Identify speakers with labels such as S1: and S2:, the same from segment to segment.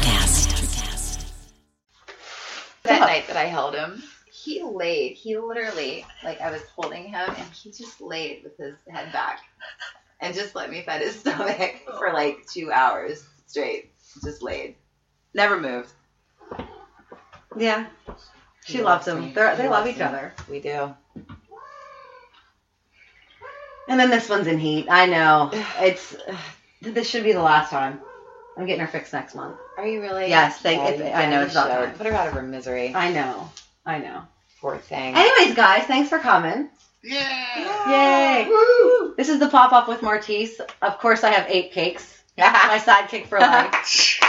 S1: Electricast.
S2: that night that I held him, he laid. He literally, like, I was holding him, and he just laid with his head back, and just let me fed his stomach for like two hours straight. Just laid, never moved.
S3: Yeah. She
S2: He
S3: loves
S2: loves
S3: them.
S2: me.
S3: They're,
S2: He
S3: they love
S2: loves
S3: each
S2: me.
S3: other.
S2: We do.
S3: And then this one's in heat. I know. It's this should be the last time. I'm getting her fixed next month.
S2: Are you really?
S3: Yes, thank-
S2: Yeah,
S3: it's-
S2: you
S3: I know, it's not
S2: should.
S3: good.
S2: Put her out of her misery.
S3: I know. I know.
S2: Poor thing.
S3: Anyways, guys, thanks for coming.
S4: Yeah.
S3: Yay! This is the pop up with Martise. Of course, I have eight cakes. My sidekick for life.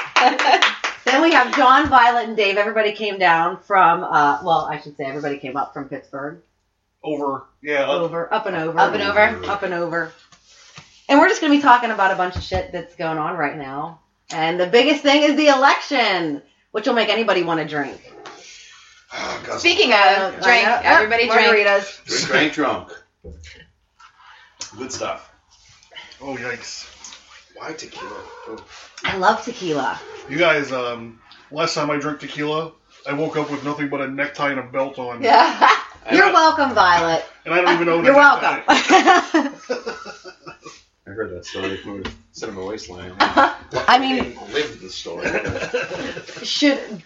S3: then we have John, Violet, and Dave. Everybody came down from. Uh, well, I should say everybody came up from Pittsburgh.
S4: Over. Yeah. up-
S3: Over, up and over,
S2: Up and over.
S3: up and over. And we're just going to be talking about a bunch of shit that's going on right now. And the biggest thing is the election, which will make anybody want to drink.
S4: Ah, God.
S2: Speaking
S3: I know-
S2: of drink,
S3: I know.
S2: everybody drink.
S3: margaritas.
S5: Drink, drink, drunk. Good stuff.
S4: Oh yikes!
S5: Why tequila? Oh.
S3: I love tequila.
S4: You guys. Um. Last time I drank tequila, I woke up with nothing but a necktie and a belt on.
S2: Yeah.
S5: I-
S3: You're welcome, Violet.
S4: And I don't Mm-hmm. even know. what a
S3: You're
S4: necktie
S3: welcome.
S4: is.
S5: I heard that story from Cinema Wasteland.
S3: I mean,
S5: lived the story.
S3: should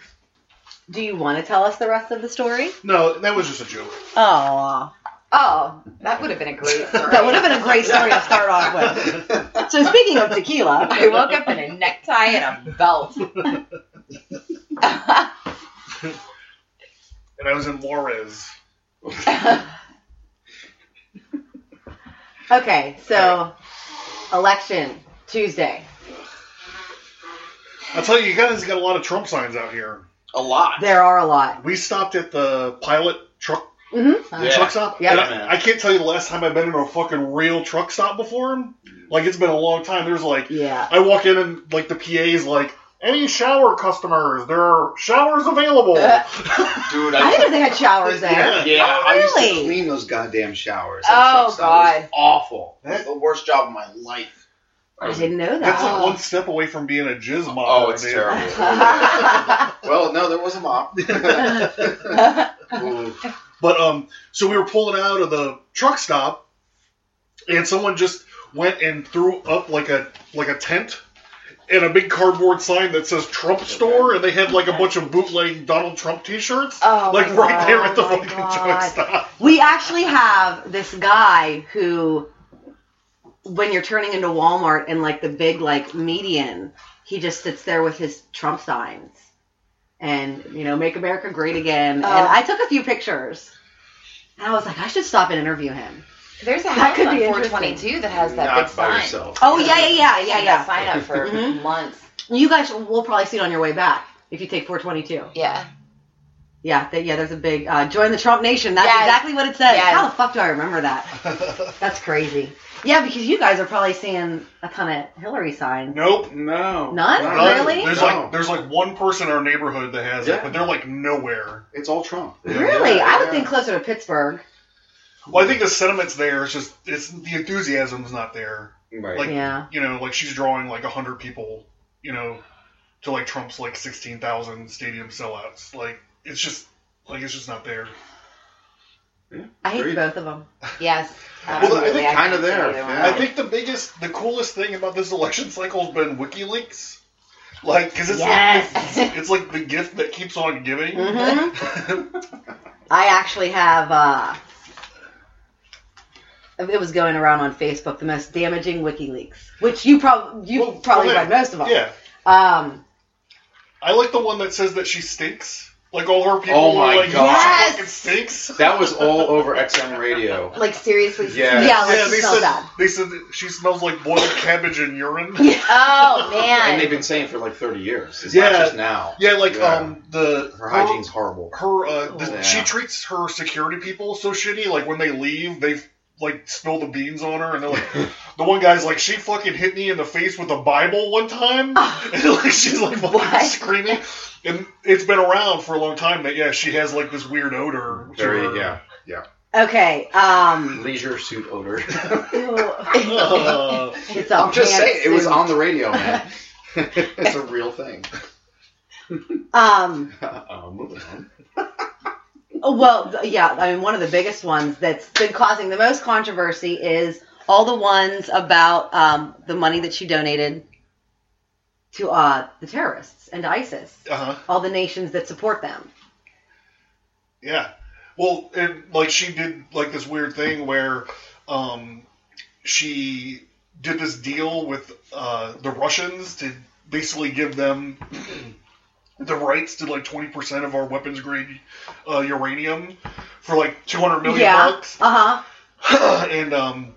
S3: do you want to tell us the rest of the story?
S4: No, that was just a joke.
S3: Oh,
S2: Oh, that would have been a great story.
S3: that would have been a great story to start off with. So speaking of tequila,
S2: I woke up in a necktie and a belt.
S4: And I was in Juarez.
S3: okay, so election Tuesday.
S4: I tell you, you guys got a lot of Trump signs out here.
S5: A lot.
S3: There are a lot.
S4: We stopped at the pilot truck
S3: Mm-hmm.
S5: Yeah.
S4: truck stop.
S3: Yeah.
S4: and
S5: Yeah, man.
S4: I, I can't tell you the last time I've been in a fucking real truck stop before. Like it's been a long time. There's like
S3: Yeah.
S4: I walk in and like the PA's like, any shower customers, there are showers available.
S2: Uh,
S5: Dude,
S3: I
S5: I,
S3: didn't know they had showers there.
S4: Yeah.
S5: yeah,
S3: Oh,
S5: I used to
S3: really?
S5: clean those goddamn showers.
S2: Oh,
S5: That stuff was
S2: God.
S5: awful. That's
S4: That-
S5: the worst job of my life.
S3: I didn't know
S4: That's
S3: that.
S4: like one step away from being a jizz mobber.
S5: Oh, it's
S4: man.
S5: terrible. well, no, there was a mop. Ooh.
S4: But um, so we were pulling out of the truck stop, and someone just went and threw up like a like a tent. And a big cardboard sign that says Trump Store, and they had like a bunch of bootleg Donald Trump T-shirts,
S2: Oh,
S4: like
S2: my
S4: right
S2: God.
S4: there at the
S3: Oh my
S4: fucking
S3: God.
S4: truck stop.
S3: We actually have this guy who, when you're turning into Walmart and like the big like median, he just sits there with his Trump signs, and you know, make America great again.
S2: Oh.
S3: And I took a few pictures, and I was like, I should stop and interview him.
S2: There's a
S3: That
S2: house
S3: could
S2: on
S3: be
S2: 422 that has that
S5: Not
S2: big
S5: by
S2: sign.
S5: yourself.
S3: Oh yeah, yeah, yeah, yeah,
S2: Had that
S3: yeah.
S2: sign up for
S3: Mhm.
S2: months.
S3: You guys will probably see it on your way back if you take 422.
S2: Yeah.
S3: Yeah, that, yeah. There's a big uh, join the Trump Nation. That's
S2: Yes.
S3: exactly what it says.
S2: Yes.
S3: How the fuck do I remember that? That's crazy. Yeah, because you guys are probably seeing a ton of Hillary signs.
S4: Nope,
S5: No.
S3: None?
S5: No.
S3: Really?
S4: There's
S5: No.
S4: like there's like one person in our neighborhood that has
S5: Yeah.
S4: it, but they're like nowhere.
S5: It's all Trump.
S3: Really?
S5: Yeah,
S3: I would
S5: yeah.
S3: think closer to Pittsburgh.
S4: Well, I think the sentiment's there. It's just it's the enthusiasm's not there.
S5: Right.
S4: Like-
S3: yeah.
S4: You know, like she's drawing like hundred people. You know, to like Trump's like sixteen thousand stadium sellouts. Like it's just like it's just not there.
S3: I hate
S5: Agreed.
S3: both of them.
S2: Yes.
S5: I think
S2: absolutely.
S5: kinda
S2: can't see
S5: there,
S2: either one.
S5: yeah.
S4: I think the biggest, the coolest thing about this election cycle has been WikiLeaks. Like, cause it's
S3: Yes.
S4: like, it's like the gift that keeps on giving.
S3: Mhm. I actually have. uh it was going around on Facebook. The most damaging WikiLeaks, which you probably you
S4: Well,
S3: probably
S4: well,
S3: read most of them.
S4: yeah,
S3: Um,
S4: I like the one that says that she stinks. Like all her people
S5: Oh my
S4: are like,
S5: God.
S4: "She
S3: Yes.
S4: fucking stinks.
S5: That was all over XM radio.
S3: like seriously.
S5: Yes.
S3: Yeah. Like
S4: yeah,
S3: she
S4: they
S3: smells
S4: said
S3: bad.
S4: they said that she smells like boiled cabbage and urine.
S2: Oh man.
S5: And they've been saying for like 30 years. It's
S4: Yeah.
S5: not just now.
S4: Yeah, like
S5: Yeah.
S4: um the
S5: Her hygiene's horrible.
S4: her uh the,
S5: Yeah.
S4: she treats her security people so shitty. Like when they leave, they like spill the beans on her, and they're like, the one guy's like, she fucking hit me in the face with a Bible one time,
S3: Ah.
S4: and like she's like fucking
S2: What?
S4: screaming. And it's been around for a long time that yeah, she has like this weird odor. to her.
S5: Very, yeah.
S3: Okay. Um.
S5: Leisure suit odor.
S4: Uh,
S3: It's a
S5: I'm just saying, it was
S3: pantsuit.
S5: on the radio, man. it's a real thing.
S3: Um,
S5: uh, moving on.
S3: oh, well, th- yeah, I mean, one of the biggest ones that's been causing the most controversy is all the ones about um, the money that she donated to uh, the terrorists and to ISIS,
S4: Uh huh.
S3: all the nations that support them.
S4: Yeah. Well, and like she did like this weird thing where um, she did this deal with uh, the Russians to basically give them the rights to like 20% of our weapons grade uh, uranium for like 200 million
S3: Yeah.
S4: bucks.
S3: Uh huh.
S4: and um,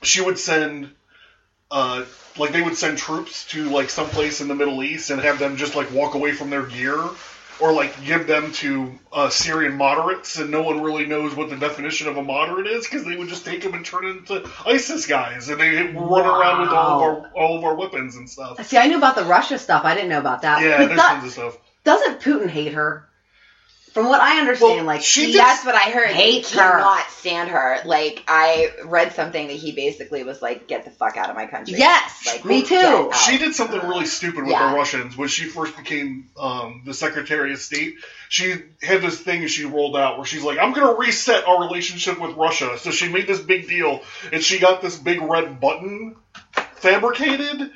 S4: she would send uh, like they would send troops to like someplace in the Middle East and have them just like walk away from their gear or like give them to uh, Syrian moderates and no one really knows what the definition of a moderate is because they would just take them and turn into ISIS guys and they run around with all of our all of our weapons and stuff.
S3: See, I knew about the Russia stuff. I didn't know about that.
S4: Yeah,
S3: But
S4: there's
S3: that-
S4: tons of stuff.
S3: doesn't Putin hate her? From what I understand,
S4: Well,
S3: like
S4: she
S3: he-
S4: did-
S2: That's what I heard. he
S3: Hate her.
S2: cannot stand her. Like I read something that he basically was like, "Get the fuck out of my country."
S3: Yes,
S2: Like,
S3: me
S2: get
S3: too.
S2: out.
S4: She did something really stupid with
S2: Yeah.
S4: the Russians when she first became um, the Secretary of State. She had this thing she rolled out where she's like, "I'm going to reset our relationship with Russia." So she made this big deal, and she got this big red button fabricated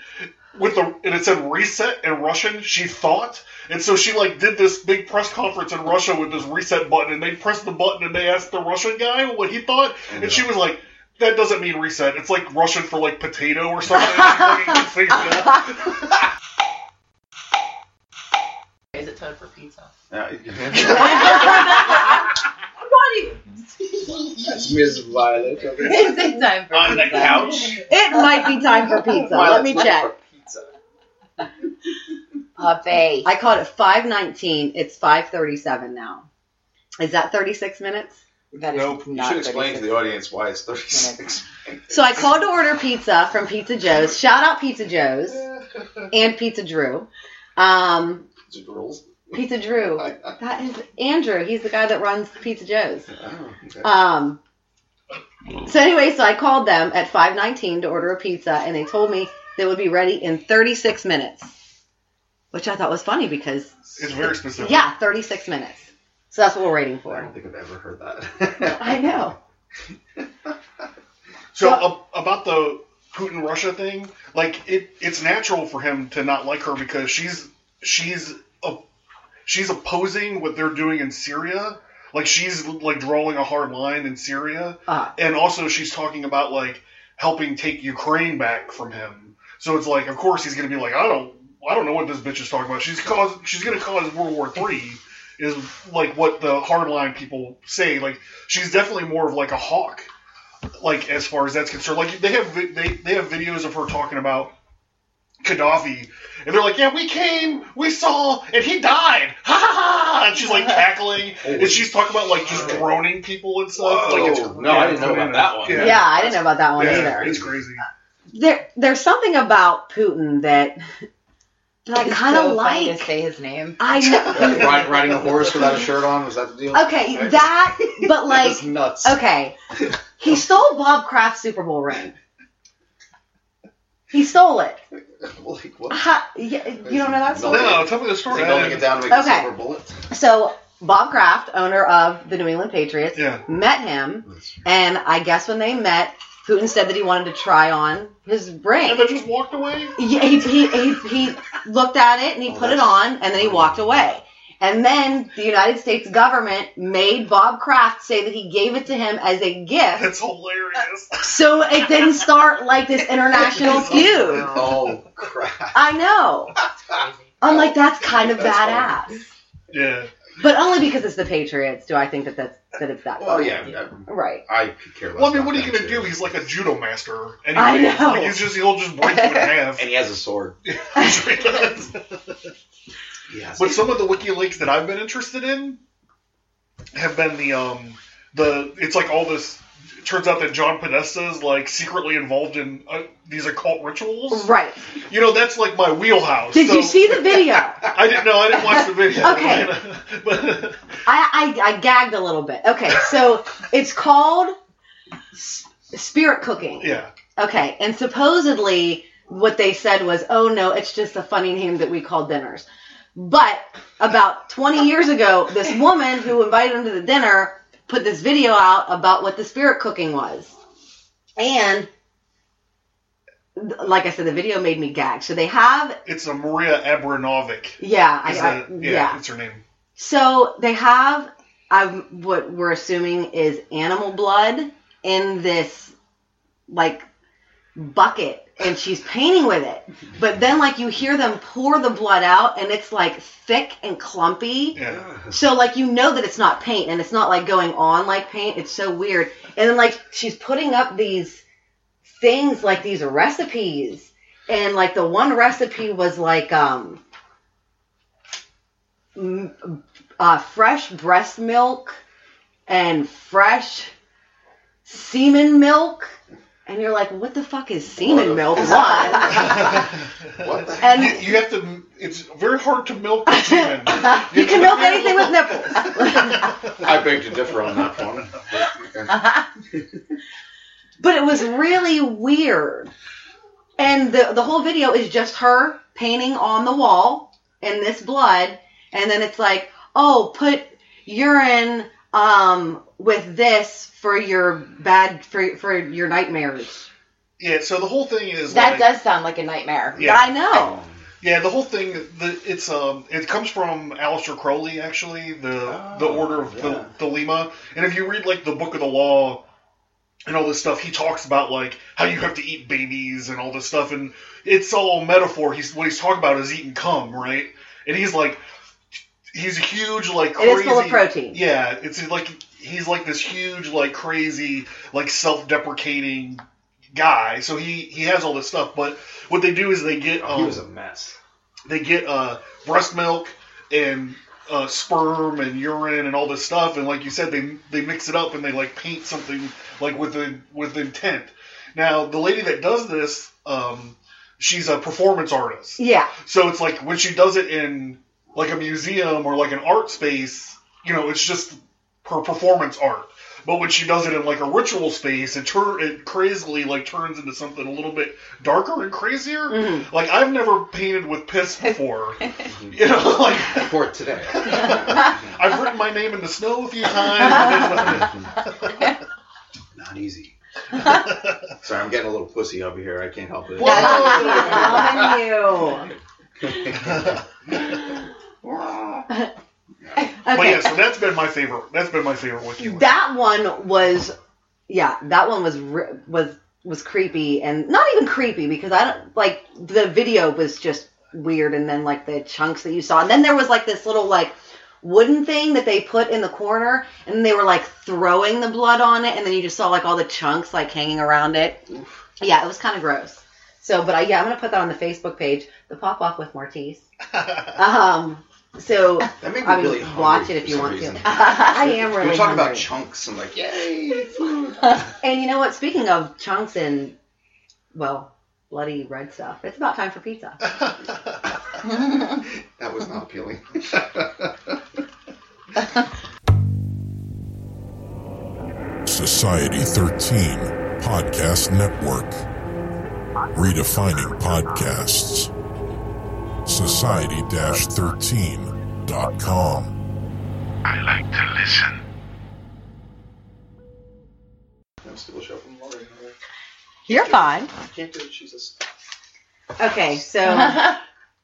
S4: with the and it said "reset" in Russian. She thought, and so she like did this big press conference in Russia with this reset button, and they pressed the button and they asked the Russian guy what he thought, and she was like. That doesn't mean reset. It's like Russian for like potato or something. She fucking figured it out.
S1: Is it time for pizza?
S5: Yeah. That's Miss Violet. over here.
S2: Is it time for
S5: On the
S2: pizza?
S5: couch.
S3: it might be time for pizza. Let
S5: Violet's
S3: me
S5: looking
S3: check.
S5: for pizza.
S2: Puppy.
S3: I called it five nineteen. It's five thirty seven now. Is that thirty six minutes?
S2: That is
S5: Nope. You
S2: not
S5: should explain to
S2: 36.
S5: the audience why it's 36.
S3: So I called to order pizza from Pizza Joe's. Shout out Pizza Joe's and Pizza Drew. Um,
S5: Is it rules?
S3: Pizza Drew. That is Andrew. He's the guy that runs Pizza Joe's.
S5: Oh, okay.
S3: Um. So anyway, so I called them at 5:19 to order a pizza, and they told me they would be ready in 36 minutes, which I thought was funny because
S4: It's very specific.
S3: yeah, 36 minutes. So that's what we're waiting
S5: I
S3: for.
S5: don't think I've ever heard that.
S3: I know.
S4: So
S3: Yeah.
S4: ab- about the Putin Russia thing, like it, it's natural for him to not like her because she's she's a, she's opposing what they're doing in Syria. Like she's like drawing a hard line in Syria,
S3: Uh,
S4: and also she's talking about like helping take Ukraine back from him. So it's like, of course, he's gonna be like, I don't, I don't know what this bitch is talking about. She's cause, she's gonna cause World War Three, is like what the hardline people say. Like she's definitely more of like a hawk, like as far as that's concerned. Like they have vi- they they have videos of her talking about. Gaddafi, and they're like, "Yeah, we came, we saw, and he died." Ha ha ha! And she's like cackling, and she's talking about like just droning people and stuff. Like it's
S5: Whoa. No, I didn't know about that one.
S3: yeah. I didn't know about that one
S4: yeah,
S3: either.
S4: It's crazy.
S3: There, there's something about Putin that, that I
S2: It's
S3: kind of
S2: so funny
S3: like.
S2: to say his name.
S3: I
S5: Uh,
S3: know.
S5: ride- riding a horse without a shirt on was that the deal?
S3: Okay, that, but
S5: That
S3: like,
S5: was nuts.
S3: Okay. He stole Bob Kraft's Super Bowl ring. He stole it.
S5: Like, what?
S3: Ha- yeah, you don't know that
S5: No.
S3: story?
S4: No, tell me the
S5: Is
S4: story.
S5: he building it down to make a
S3: Okay.
S5: silver bullet?
S3: So, Bob Kraft, owner of the New England Patriots,
S4: Yeah.
S3: met him, and I guess when they met, Putin said that he wanted to try on his ring.
S4: And then just walked away?
S3: Yeah, he, he, he, he looked at it and he
S5: Oh,
S3: put it
S5: that's-
S3: on and then he walked away. And then the United States government made Bob Kraft say that he gave it to him as a gift
S4: That's hilarious.
S3: So it didn't start like this international feud.
S5: Oh crap!
S3: I know. I'm like, that's kind of
S5: That's
S3: badass.
S4: yeah.
S3: But only because it's the Patriots do I think that that's that it's that.
S5: Well,
S3: funny.
S5: yeah,
S3: Right.
S5: I, I could care less.
S4: Well, I mean,
S5: about
S4: what are you
S5: that,
S4: going to
S5: too.
S4: do? He's like a judo master. Anyway.
S3: I know.
S4: Like, he's just, he'll just break you in half.
S5: and he has a sword. Yes.
S4: but some of the wiki leaks that I've been interested in have been the, um, the, it's like all this, it turns out that John Podesta is like secretly involved in uh, these occult rituals.
S3: Right.
S4: You know, that's like my wheelhouse.
S3: Did
S4: so
S3: you see the video? I,
S4: I didn't know. I didn't watch the video.
S3: Okay.
S4: but,
S3: I I gagged a little bit. Okay, so it's called s- spirit cooking.
S4: yeah.
S3: Okay, and supposedly what they said was, "Oh no, it's just a funny name that we call dinners." But about 20 years ago, this woman who invited him to the dinner put this video out about what the spirit cooking was. And like I said, the video made me gag. So they have,
S4: It's a Maria Abranovic.
S3: yeah, I,
S4: Is
S3: I-
S4: that- yeah,
S3: yeah.
S4: that's her name.
S3: So they have, um, what we're assuming is animal blood in this like bucket, and she's painting with it. But then, like, you hear them pour the blood out, and it's like thick and clumpy.
S4: Yeah.
S3: So like you know that it's not paint and it's not like going on like paint. It's so weird. And then like she's putting up these things like these recipes. And like the one recipe was like um m- uh, fresh breast milk and fresh semen milk. And you're like, what the fuck is semen milk? What?
S5: What the
S3: And-
S4: you, you have to. It's very hard to milk a demon.
S3: you can milk anything with nipples.
S5: I beg to differ on that one.
S3: But it was really weird. And the the whole video is just her painting on the wall in this blood, and then it's like, oh, put urine um with this for your bad for for your nightmares.
S4: Yeah. So the whole thing is
S2: That
S4: like,
S2: does sound like a nightmare.
S4: Yeah.
S3: I
S5: Oh.
S3: know.
S4: Yeah, the whole thing. The, it's um, it comes from Aleister Crowley actually. The
S5: Oh,
S4: the Order of
S5: yeah.
S4: the, the Lima. And if you read like the Book of the Law and all this stuff, he talks about like how you have to eat babies and all this stuff, and it's all metaphor. He's what he's talking about is eating cum, right? And he's like, he's a huge like
S3: It
S4: crazy.
S3: is full of protein.
S4: Yeah, it's like he's like this huge, like crazy, like self-deprecating guy. So he he has all this stuff, but what they do is they get um,
S5: He was a mess.
S4: they get uh, breast milk and uh, sperm and urine and all this stuff, and like you said, they they mix it up and they like paint something like with in, with intent. Now the lady that does this, um, she's a performance artist.
S3: Yeah.
S4: So it's like when she does it in like a museum or like an art space, you know, it's just her performance art. But when she does it in like a ritual space, it tur- it crazily like turns into something a little bit darker and crazier.
S3: Mhm.
S4: Like I've never painted with piss before, you know. Like
S5: For today.
S4: I've written my name in the snow a few times.
S5: Not easy. Sorry, I'm getting a little pussy over here. I can't help it.
S4: Whoa.
S3: Loving you.
S4: But
S3: Okay.
S4: yeah, so that's been my favorite. That's been my favorite with you.
S3: That one was, yeah, that one was re- was was creepy and not even creepy because I don't like the video was just weird and then like the chunks that you saw and then there was like this little like wooden thing that they put in the corner and they were like throwing the blood on it and then you just saw like all the chunks like hanging around it. Yeah, it was kind of gross. So, but I, yeah, I'm gonna put that on the Facebook page, the pop off with Martise. Um, so
S5: That made me
S3: I mean,
S5: really
S3: watch
S5: hungry
S3: it if
S5: for
S3: you
S5: some
S3: want
S5: reason.
S3: to. I am really
S5: We're talking about
S3: hungry.
S5: chunks. I'm like,
S1: Yay.
S3: And you know what? Speaking of chunks and, well, bloody red stuff, it's about time for pizza.
S5: that was not appealing.
S6: Society 13 Podcast Network. Redefining podcasts. Society 13.com.
S7: I like to listen.
S5: I'm still shuffling Lori.
S3: You're fine.
S5: I can't do it. She's a star.
S3: Okay, so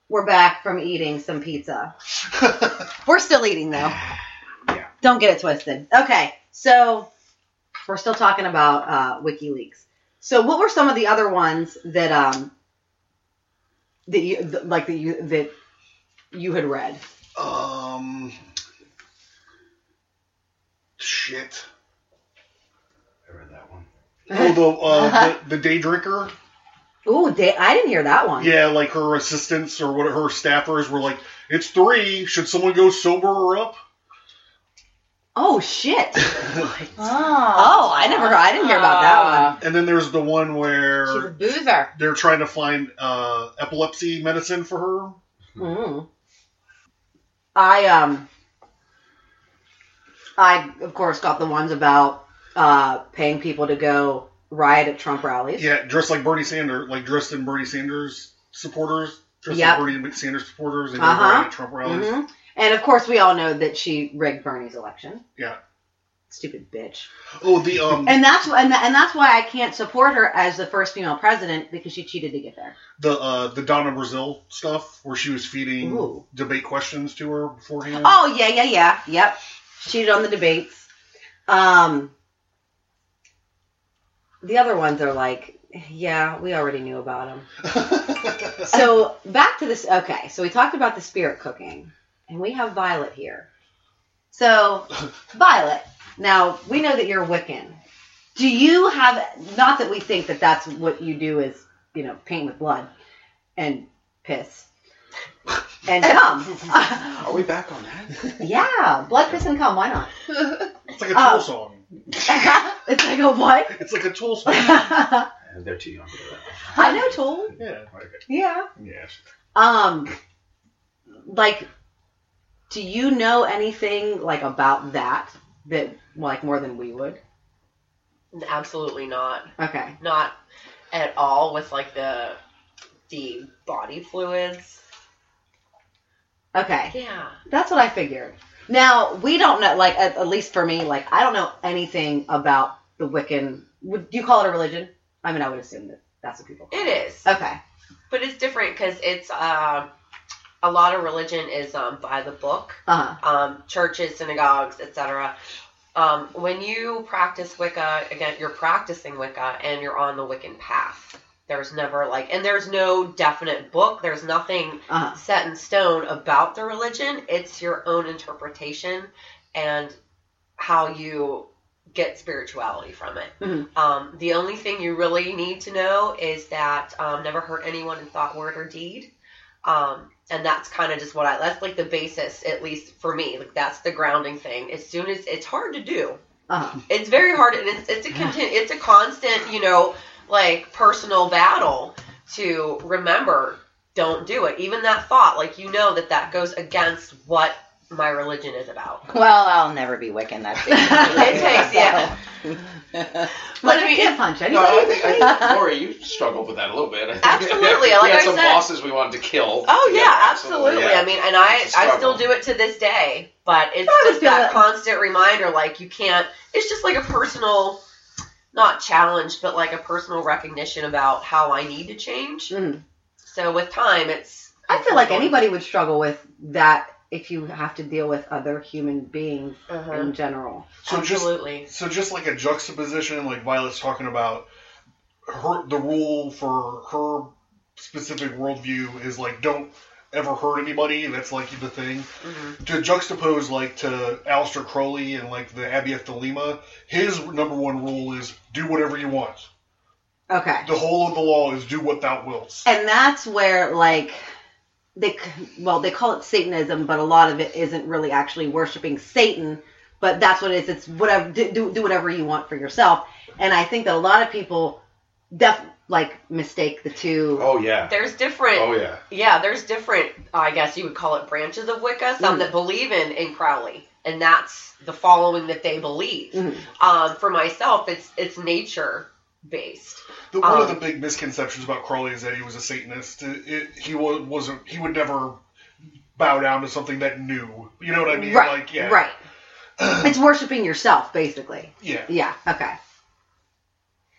S3: we're back from eating some pizza. We're still eating, though.
S5: Yeah.
S3: Don't get it twisted. Okay, so we're still talking about uh, WikiLeaks. So, what were some of the other ones that, um, that you th- like that you that you had read?
S4: Um. Shit.
S5: I read that one.
S4: Oh, the, uh, the the day drinker.
S3: Ooh, da- I didn't hear that one.
S4: Yeah, like her assistants or what her staffers were like. It's three. Should someone go sober or up?
S3: Oh shit.
S2: Oh,
S3: Oh, I never. I didn't hear about that one.
S4: And then there's the one
S2: She's a
S4: where
S2: boozer.
S4: they're trying to find uh, epilepsy medicine for her.
S3: Mm. I um I of course got the ones about uh paying people to go riot at Trump rallies.
S4: Yeah, dressed like Bernie Sanders, like dressed in Bernie Sanders supporters Just
S3: Yep.
S4: Bernie Sanders supporters and
S3: Uh-huh.
S4: uh Trump rallies.
S3: hmm And of course, we all know that she rigged Bernie's election.
S4: Yeah.
S3: Stupid bitch.
S4: Oh, the um,
S3: Mm-hmm. And that's and, tha- and that's why I can't support her as the first female president because she cheated to get there.
S4: the uh, the Donna Brazil stuff where she was feeding
S3: Ooh.
S4: debate questions to her beforehand.
S3: Oh yeah, yeah, yeah, yep. Cheated on the debates. Um, the other ones are like, yeah, we already knew about them. So back to this. Okay, so we talked about the spirit cooking, and we have Violet here. So, Violet, now we know that you're Wiccan. Do you have? Not that we think that that's what you do is you know paint with blood and piss and cum.
S5: Are we back on that?
S3: yeah, blood, piss, and cum. Why not?
S4: it's like a tool
S3: Oh.
S4: song.
S3: it's like a what?
S4: It's like a tool song.
S3: I
S5: They're too young for
S3: know, Tool.
S4: yeah.
S5: that. Okay.
S3: Yeah.
S5: Yeah.
S3: Um, like, do you know anything like about that that like more than we would?
S1: Absolutely not.
S3: Okay.
S1: Not at all with like the the body fluids.
S3: Okay.
S1: Yeah.
S3: That's what I figured. Now we don't know. Like, at, at least for me, like I don't know anything about the Wiccan. Would do you call it a religion? I mean, I would assume that that's what people. Call it.
S1: It is.
S3: Okay.
S1: But it's different because it's um, a lot of religion is um, by the book,
S3: Uh huh.
S1: um, churches, synagogues, etc. Um, when you practice Wicca, again, you're practicing Wicca and you're on the Wiccan path. There's never like, and there's no definite book. There's nothing
S3: Uh huh.
S1: set in stone about the religion. It's your own interpretation and how you get spirituality from it.
S3: Mhm.
S1: Um, the only thing you really need to know is that um, never hurt anyone in thought, word, or deed. Um, and that's kind of just what I, that's like the basis, at least for me. Like that's the grounding thing. As soon as it's hard to do,
S3: Uh huh.
S1: it's very hard and it's, it's a contin- it's a constant you know like personal battle to remember don't do it even that thought like you know that that goes against what my religion is about
S2: Well, I'll never be Wiccan. That's it.
S1: it takes yeah
S3: But
S1: I
S3: I
S1: mean,
S3: can't punch
S5: No, I
S3: anybody.
S5: think, I think Lori, you struggled with that a little bit. I think.
S1: Absolutely,
S5: we
S1: like
S5: had
S1: I
S5: some
S1: said-
S5: bosses we wanted to kill.
S1: oh yeah, absolutely,
S5: yeah.
S1: i mean and i
S5: It's a
S1: i still
S5: struggle.
S1: do it to this day but it's
S3: I would
S1: just
S3: feel that-
S1: that constant reminder like you can't it's just like a personal not challenge but like a personal recognition about how i need to change
S3: Mhm.
S1: so with time it's
S3: I feel like anybody would struggle with that if you have to deal with other human beings
S1: Uh-huh.
S3: in general.
S4: So just
S1: Absolutely.
S4: So just like a juxtaposition, like Violet's talking about, her the rule for her specific worldview is like don't ever hurt anybody. That's like the thing.
S1: Mm-hmm.
S4: To juxtapose like to Aleister Crowley and like the Abbey of Thelema, his number one rule is do whatever you want.
S3: Okay.
S4: The whole of the law is do what thou wilt.
S3: And that's where like they c- well they call it Satanism, but a lot of it isn't really actually worshiping Satan. But that's what it is. It's whatever do do do whatever you want for yourself. And I think that a lot of people def like mistake the two.
S5: Oh yeah.
S1: There's different,
S5: Oh yeah.
S1: yeah, there's different, I guess you would call it branches of Wicca, some
S3: Mm.
S1: that believe in, in Crowley, and that's the following that they believe.
S3: Mhm.
S1: Um, for myself, it's it's nature based.
S4: The, one of
S1: Um,
S4: the big misconceptions about Crowley is that he was a Satanist. It, it- he wa- wasn't. He would never bow down to something that knew. You know what I mean?
S3: right.
S4: Like yeah,
S3: Right. it's worshiping yourself, basically.
S4: yeah.
S3: Yeah. Okay.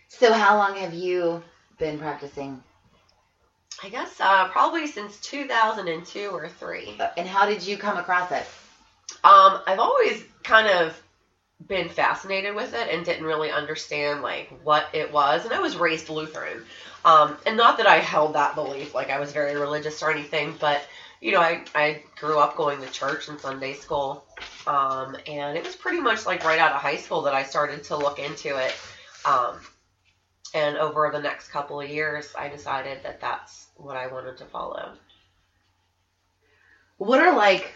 S2: So, how long have you been practicing?
S1: I guess uh, probably since 2002 or 3. Um,
S2: Uh, And how did you come across it?
S1: I've always kind of been fascinated with it and didn't really understand like what it was and I was raised Lutheran. Um, and not that I held that belief like I was very religious or anything, but you know, I, I grew up going to church and Sunday school. Um, and it was pretty much like right out of high school that I started to look into it. Um, and over the next couple of years, I decided that that's what I wanted to follow.
S3: What are like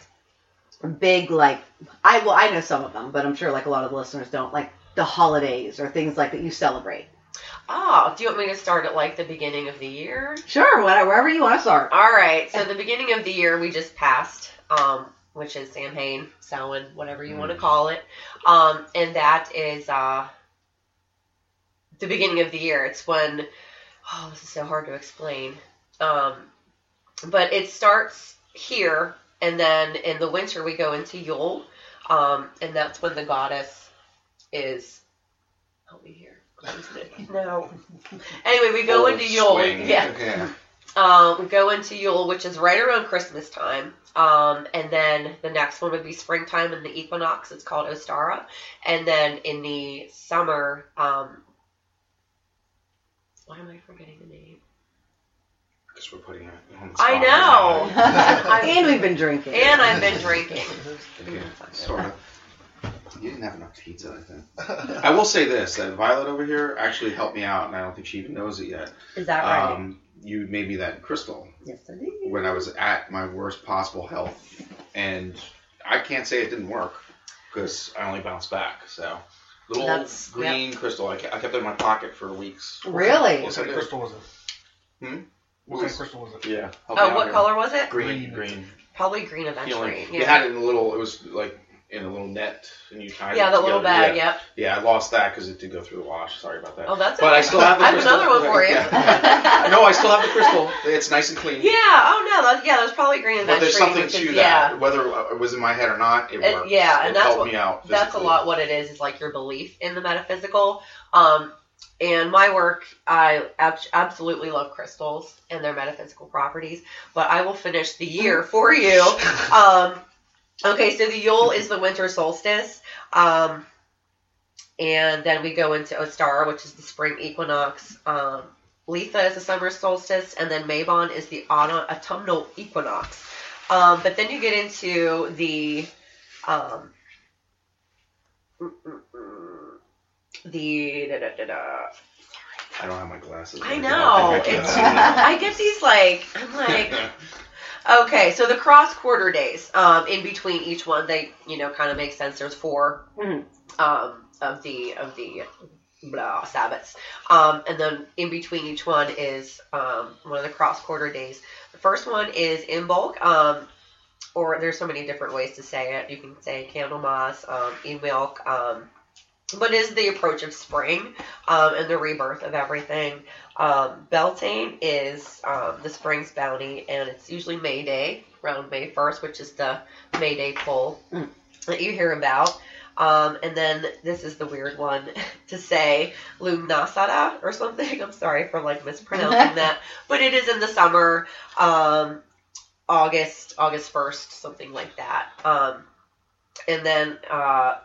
S3: big like I well I know some of them, but I'm sure like a lot of the listeners don't like the holidays or things like that you celebrate.
S1: Oh, do you want me to start at like the beginning of the year?
S3: Sure, whatever, wherever you want to start.
S1: All right. So the beginning of the year we just passed, um, which is Samhain, Samhain, whatever you
S5: Mm.
S1: want to call it, um, and that is uh, the beginning of the year. It's when oh, this is so hard to explain. Um, but it starts here, and then in the winter we go into Yule, um, and that's when the goddess is. Help me here. What is it? No. Anyway, we go
S5: Full
S1: into Yule.
S5: swing.
S1: Yeah.
S5: yeah.
S1: Um, we go into Yule, which is right around Christmas time. Um, and then the next one would be springtime and the equinox. It's called Ostara. And then in the summer, um, why am I forgetting the name?
S5: Because we're putting it on the spot
S1: I know.
S5: right
S3: And we've been drinking.
S1: And I've been drinking.
S5: now. Yeah, sort of. You didn't have enough pizza, I think. I will say this: that Violet over here actually helped me out, and I don't think she even knows it yet.
S1: Is that right?
S5: Um, you made me that crystal
S1: yes, I did.
S5: when I was at my worst possible health, and I can't say it didn't work because I only bounced back. So little
S1: That's-
S5: green crystal, I kept, I kept it in my pocket for weeks.
S3: Really?
S5: Yes,
S4: What
S5: I
S4: kind of
S5: did.
S4: crystal was it?
S5: Hmm?
S4: What kind of crystal was it?
S5: Yeah. help me
S1: Oh,
S5: out
S1: what
S5: here.
S1: color was it?
S5: Green, green.
S1: Probably green eventually.
S5: Feeling. You
S1: Yeah,
S5: had it in a little. It was like in a little net, and you tied
S1: yeah
S5: it
S1: that little
S5: together.
S1: bag.
S5: Yeah.
S1: Yep.
S5: Yeah, I lost that because it did go through the wash. Sorry about that.
S1: Oh, that's
S5: But
S1: okay.
S5: I still have the
S1: I have
S5: crystal.
S1: another one for you.
S5: Yeah. no, I still have the crystal. It's nice and clean.
S1: Yeah. Oh no. That, yeah, that was probably green eventually.
S5: But there's something
S1: which
S5: to
S1: is, yeah.
S5: that. Whether it was in my head or not, it
S1: It-
S5: worked.
S1: yeah, and
S5: it
S1: that's
S5: helped
S1: what-
S5: me out.
S1: that's a
S5: physically.
S1: lot what it is is like your belief in the metaphysical um and my work i ab- absolutely love crystals and their metaphysical properties but i will finish the year for you um okay so the yule is the winter solstice um and then we go into ostara which is the spring equinox um letha is the summer solstice and then maybon is the autumn, autumnal equinox um, but then you get into the um, Mm, mm, mm. the da, da, da, da.
S5: I don't have my glasses.
S1: I
S5: don't
S1: know.
S5: think I can
S1: It's,
S5: see it.
S1: I get these like I'm like okay, so the cross quarter days. Um, in between each one, they you know kind of make sense. There's 4
S3: Mhm.
S1: um of the of the blah Sabbaths. Um, and then in between each one is um one of the cross quarter days. The first one is in bulk. Um. Or there's so many different ways to say it. You can say Candlemas, um, in milk, um, but it is the approach of spring um, and the rebirth of everything. Um, Beltane is um, the spring's bounty, and it's usually May Day, around May 1st, which is the May Day pull
S3: Mm.
S1: that you hear about. Um, and then this is the weird one to say Lumnasada or something. I'm sorry for like mispronouncing that, but it is in the summer, um, August, August 1st, something like that. Um, and then, uh,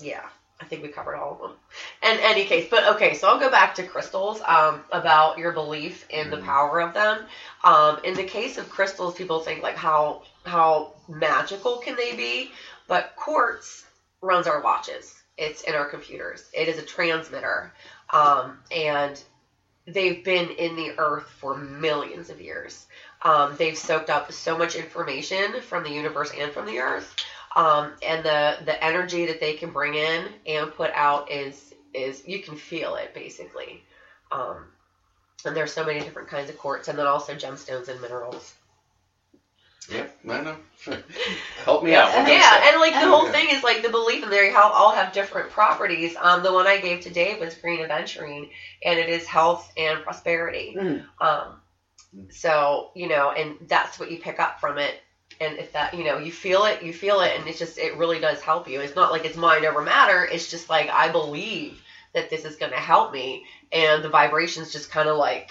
S1: yeah, I think we covered all of them in any case but okay so i'll go back to crystals um, about your belief in the
S5: Mhm.
S1: power of them um, in the case of crystals people think like how how magical can they be but quartz runs our watches it's in our computers it is a transmitter um, and they've been in the earth for millions of years um, they've soaked up so much information from the universe and from the earth um, and the the energy that they can bring in and put out is is you can feel it basically um, and there's so many different kinds of quartz and then also gemstones and minerals
S5: Yeah, I know. Help me out.
S2: Yeah.
S5: What can I
S1: yeah
S5: say?
S1: and like the whole
S5: Yeah.
S1: thing is like the belief in they how all have different properties um, the one i gave today was green adventuring and it is health and prosperity
S3: Mm.
S1: um, so you know and that's what you pick up from it and if that you know you feel it you feel it and it's just it really does help you it's not like it's mind over matter it's just like i believe that this is going to help me and the vibrations just kind of like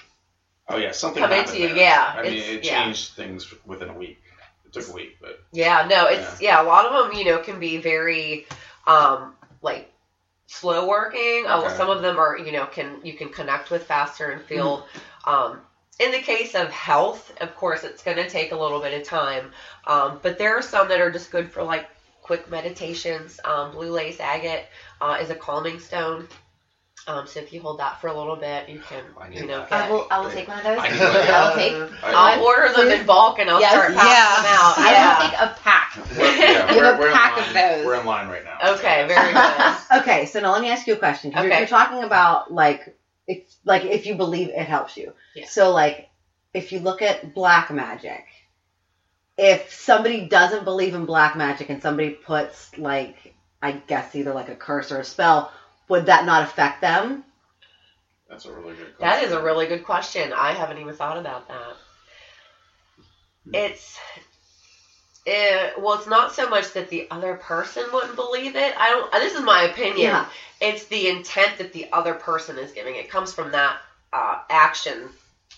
S5: Oh yeah, something
S1: Come
S5: happened
S1: into you,
S5: there.
S1: yeah,
S5: I mean,
S1: it's-
S5: it
S1: yeah.
S5: changed things within a week. It took a week, but
S1: Yeah, no, it's yeah. a lot of them, you know, can be very um like slow working. Oh,
S5: Okay. Hmm.
S1: some of them are, you know, can you can connect with faster and feel um in the case of health, of course, it's going to take a little bit of time. Um, but there are some that are just good for like quick meditations. Um, blue lace agate uh, is a calming stone. Um, so if you hold that for a little bit, you can,
S5: I need
S1: you know,
S5: that.
S1: get.
S2: I will. I will take one of those.
S5: I
S2: I
S5: need
S2: will
S5: that.
S2: take.
S5: I,
S1: I'll order them in bulk and I'll
S2: Yes.
S1: start passing them out.
S2: I will take a pack.
S5: we're, yeah,
S2: You have
S5: we're,
S2: a
S5: we're in
S2: pack of
S5: line.
S2: those.
S5: We're in line right now.
S1: Okay, very good.
S3: Okay, so now let me ask you a question. 'cause You're,
S1: Okay.
S3: you're talking about like it's like if you believe it helps you.
S1: Yeah.
S3: So like if you look at black magic, if somebody doesn't believe in black magic and somebody puts like I guess either like a curse or a spell, would that not affect them?
S5: That's a really good.
S1: That is a
S5: question.
S1: really good question. I haven't even thought about that. it's it, well, it's not so much that the other person wouldn't believe it. I don't. This is my opinion.
S3: Yeah.
S1: It's the intent that the other person is giving. It comes from that uh, action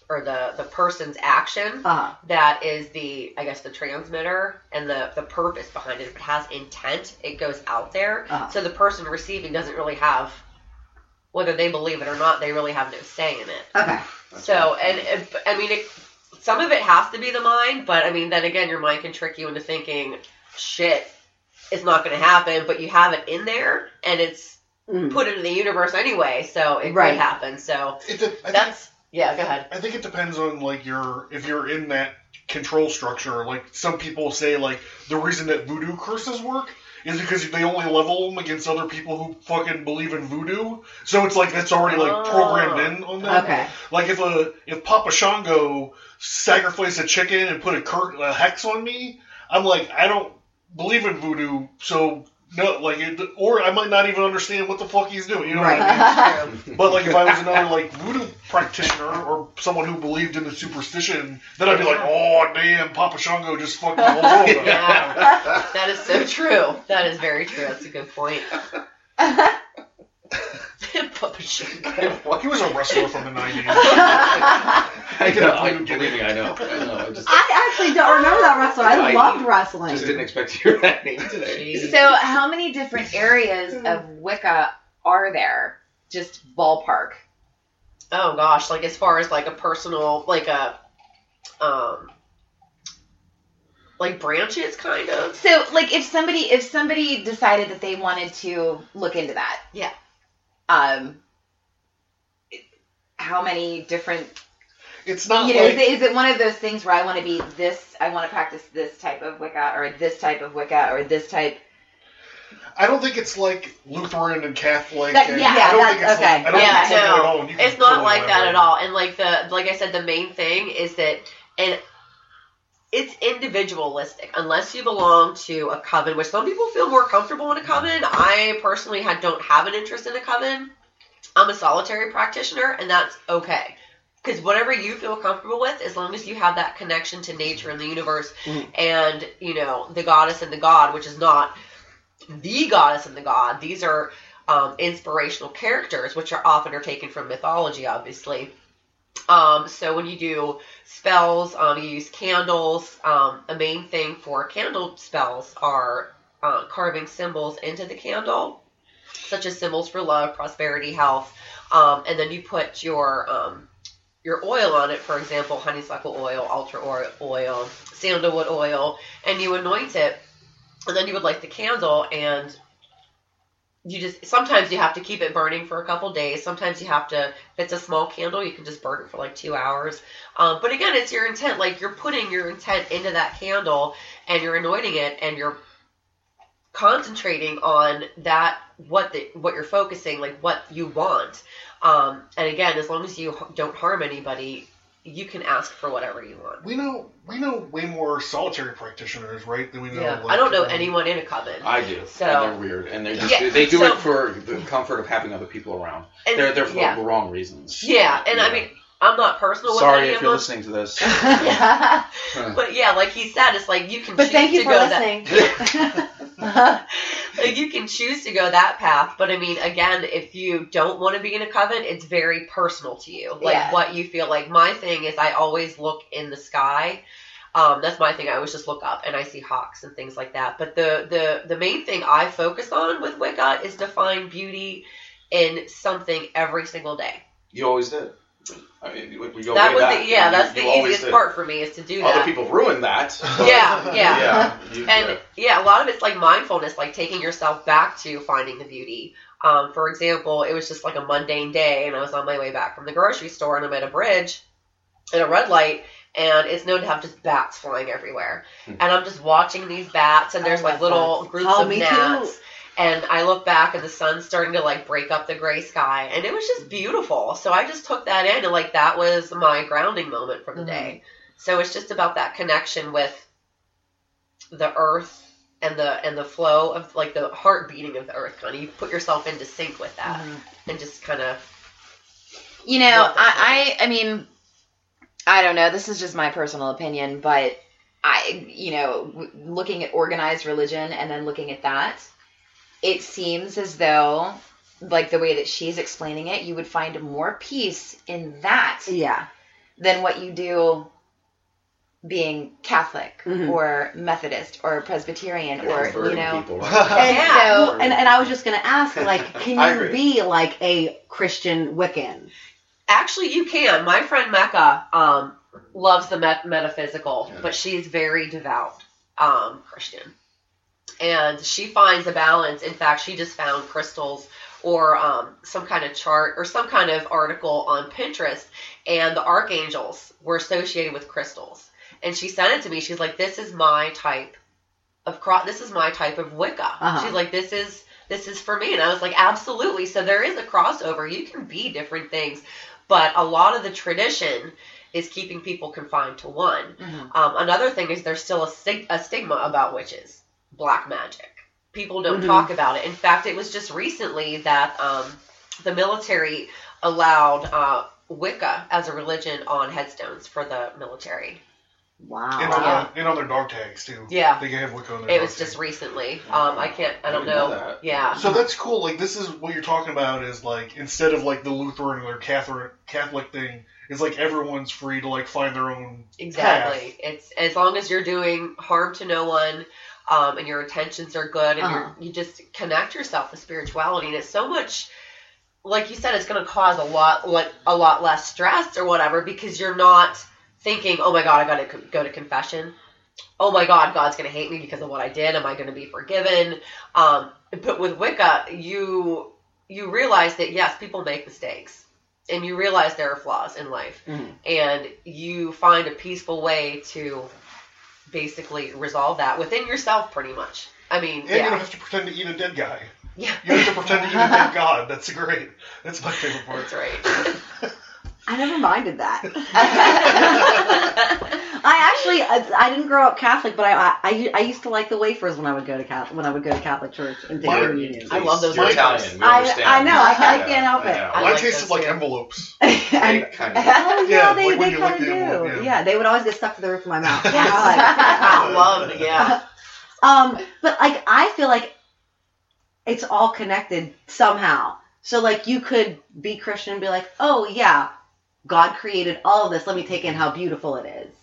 S1: or the the person's action
S3: Uh,
S1: that is the I guess the transmitter and the the purpose behind it. If it has intent, it goes out there.
S3: Uh-huh.
S1: So the person receiving doesn't really have whether they believe it or not. They really have no say in it.
S3: okay.
S5: That's
S1: So,
S5: right.
S1: and if- I mean, it, some of it has to be the mind, but I mean, then again, your mind can trick you into thinking, shit, it's not going to happen, but you have it in there and it's
S3: Mm.
S1: put into the universe anyway, so it
S3: Right.
S1: could happen. So,
S4: It de- I, think,
S1: that's, yeah, Uh, go ahead.
S4: I think it depends on like your if you're in that control structure. Like some people say, like the reason that voodoo curses work is because they only level them against other people who fucking believe in voodoo. So it's like that's already like programmed in on them.
S3: Okay.
S4: Like if a if Papa Shango sacrificed a chicken and put a, cur- a hex on me, I'm like I don't believe in voodoo, so no, like it, or I might not even understand what the fuck he's doing. You know what I mean? But like if I was another like voodoo practitioner or someone who believed in the superstition, then I'd be like, oh damn, Papa Shango just fucked the whole world up.
S1: Yeah. that is so true. That is very true. That's a good point. Papa Shango.
S4: He was a wrestler from the nineties.
S5: I get up, like, believe me, I know. I know. I just,
S3: I actually don't remember that wrestler. I
S5: I
S3: loved wrestling.
S5: just didn't expect to hear that name today.
S1: Jeez.
S2: So, how many different areas
S3: Hmm.
S2: of Wicca are there? Just ballpark.
S1: oh gosh, like as far as like a personal, like a, um, like branches kind of.
S2: So, like, if somebody if somebody decided that they wanted to look into that,
S1: Yeah.
S2: Um, how many different
S4: It's not
S2: you know,
S4: like
S2: is, it, is it one of those things where I want to be this, I want to practice this type of Wicca or this type of Wicca or this type?
S4: I don't think it's like Lutheran and Catholic.
S2: That-
S4: and
S2: yeah,
S4: I don't
S3: that-
S4: think it's
S3: okay.
S4: Like, I don't
S1: Yeah,
S4: think it's like that at
S1: no.
S4: all. and you can
S1: It's not
S4: totally
S1: like that
S4: elaborate.
S1: at all. And like the, like I said, the main thing is that, and it's individualistic. Unless you belong to a coven, which some people feel more comfortable in a coven. I personally had, don't have an interest in a coven. I'm a solitary practitioner, and that's okay. Because whatever you feel comfortable with, as long as you have that connection to nature and the universe,
S4: Mm.
S3: Mhm.
S1: and you know the goddess and the god, which is not the goddess and the god. These are um, inspirational characters, which are often are taken from mythology, obviously. Um, so when you do spells, um, you use candles. Um, a main thing for candle spells are uh, carving symbols into the candle, such as symbols for love, prosperity, health, um, and then you put your um, your oil on it. For example, honeysuckle oil, altar or- oil, sandalwood oil, and you anoint it. And then you would light the candle, and you just sometimes you have to keep it burning for a couple days. Sometimes you have to, if it's a small candle, you can just burn it for like two hours. Um, but again, it's your intent. Like you're putting your intent into that candle, and you're anointing it, and you're concentrating on that what the what you're focusing, like what you want. Um, and again, as long as you h- don't harm anybody, you can ask for whatever you want.
S4: We know we know way more solitary practitioners, right? Than we know.
S1: Yeah,
S4: Like,
S1: I don't know
S4: um,
S1: anyone in a coven.
S5: I do.
S1: So-
S5: and they're weird, and they just
S1: Yeah,
S5: they do
S1: so-
S5: it for the comfort of having other people around.
S1: And-
S5: they're they're for
S1: yeah.
S5: the wrong reasons.
S1: Yeah, and I
S5: Yeah.
S1: mean, I'm not personal with
S5: Sorry
S1: any
S5: if
S1: of
S5: you're
S1: them,
S5: listening to this.
S2: but
S1: but yeah, like he said, it's like you can choose
S2: thank you
S1: to
S2: for
S1: go
S2: listening.
S1: that. like you can choose to go that path, but I mean, again, if you don't want to be in a coven, it's very personal to you, like
S2: Yeah.
S1: what you feel. Like my thing is, I always look in the sky. Um, that's my thing. I always just look up and I see hawks and things like that. But the the the main thing I focus on with Wicca is to find beauty in something every single day.
S5: you always did. I mean, we, we go
S1: that
S5: way
S1: was
S5: back.
S1: the yeah,
S5: You-
S1: that's
S5: you
S1: the
S5: always
S1: easiest
S5: did.
S1: part for me is to do
S5: Other
S1: that.
S5: people ruined that.
S1: Yeah, yeah.
S5: you-
S1: And yeah, a lot of it's like mindfulness, like taking yourself back to finding the beauty. Um, for example, it was just like a mundane day, and I was on my way back from the grocery store, and I'm at a bridge at a red light, and it's known to have just bats flying everywhere.
S5: Hmm.
S1: And I'm just watching these bats, and
S3: I
S1: there's
S3: love
S1: like little
S3: bats.
S1: groups
S3: Oh,
S1: of
S3: me too.
S1: gnats. And I look back, and the sun's starting to like break up the gray sky, and it was just beautiful. So I just took that in, and like that was my grounding moment from the
S3: Mhm.
S1: day. So it's just about that connection with the earth and the and the flow of like the heart beating of the earth kind of you put yourself into sync with that
S3: Mm-hmm.
S1: and just kind of
S2: You know, I, I I mean, I don't know. This is just my personal opinion, but I, you know, w- looking at organized religion and then looking at that, it seems as though, like the way that she's explaining it, you would find more peace in that
S3: Yeah.
S2: than what you do being Catholic
S3: Mhm.
S2: or Methodist or Presbyterian
S5: You're
S2: or, you
S5: converting
S2: know.
S5: people.
S2: And
S3: Yeah.
S2: so,
S3: And and I was just gonna ask, like,
S5: I
S3: can you
S5: agree.
S3: be like a Christian Wiccan?
S1: Actually, you can. My friend Mecca um, loves the met- metaphysical,
S5: Yeah.
S1: but she's very devout um, Christian. And she finds a balance. In fact, she just found crystals or um, some kind of chart or some kind of article on Pinterest, and the archangels were associated with crystals. And she sent it to me. She's like, "This is my type of cro- This is my type of Wicca."
S3: Uh-huh.
S1: She's like, "This is this is for me." And I was like, "Absolutely." So there is a crossover. You can be different things, but a lot of the tradition is keeping people confined to one.
S2: mhm.
S1: Um, another thing is there's still a, stig- a stigma about witches, black magic. People don't
S5: Mm-hmm.
S3: Mhm.
S1: talk about it. In fact, it was just recently that um, the military allowed uh, Wicca as a religion on headstones for the military.
S4: And,
S3: Wow.
S4: on
S1: Yeah.
S4: their, and on their dog tags too.
S1: Yeah.
S4: they can have Wicca on their.
S1: It
S4: dog
S1: was
S4: tags.
S1: just recently. Um, I can't. I
S5: I
S1: don't
S5: didn't know
S1: know.
S5: that.
S1: Yeah.
S4: So that's cool. Like this is what you're talking about is like instead of like the Lutheran or Catholic Catholic thing, it's like everyone's free to like find their own.
S1: Exactly. It's as long as you're doing harm to no one, um, and your intentions are good, and
S3: Uh-huh.
S1: you're, you just connect yourself with spirituality, and it's so much. Like you said, it's going to cause a lot, like a lot less stress or whatever, because you're not thinking, "Oh my God, I got to go to confession." Oh my God, God's going to hate me because of what I did. Am I going to be forgiven? Um, but with Wicca, you you realize that yes, people make mistakes, and you realize there are flaws in life and you find a peaceful way to basically resolve that within yourself pretty much i mean
S4: And you don't
S1: yeah
S4: have to pretend to eat a dead guy.
S1: yeah
S4: You don't have to pretend to eat a dead god. That's great. That's my favorite part.
S1: that's right
S3: I never minded that. I actually, I, I didn't grow up Catholic, but I, I, I used to like the wafers when I would go to Catholic when I would go to Catholic church and take
S4: Why-
S3: communion.
S1: I love those
S5: You're
S1: white
S5: Italian.
S1: guys.
S5: We
S3: I-
S5: understand.
S3: I know, I- I
S5: Yeah,
S3: can't help it.
S5: know.
S1: I
S4: Mine
S1: like
S4: tasted
S1: those
S4: like
S1: too.
S4: envelopes.
S5: They
S3: And-
S5: kind of-
S3: oh yeah,
S4: Yeah,
S3: they,
S4: like when
S3: they
S4: you
S3: kind
S4: lick
S3: of do.
S4: the envelope,
S3: yeah.
S4: yeah.
S3: they would always get stuck to the roof of my mouth.
S1: Yes.
S3: God.
S1: i love yeah
S3: um, but like I feel like it's all connected somehow. So like you could be Christian and be like, oh yeah, God created all of this. Let me take in how beautiful it is,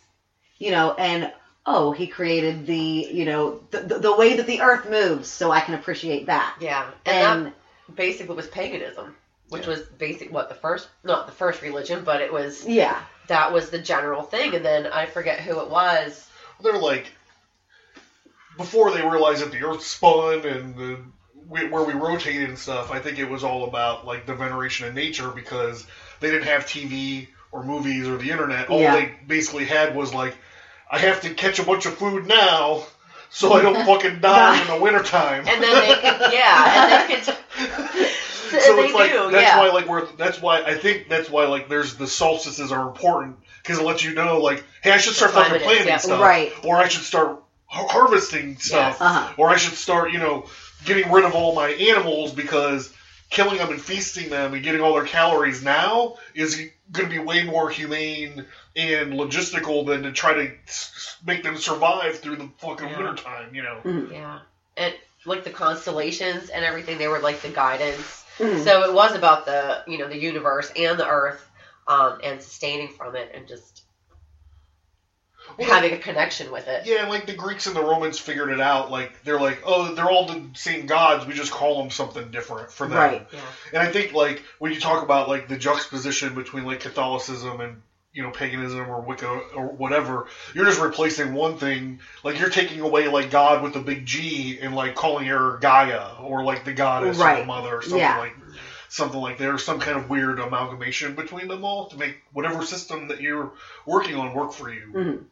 S3: you know, and oh he created the you know the, the, the way that the earth moves, so I can appreciate that.
S1: yeah and,
S3: And
S1: that basically was paganism which
S5: Yeah.
S1: was basic what the first not the first religion but it was
S3: yeah,
S1: that was the general thing and then i forget who it was
S4: They're like before they realized that the Earth spun and the, we, where we rotated and stuff. I think it was all about like the veneration of nature because they didn't have TV or movies or the internet. All
S3: Yeah.
S4: they basically had was like, I have to catch a bunch of food now so I don't fucking die in the wintertime.
S1: and then they could yeah and they could
S4: so
S1: they
S4: it's like
S1: do,
S4: that's
S1: yeah.
S4: why like we're that's why I think that's why like there's the solstices are important because it lets you know like hey I should start
S1: The
S4: fucking
S1: climate is,
S4: planting
S1: yeah,
S4: stuff
S3: right.
S4: or I should start har- harvesting stuff
S1: Yes.
S3: uh huh,
S4: or I should start you know getting rid of all my animals because killing them and feasting them and getting all their calories now is going to be way more humane and logistical than to try to s- s- make them survive through the fucking
S1: Yeah.
S4: winter time you know
S1: yeah and like the constellations and everything they were like the guidance
S4: Hmm.
S3: Mhm.
S1: So it was about the you know the universe and the earth um, and sustaining from it and just having a connection with it.
S4: Yeah, and like the Greeks and the Romans figured it out. Like they're like, oh, they're all the same gods. We just call them something different for them.
S3: Right.
S1: Yeah.
S4: And I think like when you talk about like the juxtaposition between like Catholicism and you know paganism or Wicca or whatever, you're just replacing one thing. Like you're taking away like God with a big G and like calling her Gaia or like the goddess or
S3: Right.
S4: the mother or something
S3: Yeah.
S4: like. Something like there's some kind of weird amalgamation between them all to make whatever system that you're working on work for you.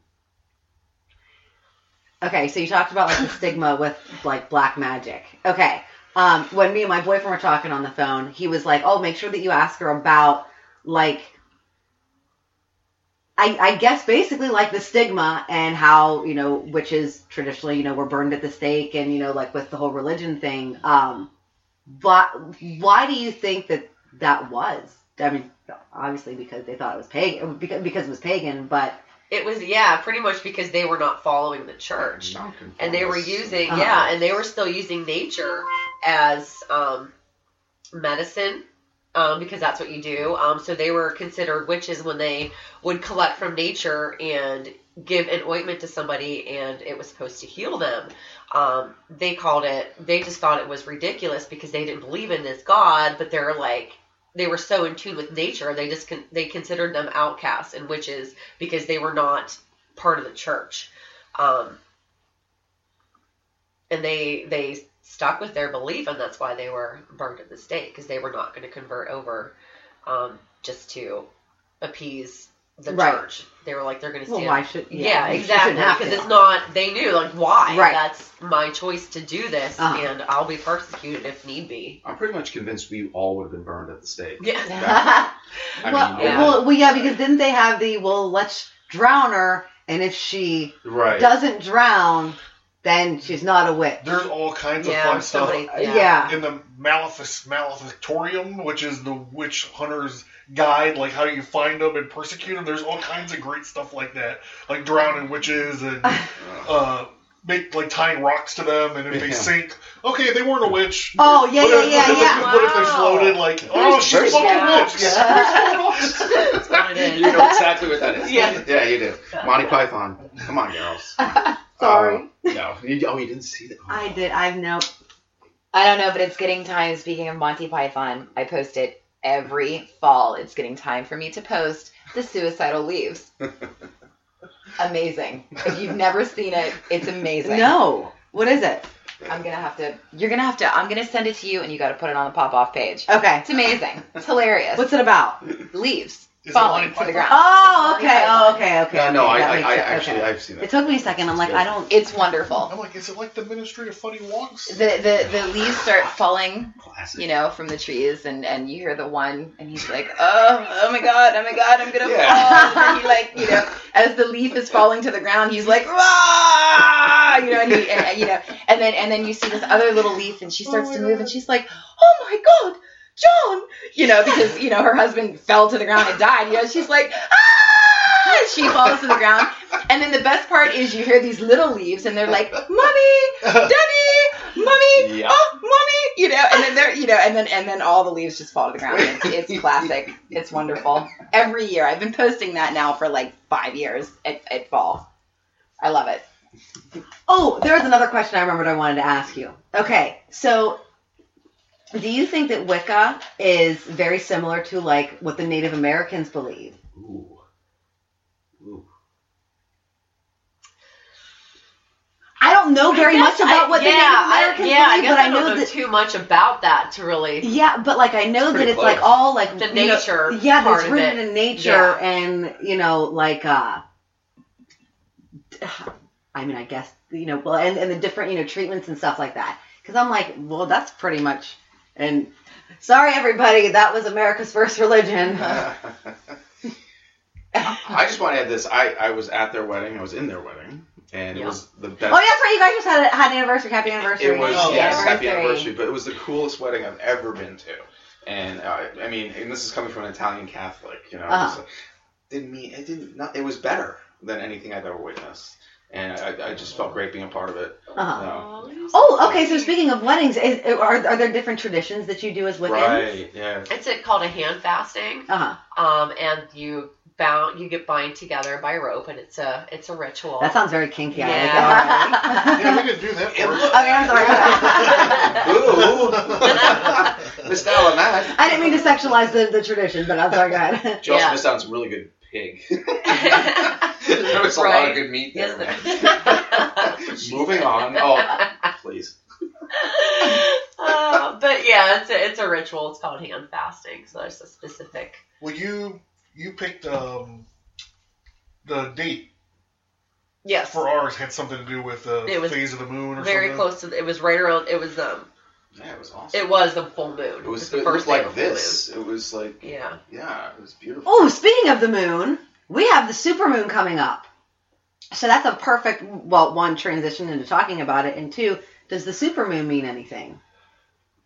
S3: Okay, so you talked about like the stigma with like black magic. Okay, um, when me and my boyfriend were talking on the phone, he was like, "Oh, make sure that you ask her about like, I, I guess basically like the stigma and how you know witches traditionally you know were burned at the stake and you know like with the whole religion thing. Um, but why do you think that that was? I mean, obviously because they thought it was pagan because because it was pagan, but
S1: It was yeah, pretty much because they were not following the church,
S5: Nonconformist.
S1: and they were using
S3: Uh-huh.
S1: yeah, and they were still using nature as um, medicine. Um, because that's what you do. Um, so they were considered witches when they would collect from nature and give an ointment to somebody, and it was supposed to heal them. Um, they called it. They just thought it was ridiculous because they didn't believe in this god, but they're like they were so in tune with nature. They just con- they considered them outcasts and witches because they were not part of the church. Um, and they they stuck with their belief, and that's why they were burned at the stake because they were not going to convert over um, just to appease the
S3: Right.
S1: church. They were like they're going to
S3: Well,
S1: stand.
S3: why should?
S1: yeah,
S3: you
S1: exactly.
S3: shouldn't have
S1: Because
S3: to.
S1: it's not. They knew like why.
S3: Right.
S1: That's my choice to do this,
S3: Uh-huh.
S1: and I'll be persecuted if need be.
S5: I'm pretty much convinced we all would have been burned at the stake.
S1: Yeah.
S5: I
S3: well,
S5: mean, yeah.
S3: well, well, yeah, because didn't they have the well, let's drown her, and if she
S5: Right.
S3: doesn't drown, then she's not a witch.
S4: There's all kinds of
S1: Yeah,
S4: fun stuff.
S1: somebody-
S3: yeah.
S4: in the Malefic- Maleficatorium, which is the witch hunter's guide, like how you find them and persecute them. There's all kinds of great stuff like that, like drowning witches and uh, make like tying rocks to them, and if they
S5: Yeah.
S4: sink, okay, they weren't a witch.
S3: Oh yeah,
S4: What
S3: yeah,
S4: if-
S3: yeah,
S4: what
S3: yeah.
S4: If, what if they
S1: Wow.
S4: floated? Like, oh, she's
S5: there's
S4: fucking
S1: that.
S4: witch.
S1: That's what it is.
S5: you know exactly what that is.
S1: Yeah.
S5: yeah, you do. Monty Python. Come on, girls.
S3: Sorry.
S5: Uh, no. You, oh, you didn't see that.
S3: I did. I know.
S2: I don't know, but it's getting time. Speaking of Monty Python, I post it every fall. It's getting time for me to post The Suicidal Leaves. amazing. If you've never seen it, it's amazing.
S3: No. What is it?
S2: I'm going to have to, you're going to have to, I'm going to send it to you and you got to put it on the pop off page.
S3: Okay.
S2: It's amazing. It's hilarious.
S3: What's it about?
S2: leaves
S4: Is it
S2: falling
S4: Monty
S2: to the
S4: Python?
S2: ground.
S3: Oh, okay. Oh, okay, okay.
S5: Yeah, no,
S3: okay,
S5: I,
S3: that
S5: I,
S3: makes
S5: I
S3: sense,
S5: actually,
S3: okay.
S5: I've seen
S3: It
S5: that.
S3: took me a second. I'm like, I don't.
S2: It's wonderful.
S4: I'm like, is it like the Ministry of Funny Walks?
S2: The, the, the leaves start falling
S5: Classic.
S2: you know, from the trees, and and you hear the one, and he's like, oh, oh my god, oh my god, I'm gonna
S5: Yeah.
S2: fall. And then he like, you know, as the leaf is falling to the ground, he's like, ah, you know, and he, and, and, you know, and then and then you see this other little leaf, and she starts
S4: Oh my
S2: to move,
S4: God.
S2: and she's like, oh my god, John, you know, because you know her husband fell to the ground and died. You know, she's like, ah, and she falls to the ground, and then the best part is you hear these little leaves, and they're like, mommy, Daddy, mommy,
S5: Yeah.
S2: oh, mommy, you know, and then they're, you know, and then and then all the leaves just fall to the ground. It's, it's classic. It's wonderful. Every year, I've been posting that now for like five years at, at fall. I love it.
S3: Oh, there was another question I remembered I wanted to ask you. Okay, so do you think that Wicca is very similar to like what the Native Americans believe?
S5: Ooh. Ooh.
S3: I don't know very
S1: I
S3: much
S1: guess
S3: about
S1: I-
S3: what
S1: yeah,
S3: the Native Americans
S1: I, yeah, I
S3: believe,
S1: guess
S3: but
S1: I,
S3: I
S1: don't
S3: know
S1: know
S3: that.
S1: too much about that to really.
S3: Yeah, but like I know that
S5: Pretty
S3: it's like
S5: close.
S3: all like
S1: The
S3: you know-
S1: nature
S3: yeah,
S1: part
S3: that's
S1: of
S3: rooted
S1: it.
S3: in nature
S1: Yeah.
S3: and you know like uh, I mean I guess you know well and, and the different you know treatments and stuff like that because I'm like well that's pretty much and sorry everybody that was America's first religion.
S5: I just want to add this. I, I was at their wedding. I was in their wedding, and it
S1: Yeah.
S5: was the
S3: Oh,
S5: best.
S3: yeah, that's right. You guys just had a, had an anniversary. Happy anniversary.
S5: It was
S4: Oh,
S5: yes,
S4: yeah.
S5: happy
S2: Anniversary.
S5: anniversary. But it was the coolest wedding I've ever been to. And uh, I mean, and this is coming from an Italian Catholic, you know. it was
S3: Uh-huh.
S5: like- didn't mean it didn't. Not, it was better than anything I've ever witnessed, and I, I just felt great being a part of it.
S3: Uh-huh.
S5: No.
S3: Oh, okay. So speaking of weddings, is, are, are there different traditions that you do as Wiccans?
S5: Right? Yeah.
S1: It's a, called a hand fasting,
S3: Uh-huh.
S1: um, and you bound, you get bind together by rope, and it's a, it's a ritual.
S3: That sounds very kinky. I like
S4: yeah,
S1: Yeah.
S4: we could do that
S5: It
S4: for
S5: looked-
S4: us.
S3: Okay, I'm sorry.
S5: Ooh, missed out on that.
S3: that. I didn't mean to sexualize the, the tradition, but I'm sorry. Go ahead.
S5: She also
S1: Yeah.
S5: missed out on some really good pig. there was a lot
S1: Right.
S5: of good meat there.
S1: Yes, there-
S5: man. Moving on. Oh, please.
S1: Uh, but yeah, it's a, it's a ritual. It's called hand fasting, so there's a specific.
S4: Well, you you picked um, the date
S1: Yes,
S4: for ours had something to do with
S1: It
S4: the
S1: was
S4: phase of the moon or
S1: very
S4: something.
S1: close to. The, it was right around. It was um.
S5: Yeah, it was awesome.
S1: It was the full moon.
S5: It was,
S1: the
S5: it was
S1: first day
S5: like
S1: of the full
S5: this. It was like,
S1: moon. Yeah.
S5: yeah, it was beautiful.
S3: Oh, speaking of the moon, we have the supermoon coming up. So that's a perfect, well, one, transition into talking about it, and two, does the supermoon mean anything? Oh.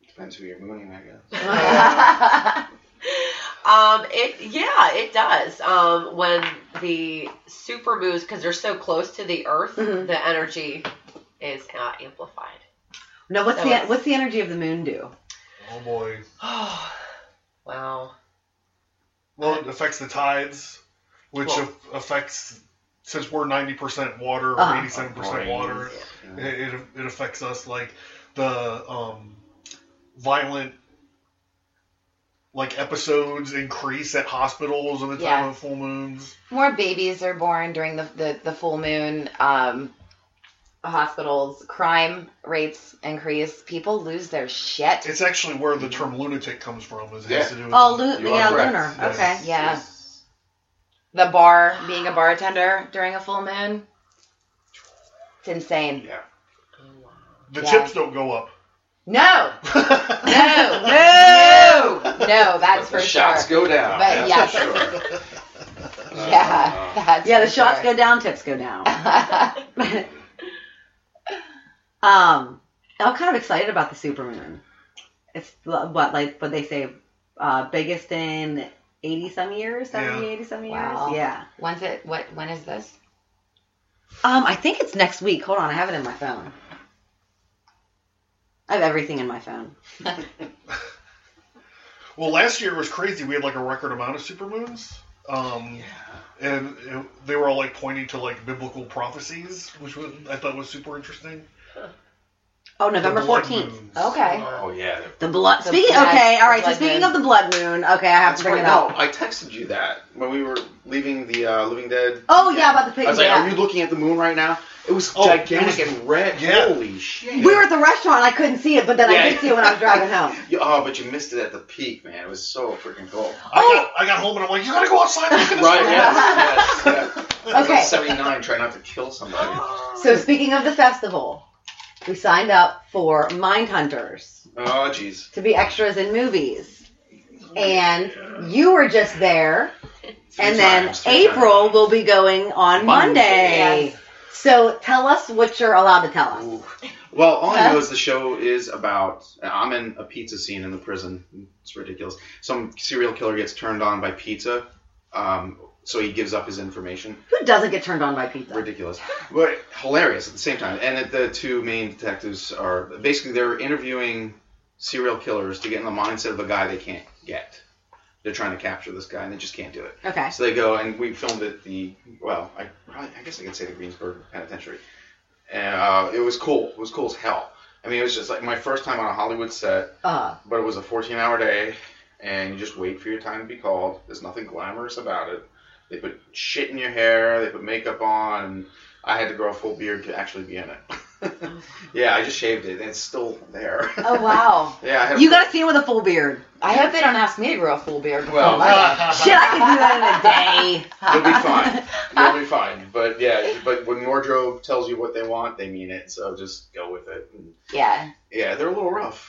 S5: Depends who you're mooning, I guess.
S1: um, it yeah, it does. Um, when the super moons, because they're so close to the Earth,
S3: Mhm.
S1: the energy is uh, amplified.
S3: No, what's
S1: So
S3: the
S1: it's-
S3: what's the energy of the moon do?
S4: Oh boy.
S1: Oh, wow.
S4: Well, it affects the tides, which
S1: Well-
S4: af- affects since we're ninety percent water or
S3: Uh-huh.
S4: 87 percent water. It, it, it affects us like the um, violent like episodes increase at hospitals in the time
S2: Yeah.
S4: of full moons.
S2: More babies are born during the, the, the full moon. Um, hospitals, crime rates increase. People lose their shit.
S4: It's actually where the term lunatic comes from. Is it
S5: Yeah.
S4: has to do with
S3: Oh, lu-
S5: You are
S3: yeah,
S5: correct.
S3: lunar.
S4: Yes.
S3: Okay.
S2: yeah. The bar, being a bartender during a full moon. It's insane.
S1: Oh, wow.
S4: the
S2: yeah.
S4: tips don't go up.
S2: No, no, no, no, that's for
S5: the shots
S2: sure.
S5: go down.
S2: But
S5: that's
S2: yeah.
S5: for sure. Uh,
S2: yeah,
S5: Uh-huh.
S2: that's
S3: Yeah, the
S2: for
S3: shots
S2: sure.
S3: go down, tips go down.
S2: good.
S3: um, I'm kind of excited about the supermoon. It's l- what like what they say, uh, biggest in eighty some years, 70,
S4: Yeah.
S3: 80 some years.
S2: Wow.
S3: Yeah.
S2: When's it? What? When is this?
S3: Um, I think it's next week. Hold on, I have it in my phone. I have everything in my phone.
S4: Well, last year was crazy. We had like a record amount of supermoons. Um, and it, they were all like pointing to like biblical prophecies, which was, I thought was super interesting.
S3: Oh, November
S4: The blood
S3: fourteenth.
S4: moons.
S2: Okay.
S5: Oh yeah. they're-
S3: The blood.
S2: The
S3: speaking.
S2: blood-
S3: okay. All right.
S2: the blood
S3: So speaking
S2: moon.
S3: of the blood moon. Okay, I have
S5: That's
S3: to bring
S5: right.
S3: it up.
S5: No, I texted you that when we were leaving the uh, Living Dead.
S3: Oh yeah, about the
S5: I was
S3: picture.
S5: like,
S3: yeah.
S5: "Are you looking at the moon right now?" It was
S4: Oh,
S5: gigantic
S4: it was-
S5: and red.
S4: yeah.
S5: Holy shit!
S3: We were at the restaurant. I couldn't see it, but then I
S5: Yeah.
S3: did see it when I was driving home.
S5: You- oh, but you missed it at the peak, man. It was so freaking cool.
S4: I, got, I got home and I'm like, you gotta go outside and look at this.
S5: Right?
S4: thing."
S5: Yes. yes, yes. I was like
S3: Okay.
S5: Seventy-nine. Try not to kill somebody.
S3: So speaking of the festival, we signed up for Mind Hunters
S5: Oh, jeez.
S3: to be extras in movies. And you were just there.
S5: Three
S3: and then
S5: times, three
S3: April will be going on Monday.
S5: Monday.
S2: Yes.
S3: So tell us what you're allowed to tell us.
S5: Ooh. Well, all I know is the show is about. I'm in a pizza scene in the prison. It's ridiculous. Some serial killer gets turned on by pizza, um, so he gives up his information.
S3: Who doesn't get turned on by pizza?
S5: Ridiculous, but hilarious at the same time. And the two main detectives are basically they're interviewing serial killers to get in the mindset of a guy they can't get. They're trying to capture this guy, and they just can't do it.
S3: Okay.
S5: So they go, and we filmed at the well, I probably, I guess I could say the Greensburg Penitentiary, and uh, it was cool. It was cool as hell. I mean, it was just like my first time on a Hollywood set,
S3: Uh,
S5: but it was a 14-hour day, and you just wait for your time to be called. There's nothing glamorous about it. They put shit in your hair. They put makeup on. And I had to grow a full beard to actually be in it. yeah, I just shaved it, and it's still there.
S2: Oh wow!
S5: yeah, I had a
S3: you got to see him with a full beard.
S2: I hope they don't ask me to grow a full beard. before
S5: Well,
S2: Monday.
S3: Shit, I could do that in a day.
S5: You'll be fine. You'll be fine. But yeah, but when wardrobe tells you what they want, they mean it. So just go with it. And
S2: yeah.
S5: yeah, they're a little rough.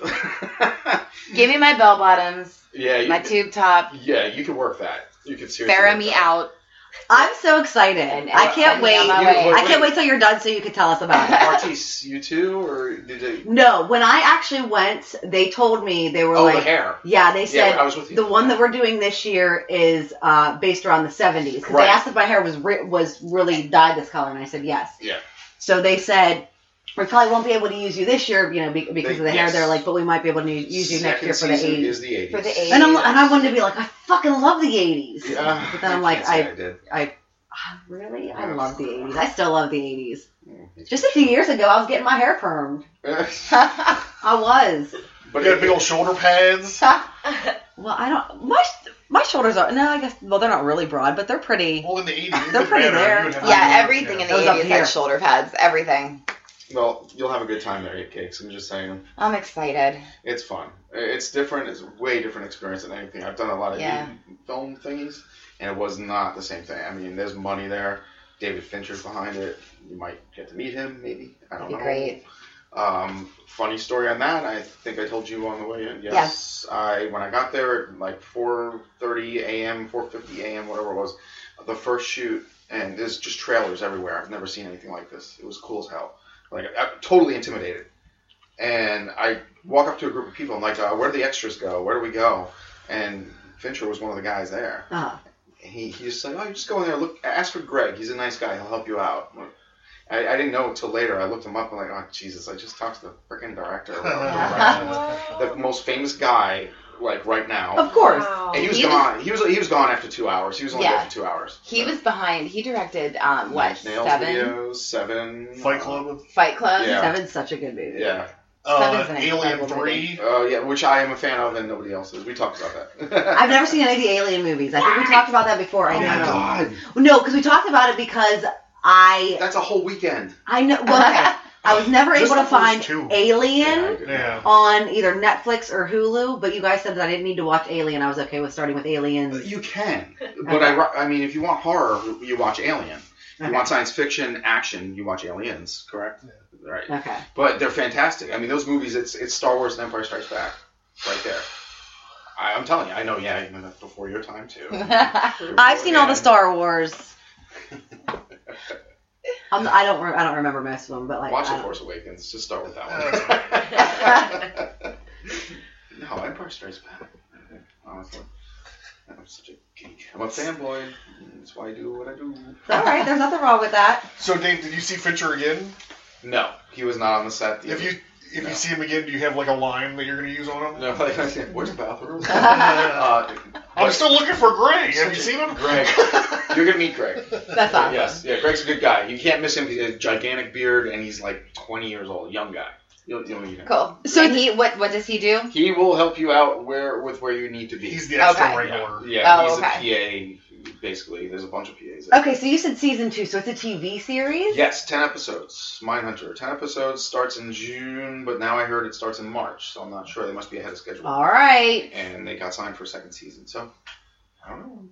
S2: Give me my bell bottoms,
S5: yeah, you,
S2: my tube top,
S5: yeah, you could work that. You could seriously.
S2: Farrah
S5: work
S2: me
S5: that.
S2: out.
S3: I'm so excited.
S2: And,
S3: I can't
S2: send me
S3: wait.
S2: on my
S5: You-
S2: way.
S5: what-
S3: I can't wait till you're done so you can tell us about it.
S5: Artis, you too, or did they?
S3: No, when I actually went, they told me they were
S5: Oh, the
S3: like,
S5: hair.
S3: yeah, they said
S5: yeah, I was with you.
S3: the one that we're doing this year is uh, based around the 70s. 'Cause
S5: Right.
S3: they asked if my hair was re- was really dyed this color, and I said yes.
S5: Yeah.
S3: So they said we probably won't be able to use you this year, you know, be- because of the hair.
S5: Yes.
S3: They're like, but we might be able to use you next
S5: Second
S3: year for the
S5: season
S3: 80s.
S5: Is the 80s.
S2: For the 80s.
S3: and I'm and I wanted to be like, I fucking love the 80s.
S5: Yeah,
S3: But then I'm
S5: I
S3: like,
S5: can't say
S3: I-
S5: I did.
S3: Ah, Really, I
S5: Yeah.
S3: love the 80s. I still love the 80s.
S5: Mm.
S3: Just a few years ago, I was getting my hair permed. I was.
S5: but
S4: You got big old shoulder pads.
S3: Well, I don't. My my shoulders are no. I guess well, they're not really broad, but they're pretty.
S4: Well, in the 80s, it
S3: They're
S4: didn't
S3: pretty
S4: matter.
S3: there.
S4: You would have
S2: yeah,
S4: to-
S2: everything in the
S3: It was up
S2: 80s
S3: here.
S2: had shoulder pads. Everything.
S5: Well, you'll have a good time there, eight cakes. I'm just saying.
S2: I'm excited.
S5: It's fun. It's different. It's a way different experience than anything. I've done a lot of
S2: Yeah.
S5: film thingies, and it was not the same thing. I mean, there's money there. David Fincher's behind it. You might get to meet him, maybe. I
S2: That'd
S5: don't
S2: be
S5: know.
S2: great.
S5: Um, funny story on that. I think I told you on the way in. Yes, I when I got there at like 4:30 a.m., 4:50 a.m., whatever it was, the first shoot, and there's just trailers everywhere. I've never seen anything like this. It was cool as hell. Like I, am totally intimidated. And I walk up to a group of people. I'm like, uh, "Where do the extras go? Where do we go?" And Fincher was one of the guys there.
S3: Uh,
S5: he, he just like, oh, you just go in there, look, ask for Greg. He's a nice guy. He'll help you out. I'm like, I, I didn't know till later. I looked him up. I'm like, oh Jesus! I just talked to the freaking director, of the the most famous guy, like right now.
S3: Of course.
S1: Wow.
S5: And he was
S2: He was-
S5: gone. he was he was gone after two hours. He was only
S2: Yeah.
S5: there for two hours.
S2: He was behind. He directed um, what
S5: Nails
S2: seven
S5: videos, seven.
S4: Fight Club.
S2: Fight Club.
S5: Yeah.
S3: Seven's such a good movie.
S5: Yeah.
S4: Uh,
S2: Seven's an
S4: Alien
S2: incredible movie.
S4: Three.
S5: Oh yeah, which I am a fan of, and nobody else is. We talked about that.
S3: I've never seen any of the Alien movies. I think we talked about that before. I
S5: Oh my
S3: know.
S5: god,
S3: No, because we talked about it because I
S5: that's a whole weekend.
S3: I know. Well, okay. I was never
S4: Just
S3: able to
S4: the first
S3: find
S4: two.
S5: Yeah, I
S3: Alien
S5: didn't know.
S4: Yeah.
S3: on either Netflix or Hulu, but you guys said that I didn't need to watch Alien. I was okay with starting with Aliens.
S5: You can, but I, ri- I mean, if you want horror, you watch Alien. If
S3: Okay.
S5: you want science fiction, action, you watch Aliens, correct? Right.
S3: Okay.
S5: But they're fantastic. I mean, those movies, it's it's Star Wars and Empire Strikes Back, right there. I, I'm telling you, I know. Yeah, even before your time too.
S3: I've seen all the
S5: Yeah.
S3: Star Wars. I'm, I don't. Re- I don't remember most of them, but like.
S5: Watch
S3: I
S5: The
S3: don't-
S5: Force Awakens. Just start with that
S2: Uh.
S5: one. no, Empire Strikes Back. Honestly, I'm such a geek. I'm a fanboy. That's why I do what I do.
S3: All right. There's nothing wrong with that.
S4: So Dave, did you see Fincher again?
S5: No, he was not on the set.
S4: If you if
S5: No.
S4: you see him again, do you have like a line that you're gonna use on him?
S5: no, like I said, where's the bathroom? uh,
S4: I'm still looking for Greg. Have
S5: Such
S4: you
S5: a-
S4: seen him?
S5: Greg. You're gonna meet Greg.
S2: That's awesome.
S5: Yes, yeah, Greg's a good guy. You can't miss him. He's a gigantic beard, and he's like 20 years old, young guy. You'll, you'll meet him.
S2: Cool. So he what what does he do?
S5: He will help you out where with where you need to be.
S4: He's the extra
S2: Okay.
S4: regular.
S5: Yeah,
S2: Oh,
S5: he's a PA. Basically, there's a bunch of PAs.
S3: Okay. So you said season two. So it's a TV series.
S5: Yes, ten episodes. Mindhunter. Ten episodes starts in June, but now I heard it starts in March, so I'm not sure. They must be ahead of schedule.
S3: All right.
S5: and they got signed for a second season, so I don't know.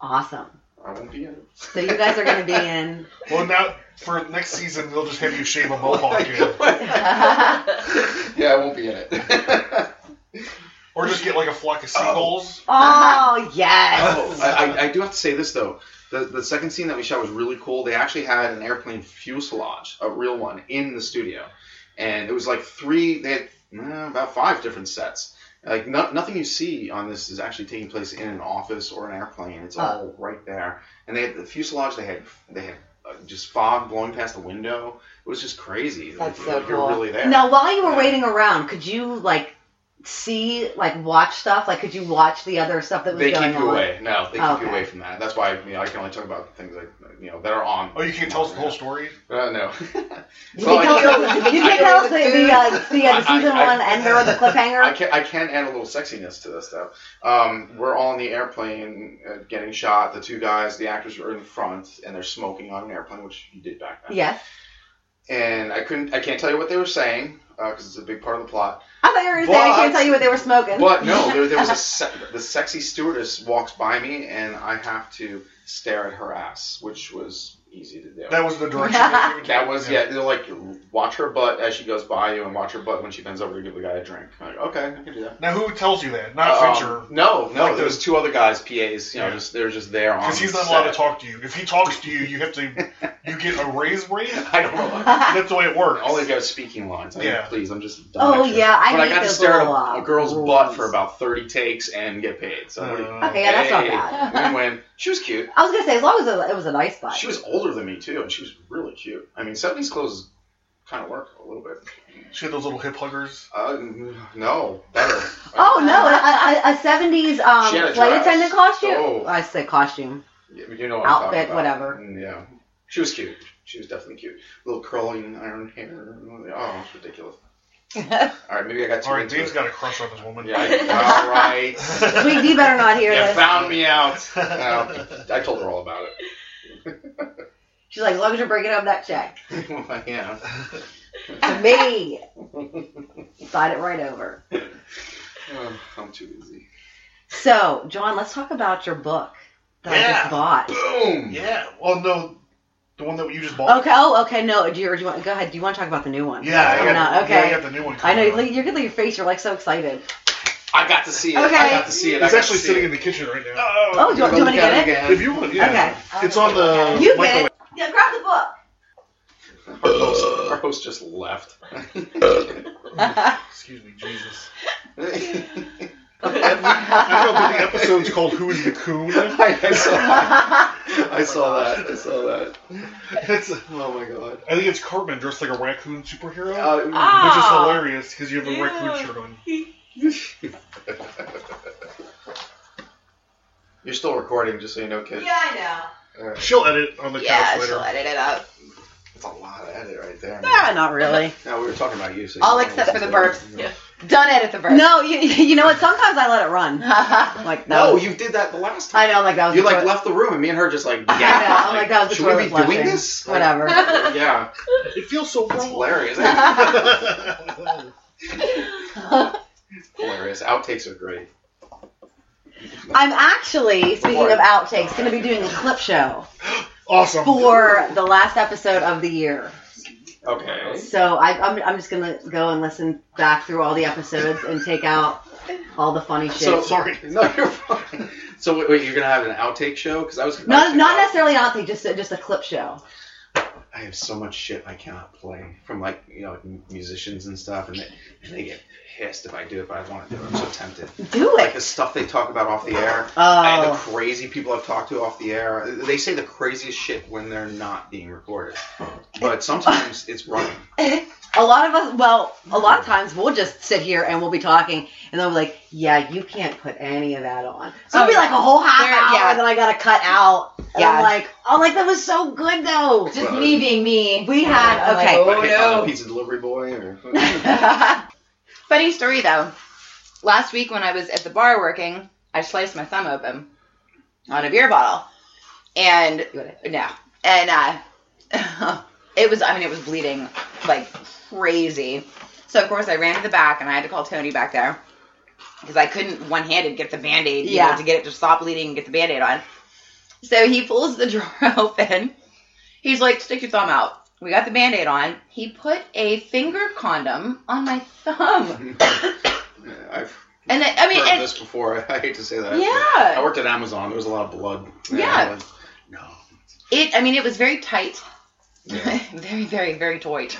S3: Awesome.
S5: I won't be in it.
S3: So you guys are going to be in.
S4: Well, now for next season, they'll just have you shave a
S5: Oh
S4: mohawk in.
S5: yeah, I won't be in it.
S4: or just get like a flock of seagulls.
S3: Oh
S5: Oh,
S3: yes.
S5: I, I- I do have to say this though. The, the second scene that we shot was really cool. They actually had an airplane fuselage, a real one, in the studio, and it was like three. They had eh, about five different sets. Like no, nothing you see on this is actually taking place in an office or an airplane. It's all right there. And they had the fuselage. They had they had uh, just fog blowing past the window. It was just crazy.
S2: That's
S5: Like,
S2: so
S5: you're
S2: cool.
S5: really there.
S3: Now, while you were
S5: Yeah.
S3: waiting around, could you like see, like watch stuff? Like, could you watch the other stuff that was
S5: They
S3: going
S5: keep you
S3: on?
S5: away. No, they keep
S3: Okay.
S5: you away from that. That's why you know, I can only talk about things like you know that are on.
S4: Oh, you can't tell us the whole story.
S5: Uh, no.
S3: You
S5: Well, Oh, I
S3: can tell
S5: can-
S3: us, you can tell us the, the, uh, the, uh, the
S5: I- I-
S3: season
S5: I-
S3: one ender or the
S5: I
S3: cliffhanger.
S5: can, I can add a little sexiness to this though. Um, we're all in the airplane uh, getting shot. The two guys, the actors, are in front and they're smoking on an airplane, which you did back then.
S3: Yes.
S5: And I couldn't, I can't tell you what they were saying because it's a big part of the plot.
S3: I thought you were saying I can't
S5: But-
S3: tell you what they were smoking.
S5: But no, there, there was a se- the sexy stewardess walks by me and I have to stare at her ass, which was easy to do.
S4: That was the direction. they gave it to
S5: That
S4: you.
S5: was yeah. They're like watch her butt as she goes by you, and watch her butt when she bends over to give the guy a drink. I'm like okay, I can do that.
S4: Now who tells you that? Not
S5: Um,
S4: Fincher,
S5: no, no.
S4: Like
S5: there was
S4: those-
S5: two other guys, PAs. You know,
S4: Yeah.
S5: just they're just there on.
S4: because he's not allowed to
S5: set.
S4: talk to you. If he talks to you, you have to you get a raise rate.
S5: I don't know. why.
S4: That's the way it works.
S5: All they've got is speaking lines. I mean,
S4: Yeah.
S5: please, I'm just. Done
S3: Oh
S5: extra.
S3: yeah, I
S5: But I
S3: hate
S5: got to
S3: those
S5: stare at
S3: little,
S5: a,
S3: uh,
S5: a girl's
S3: rules.
S5: butt for about 30 takes and get paid. So what do you-
S4: Uh,
S3: Okay, yeah, that's not
S5: Hey,
S3: bad.
S5: Win-win. She was cute.
S3: I was gonna say as long as it, it was a nice butt.
S5: She was older than me too, and she was really cute. I mean, 70s clothes kind of work a little bit.
S4: She had those little hip huggers.
S5: Uh, no, better.
S3: Oh no, a- a- a seventies um,
S5: She had a
S3: flight
S5: dress.
S3: attendant costume.
S5: Oh.
S3: I say costume.
S5: Yeah, but you know what
S3: Outfit,
S5: I'm talking about.
S3: whatever.
S5: Mm, Yeah. She was cute. She was definitely cute. Little curling iron hair. Oh, it's ridiculous. All right, maybe I got too
S4: All right,
S5: into
S4: Dave's
S5: it.
S4: got a crush on this woman.
S5: Yeah, I- all right.
S3: Sweet D better not hear
S5: you
S3: this.
S5: found me out. No, I told her all about it.
S3: She's like, as long as you're bringing home that check
S5: Well, yeah.
S3: to me, sign it right over.
S5: Oh, I'm too busy.
S3: So, John, let's talk about your book that I
S4: Yeah.
S3: just bought.
S5: Boom.
S4: yeah. Well, no, the one that you just bought.
S3: Okay. Oh, okay. No. Do you, do you want? Go ahead. Do you want to talk about the new one?
S4: Yeah, I
S3: Coming
S4: got,
S3: out,
S4: yeah, I
S3: Okay.
S4: got the new one.
S3: I know.
S4: coming
S3: you
S4: out.
S3: look- You can look at your face. You're like so excited.
S5: I got to see it.
S3: Okay.
S5: I got to see it. I
S4: It's
S5: got
S4: actually
S5: to see
S4: sitting
S5: it.
S4: in the kitchen right now.
S5: Oh,
S3: Oh, do you-
S5: I'm
S3: do you want
S5: gonna
S3: to
S5: look
S3: get
S5: at
S4: If you want, yeah.
S3: Okay.
S4: It's on the
S3: You get
S4: microwave.
S3: it. Yeah. Grab the book.
S5: Our host, our host just left.
S4: Excuse me, Jesus. I don't know, but the episode's called "Who's the Coon."
S5: I, I saw that. I saw that. I saw that.
S4: It's, I
S5: Oh my god.
S4: think it's Cartman dressed like a raccoon superhero,
S5: Uh,
S1: Ah.
S4: which is
S3: Oh.
S4: hilarious because you have a
S1: Yeah.
S4: raccoon shirt on.
S5: You're still recording, just so you know, kid.
S2: I
S5: Alright.
S4: She'll edit on the
S2: Yeah,
S4: couch later.
S2: she'll edit it up.
S5: That's a lot of edit right there.
S3: Ah, not really.
S5: No, we were talking about you. So
S2: All
S5: you-
S2: except for the burps.
S1: Yeah.
S2: Don't edit the verse.
S3: No, you, you know what? Sometimes I let it run. Like that
S5: No,
S3: was-
S5: Oh, you did that the last time.
S3: I know, like that was.
S5: You
S3: the
S5: like
S3: toilet-
S5: left the room, and me and her just like, yeah.
S3: I know, I'm like that was the
S5: should we
S3: toilet
S5: be
S3: flushing.
S5: doing this? Like,
S3: Whatever.
S5: yeah,
S4: It feels so
S5: it's
S4: wrong.
S5: hilarious. hilarious. Outtakes are great.
S3: I'm actually speaking of
S5: Boy.
S3: outtakes, going to be doing a clip show
S4: awesome.
S3: for the last episode of the year.
S5: Okay.
S3: So I, I'm, I'm just gonna go and listen back through all the episodes and take out all the funny shit.
S5: So
S4: Sorry.
S5: No, you're fine. So wait, wait you're gonna have an outtake show? Because I was
S3: not not necessarily an outtake, just a, just a clip show.
S5: I have so much shit I cannot play from like you know m- musicians and stuff, and they, and they get pissed if I do it, but I want to do it. I'm so tempted.
S3: Do
S5: Like
S3: it.
S5: the stuff they talk about off the air. And the
S3: Oh,
S5: crazy people I've talked to off the air, they say the craziest shit when they're not being recorded. But sometimes it's running.
S3: a lot of us. Well, a lot of times we'll just sit here and we'll be talking, and they'll be like, "Yeah, you can't put any of that on." So it'll be like a whole half
S2: Oh, There-
S3: hour,
S2: yeah.
S3: and then I gotta cut out. And
S2: Yeah.
S3: I'm like, I'm like, that was so good though.
S2: Just me being me.
S3: We had-
S2: I'm like,
S3: okay.
S5: But hey, I'm
S2: oh
S5: a
S2: no.
S5: pizza delivery boy. Or...
S2: Funny story though. Last week when I was at the bar working, I sliced my thumb open on a beer bottle, and no, and uh, it was. I mean, it was bleeding like crazy. So of course I ran to the back, and I had to call Tony back there because I couldn't one-handed get the band-aid. you know,
S3: Yeah.
S2: to get it to stop bleeding and get the band-aid on. So he pulls the drawer open. He's like, "Stick your thumb out." We got the band-aid on. He put a finger condom on my thumb.
S5: I've
S2: And it, I mean,
S5: heard
S2: and,
S5: this before. I hate to say that. I
S2: yeah,
S5: worked at Amazon. There was a lot of blood. And
S2: Yeah.
S5: I was- No.
S2: it. I mean, it was very tight,
S5: Yeah.
S2: very, very, very tight,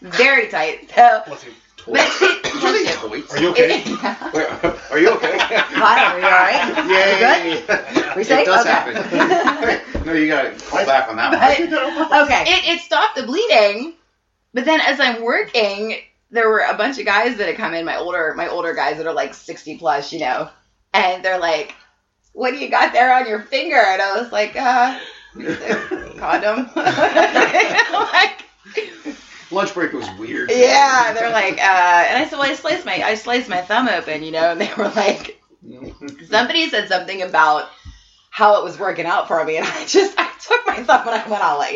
S2: very tight. So,
S4: Bless you.
S2: but it,
S5: Did you say toys?
S4: Are you okay?
S2: it-
S5: Wait, are you okay?
S3: Hi, are you all right?
S5: Yay.
S3: We safe?
S5: It does
S3: Okay.
S5: happen. no, you gotta call back on that one.
S2: But-
S3: Okay.
S2: it, it stopped the bleeding. But then, as I'm working, there were a bunch of guys that had come in. My older, my older guys that are like 60 plus, you know, and they're like, "What do you got there on your finger?" And I was like, uh, "Condom." like,
S5: Lunch break was weird.
S2: Yeah, they're like, uh, and I said, well, I sliced my, I sliced my thumb open, you know, and they were like, somebody said something about how it was working out for me, and I just, I took my thumb and I went, I'll let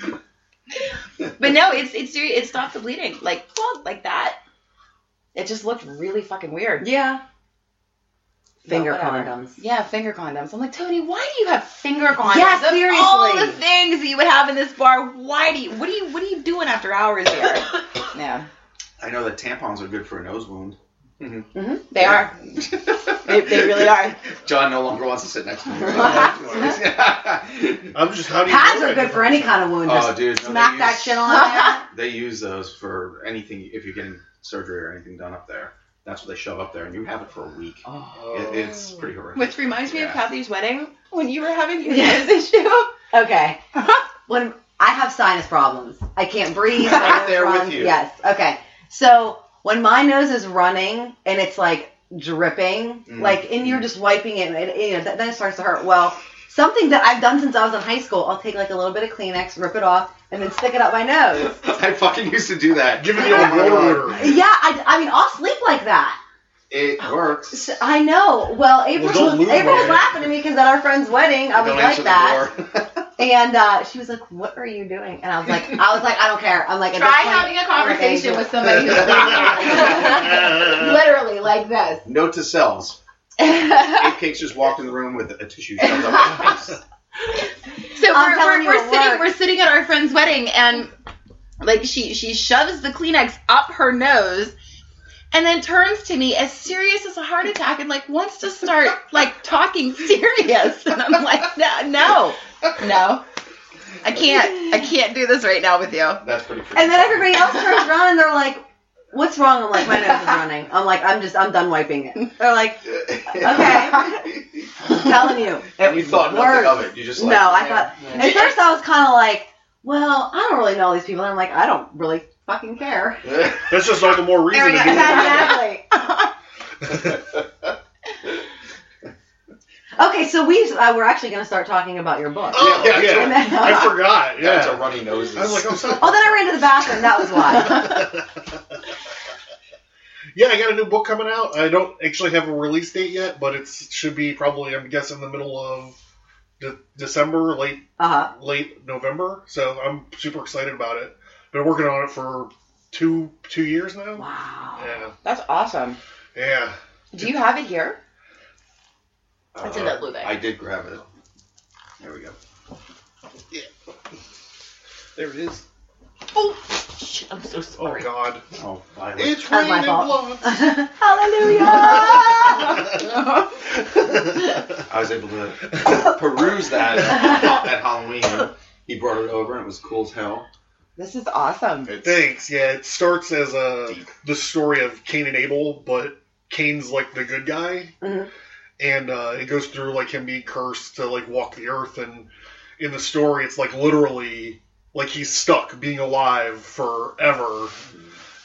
S2: you know later. but no, it's it's serious. It stopped the bleeding, like, well, like that. It just looked really fucking weird.
S3: Yeah. Finger
S2: But whatever.
S3: condoms.
S2: Yeah, finger condoms. I'm like, Tony, why do you have finger condoms?
S3: Yeah,
S2: Of all
S3: seriously.
S2: the things that you would have in this bar, why do you what are you what are you doing after hours here? no.
S5: I know that tampons are good for a nose wound.
S2: They are. They, they really are.
S5: John no longer wants to sit next to me. oh,
S4: I'm just. How do you
S3: Pads
S4: know
S3: are
S4: that?
S3: good for any kind of wound.
S2: Oh,
S3: Just
S5: dude. no,
S3: smack
S5: they
S3: that
S5: use-
S3: shit on there.
S5: They use those for anything, if you're getting surgery or anything done up there. That's what they shove up there, and you have it for a week.
S4: Oh.
S5: It- it's pretty horrific.
S2: Which reminds me of
S5: Yeah.
S2: Kathy's wedding when you were having your
S3: Yeah.
S2: nose issue.
S3: Okay. when I have sinus problems, I can't breathe. my
S5: Right
S3: nose
S5: there with
S3: runs.
S5: you.
S3: Yes. Okay. So when my nose is running and it's like dripping,
S5: Mm.
S3: like and you're just wiping it, and you know that, then it starts to hurt. Well, something that I've done since I was in high school, I'll take like a little bit of Kleenex, rip it off, and then stick it up my nose.
S5: I fucking used to do that.
S4: Give me the old
S5: Oh my
S4: roller.
S5: God.
S3: yeah, I, I mean I'll sleep like that.
S5: It works.
S3: So- I know. Well, April
S4: don't
S3: was,
S4: lose
S3: April was
S4: it.
S3: laughing at me because at our friend's wedding, I was
S5: Don't
S3: like
S5: answer
S3: that.
S5: The door.
S3: And uh, she was like, "What are you doing?" And I was like, "I was like, I don't care. I'm like, at
S2: Try
S3: this point,
S2: having a conversation
S3: everything-
S2: with somebody who's literally like this.
S5: Note to selves.
S2: so
S5: Ape Cakes just walked in the room with a tissue shoved up her face.
S3: I'm
S2: we're, we're,
S3: telling you,
S2: we're
S3: it
S2: sitting
S3: worked.
S2: we're sitting at our friend's wedding and like she she shoves the Kleenex up her nose and then turns to me as serious as a heart attack and like wants to start like talking serious and I'm like no no no I can't I can't do this right now with you
S5: That's pretty. Creepy.
S3: And then everybody else turns around and they're like, what's wrong? I'm like, my nose is running. I'm like, I'm just, I'm done wiping it. They're like,
S5: okay.
S3: I'm telling you.
S5: and you thought nothing of it. You just like,
S3: No, I
S5: yeah.
S3: thought- At first, I was kind of like, well, I don't really know these people. And I'm like, I don't really fucking care.
S4: That's just all the more reason to do it.
S3: Exactly. okay, so we uh, we're actually going to start talking about your book.
S4: Oh, yeah, yeah.
S3: And then-
S4: I forgot.
S5: Yeah, it's a
S4: Yeah.
S5: runny noses.
S4: I was like, I'm so
S3: oh, then I ran to the bathroom. That was why.
S4: yeah, I got a new book coming out. I don't actually have a release date yet, but it should be probably, I'm guessing, the middle of de- December, late
S3: Uh huh.
S4: late November. So I'm super excited about it. Been working on it for two two years now.
S3: Wow.
S4: Yeah,
S2: That's awesome.
S4: yeah.
S2: Do you have it here?
S1: It's in that blue bag.
S5: I did grab it. There we go. Yeah. There it is.
S1: Shit, I'm so
S4: Oh
S1: sorry.
S4: God,
S5: Oh, finally.
S4: it's
S3: That's my
S4: raining
S3: fault.
S4: blood.
S3: Hallelujah.
S5: I was able to peruse that at, at Halloween. He brought it over and it was cool as hell.
S2: This is awesome.
S5: It's
S4: Thanks. Yeah, it starts as a the story of Cain and Abel, but Cain's like the good guy,
S3: Mhm.
S4: and uh, it goes through like him being cursed to like walk the earth. And in the story, it's like literally like he's stuck being alive forever.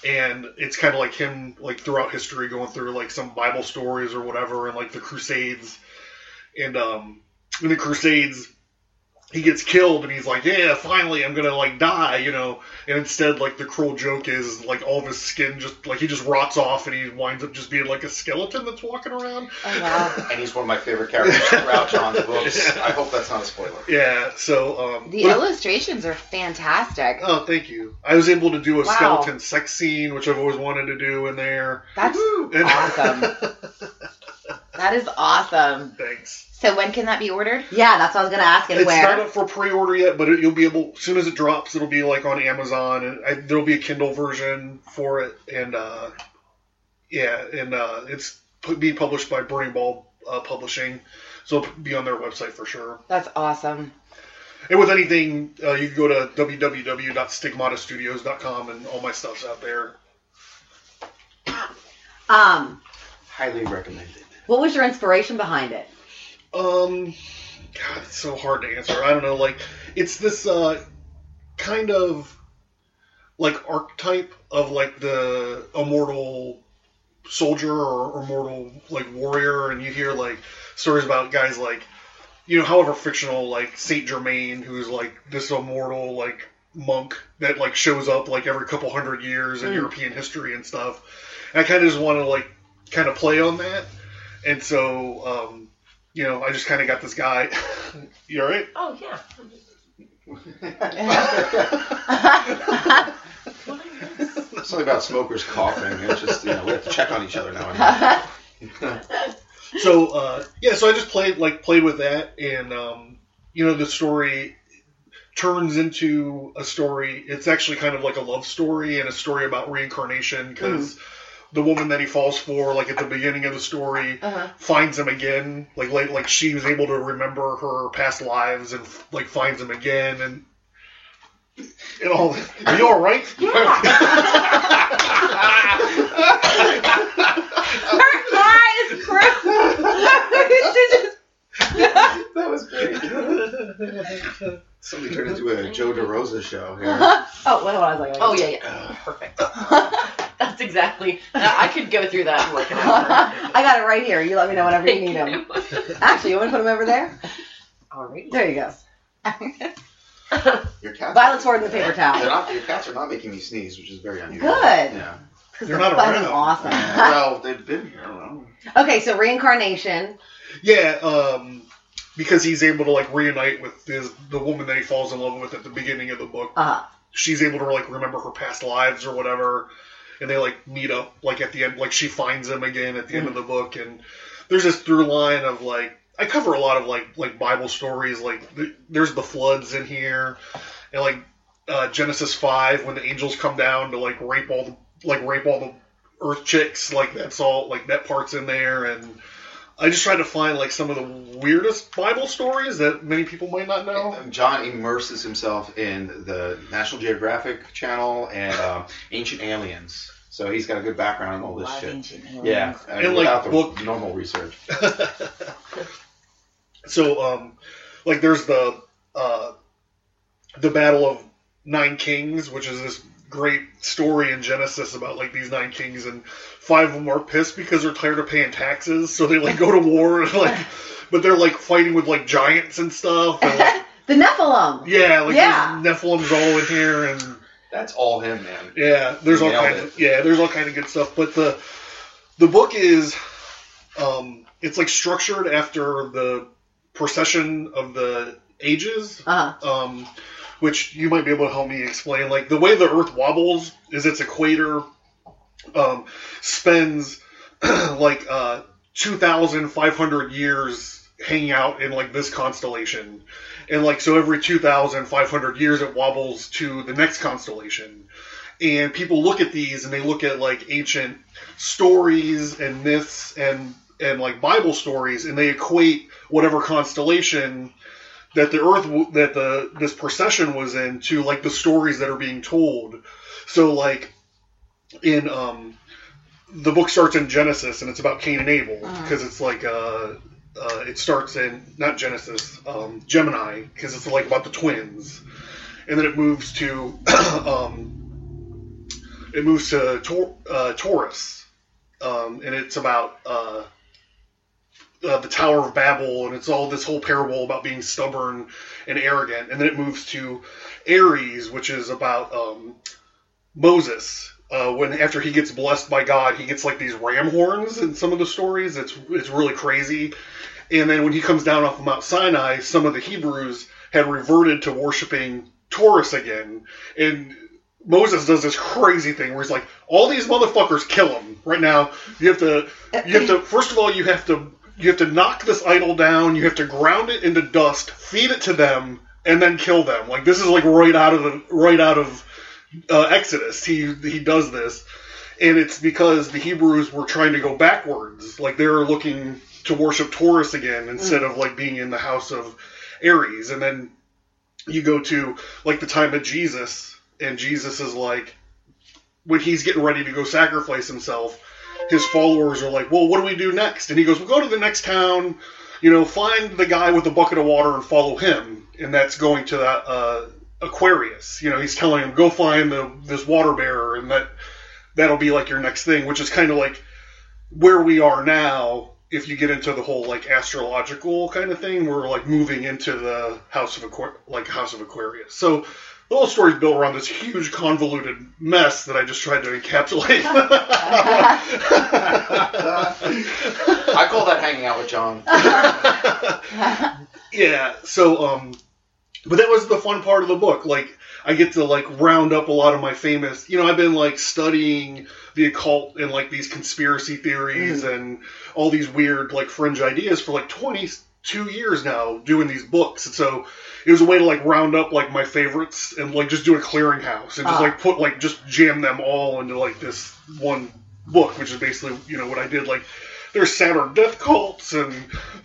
S4: And it's kind of like him, like throughout history, going through like some Bible stories or whatever, and like the Crusades. And um, in the Crusades, he gets killed, and he's like, "Yeah, finally, I'm gonna like die," you know. And instead, like the cruel joke is like all of his skin just like he just rots off and he winds up just being like a skeleton that's walking around.
S2: Oh, wow.
S5: and he's one of my favorite characters throughout John's books. I hope that's not a spoiler.
S4: Yeah. So. Um,
S2: The
S4: but-
S2: illustrations are fantastic.
S4: oh, thank you. I was able to do a
S2: Wow.
S4: skeleton sex scene, which I've always wanted to do in there.
S2: That's
S4: And-
S2: awesome. That is awesome.
S4: Thanks.
S2: So when can that be ordered?
S3: yeah, that's what I was going to ask. And
S4: It's
S3: where?
S4: not up for pre-order yet, but it, you'll be able. As soon as it drops, it'll be like on Amazon, and I, there'll be a Kindle version for it, and uh, yeah, and uh, it's pu- being published by Burning Ball uh, Publishing, so it'll be on their website for sure.
S2: That's awesome.
S4: And with anything, uh, you can go to www.stigmatastudios.com, and all my stuff's out there.
S3: um,
S5: Highly recommended.
S3: what was your inspiration behind it?
S4: Um, God, it's so hard to answer. I don't know. Like, it's this uh, kind of like archetype of like the immortal soldier or immortal like warrior, and you hear like stories about guys like you know, however fictional, like Saint Germain, who's like this immortal like monk that like shows up like every couple hundred years in European history and stuff. And I kind of just want to like kind of play on that, and so. um you know, I just kind of got this guy. you all right?
S1: Oh yeah.
S5: Something about smokers coughing. It's just, you know, we have to check on each other now. And then.
S4: So uh, yeah, so I just played like played with that, and um, you know, the story turns into a story. It's actually kind of like a love story and a story about reincarnation because the woman that he falls for, like at the beginning of the story,
S2: Uh-huh.
S4: finds him again. Like like like she was able to remember her past lives and like finds him again and. And all, are you all right?
S2: Her eye is perfect.
S5: that was great. Somebody turned into a Joe DeRosa show here.
S3: Oh, what was I going
S1: Oh yeah, yeah. Perfect. That's exactly. I could go through that in like an hour.
S3: I got it right here. You let me know whenever you need them. Actually, you want to put them over there?
S1: Alrighty.
S3: There you go.
S5: Your cats.
S3: Violet's holding the paper
S5: They're
S3: towel.
S5: not, your cats are not making me sneeze, which is very unusual.
S3: Good.
S5: Yeah.
S3: Because
S4: They're
S3: they're
S4: not
S3: fucking
S4: around.
S3: awesome.
S5: well, they've been here. I don't know.
S3: okay, so reincarnation.
S4: Yeah, um, because he's able to like reunite with his the woman that he falls in love with at the beginning of the book.
S3: Uh,
S4: She's able to like remember her past lives or whatever, and they like meet up like at the end. Like she finds him again at the end of the book, and there's this through line of like I cover a lot of like like Bible stories. Like th- there's the floods in here, and like uh, Genesis five when the angels come down to like rape all the like rape all the earth chicks. Like that's all like that part's in there and. I just tried to find like some of the weirdest Bible stories that many people might not know.
S5: John immerses himself in the National Geographic Channel and um, uh, Ancient Aliens. So he's got a good background in all this shit. Yeah, and,
S4: And, like,
S5: without the
S4: book-
S5: normal research.
S4: So, um, like, there's the uh, the Battle of Nine Kings, which is this great story in Genesis about like these nine kings, and five of them are pissed because they're tired of paying taxes, so they like go to war, and, like, but they're like fighting with like giants and stuff. And, like,
S3: The Nephilim.
S4: yeah, like
S3: Yeah.
S4: there's Nephilim's all in here, and
S5: That's all him, man.
S4: yeah, there's all
S5: Nailed
S4: kind of yeah, there's all kind of good stuff. But the the book is um, it's like structured after the procession of the ages,
S3: Uh-huh.
S4: um, which you might be able to help me explain. Like the way the Earth wobbles is its equator um, spends like uh, two thousand five hundred years hanging out in like this constellation, and like so every two thousand five hundred years it wobbles to the next constellation. And people look at these and they look at like ancient stories and myths and and like Bible stories, and they equate whatever constellation that the Earth w- that the this procession was in to like the stories that are being told. So like in um, the book starts in Genesis and it's about Cain and Abel because it's like uh, uh, it starts in not Genesis um, Gemini because it's like about the twins, and then it moves to um, it moves to Tor- uh, Taurus, um, and it's about. Uh, uh, the Tower of Babel, and it's all this whole parable about being stubborn and arrogant. And then it moves to Aries, which is about um, Moses. Uh, when after he gets blessed by God, he gets like these ram horns in some of the stories. It's it's really crazy. And then when he comes down off of Mount Sinai, some of the Hebrews had reverted to worshiping Taurus again. And Moses does this crazy thing where he's like, "All these motherfuckers, kill them right now. You have to, you have to. First of all, you have to, you have to knock this idol down. You have to ground it into dust, feed it to them, and then kill them. Like this is like right out of the, right out of uh, Exodus. He he does this, and it's because the Hebrews were trying to go backwards. Like they're looking to worship Taurus again instead of like being in the house of Aries. And then you go to like the time of Jesus, and Jesus is like when he's getting ready to go sacrifice himself. His followers are like, "Well, what do we do next?" And he goes, "We'll go to the next town." You know, find the guy with the bucket of water and follow him, and that's going to that uh, Aquarius. You know, he's telling him, "Go find the this water bearer," and that that'll be like your next thing, which is kind of like where we are now. If you get into the whole like astrological kind of thing, we're like moving into the house of Aqu- like house of Aquarius. So the whole story's built around this huge convoluted mess that I just tried to encapsulate.
S5: I call that hanging out with John.
S4: yeah so um but that was the fun part of the book like i get to like round up a lot of my famous you know i've been like studying the occult and like these conspiracy theories and all these weird like fringe ideas for like 22 years now doing these books and so it was a way to like round up like my favorites and like just do a clearinghouse and just like put like just jam them all into like this one book which is basically you know what i did like there's Saturn death cults and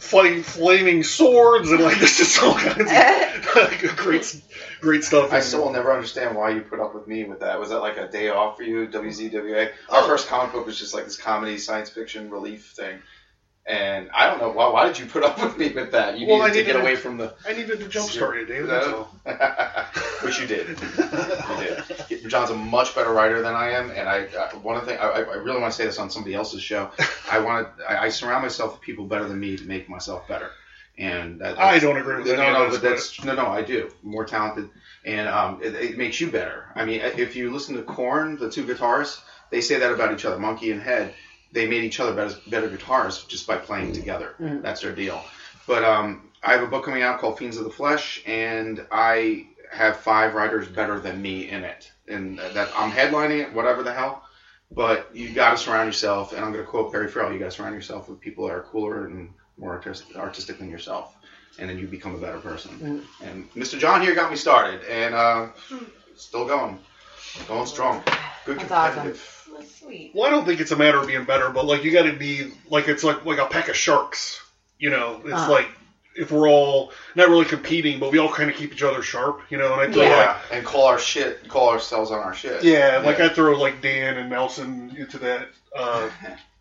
S4: fighting flaming swords and like there's just all kinds of like, great great stuff.
S5: I still will never understand why you put up with me with that. Was that like a day off for you, WZWA? Our
S4: Oh.
S5: first comic book was just like this comedy science fiction relief thing. And I don't know why. Why did you put up with me with that? You
S4: Well, I
S5: needed to
S4: needed
S5: get
S4: to-
S5: away from the.
S4: I needed to jumpstart you, David. That's all.
S5: Which you did. You did. John's a much better writer than I am, and I uh, one of the thing I, I I really want to say this on somebody else's show. I want to. I, I surround myself with people better than me to make myself better. And that,
S4: I don't agree with
S5: no,
S4: any of
S5: no,
S4: this,
S5: but that's no, no. I do more talented, and um, it, it makes you better. I mean, if you listen to Korn, the two guitarists, they say that about each other, Monkey and Head. They made each other better, better guitarists just by playing together. That's their deal. But um, I have a book coming out called Fiends of the Flesh, and I have five writers better than me in it, and that I'm headlining it, whatever the hell. But you got to surround yourself, and I'm going to quote Perry Farrell: "You got to surround yourself with people that are cooler and more artis- artistic than yourself, and then you become a better
S3: Mm.
S5: person." And Mr. John here got me started, and uh, still going, going strong. Good
S2: That's awesome.
S5: competitive.
S2: Sweet.
S4: Well, I don't think it's a matter of being better, but like you got to be like it's like like a pack of sharks. You know, it's
S3: Uh-huh.
S4: like if we're all not really competing, but we all kind of keep each other sharp, you know. And I throw like
S5: Yeah, and call our shit, call ourselves on our shit.
S4: yeah, like
S5: Yeah.
S4: I throw like Dan and Nelson into that. Uh,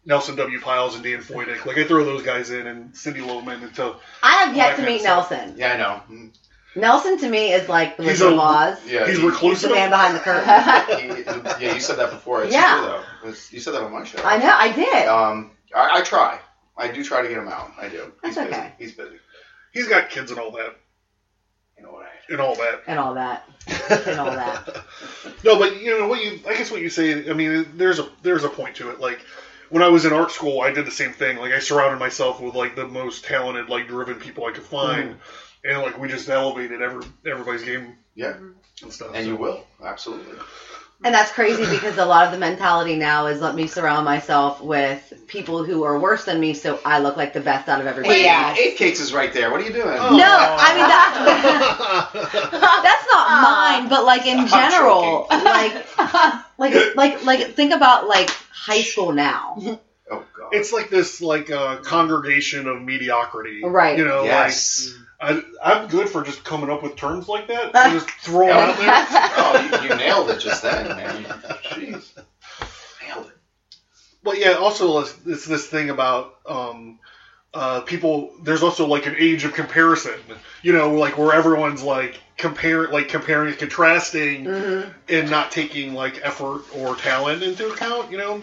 S4: Nelson W. Piles and Dan Foydick. Like I throw those guys in and Cindy Loman until
S3: I have yet
S4: Like
S3: to
S4: I
S3: meet
S4: said.
S3: Nelson.
S5: Yeah, I know. Mm,
S3: Nelson to me is like the
S4: He's
S3: Wizard
S4: a-
S3: of Oz.
S5: Yeah,
S4: he's
S5: you,
S3: He's the
S4: reclusive.
S3: man behind the curtain.
S2: I
S5: you- yeah, you said that before. It's
S3: Yeah.
S5: true, though. It's- you said that on my show.
S3: I know, I did.
S5: Um, I, I try. I do try to get him out. I do. He's
S3: That's
S5: busy.
S3: okay.
S5: He's busy.
S4: He's got kids and all that
S5: You know what
S4: and all that.
S3: and all that. And all that.
S4: No, but you know what you. I guess what you say. I mean, there's a there's a point to it. Like when I was in art school, I did the same thing. Like I surrounded myself with like the most talented, like driven people I could find,
S5: Hmm.
S4: and like we just elevated every everybody's game
S5: Yeah,
S3: Mm-hmm.
S4: and stuff.
S5: and
S4: so.
S5: you will absolutely.
S3: And that's crazy because a lot of the mentality now is let me surround myself with people who are worse than me so I look like the best out of everybody.
S2: Yeah.
S5: Hey, Eight cakes is right there. What are you doing?
S4: Oh.
S3: No, I mean that's that's not
S2: Aw.
S3: mine, but like in
S5: I'm
S3: general, like like like like think about like high school now.
S5: Oh god.
S4: It's like this like uh, congregation of mediocrity,
S3: Right.
S4: You know,
S5: yes.
S4: like I, I'm good for just coming up with terms like that, and just throwing
S5: Yeah.
S4: out there.
S5: oh, you, you nailed it just then, man. You- Jeez. Nailed it.
S4: But yeah, also it's, it's this thing about um, uh, people. There's also like an age of comparison, you know, like where everyone's like compare, like comparing and contrasting,
S2: Mm-hmm.
S3: Mhm.
S4: and not taking like effort or talent into account, you know.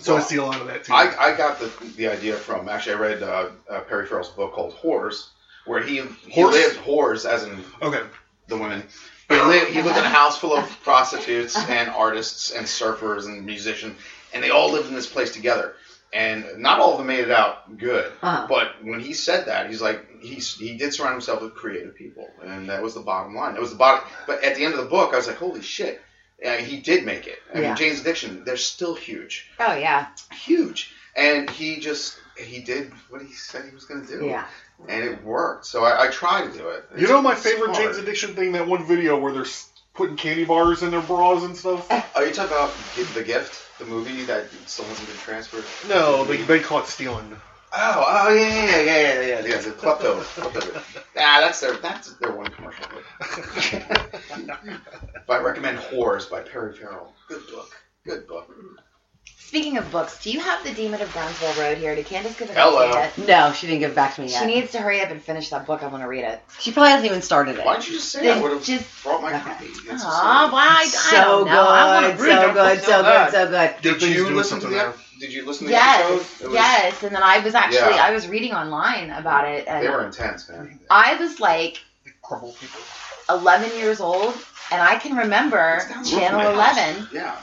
S4: So I see a lot of that too.
S5: I, I got the, the idea from actually I read uh, uh, Perry Farrell's book called Whores, where he he
S4: Horse?
S5: lived whores as in
S4: okay,
S5: the women. But he lived, he lived in a house full of prostitutes and artists and surfers and musicians, and they all lived in this place together. And not all of them made it out good.
S3: Uh-huh.
S5: But when he said that, he's like, he, he did surround himself with creative people, and that was the bottom line. That was the bottom. But at the end of the book, I was like, holy shit, uh, he did make it. I
S3: Yeah.
S5: mean, Jane's Addiction, they're still huge,
S2: Oh yeah.
S5: huge. And he just he did what he said he was going to do,
S3: Yeah.
S5: and it worked. So I, I try to do it.
S4: you know my
S5: It's
S4: favorite
S5: hard.
S4: Jane's Addiction thing that one video where they're s- putting candy bars in their bras and stuff.
S5: Are you talking about Gi- the gift, the movie that still hasn't been transferred?
S4: No, they they caught stealing.
S5: Oh, oh yeah, yeah, yeah, yeah, yeah, yeah. The klepto, klepto.
S2: Ah,
S5: Nah, that's their that's their one commercial. but I recommend Whores by Perry Farrell. Good book. Good book.
S2: Speaking of books, do you have the Demon of Brownsville Road here? Did Candace give it
S5: Hello.
S2: to yet?
S3: No, she didn't give it back to me yet.
S2: She needs to hurry up and finish that book. I want to read it.
S3: She probably hasn't even started it.
S5: Why didn't you just say
S2: Then
S5: I would have
S2: just-
S5: brought my
S3: okay.
S5: copy? That's
S2: Aw,
S5: so-
S2: why? I, I
S3: so
S2: don't know. I wanna
S3: good,
S2: read
S3: so
S2: that book
S3: good, so
S2: bad.
S3: good, so good.
S4: Good
S5: Did
S4: things
S5: you
S4: doing
S5: listen to
S4: something
S5: the
S4: there.
S5: ep- Did you listen to the
S2: Yes,
S5: episode? It was-
S2: yes. And then I was actually
S5: Yeah.
S2: I was reading online about it, Uh,
S5: They were
S2: and
S5: intense, man.
S2: I was like
S4: Crumble people.
S2: 11 years old, and I can remember
S5: It's down the road
S2: Channel
S5: from my house.
S2: 11.
S5: Yeah.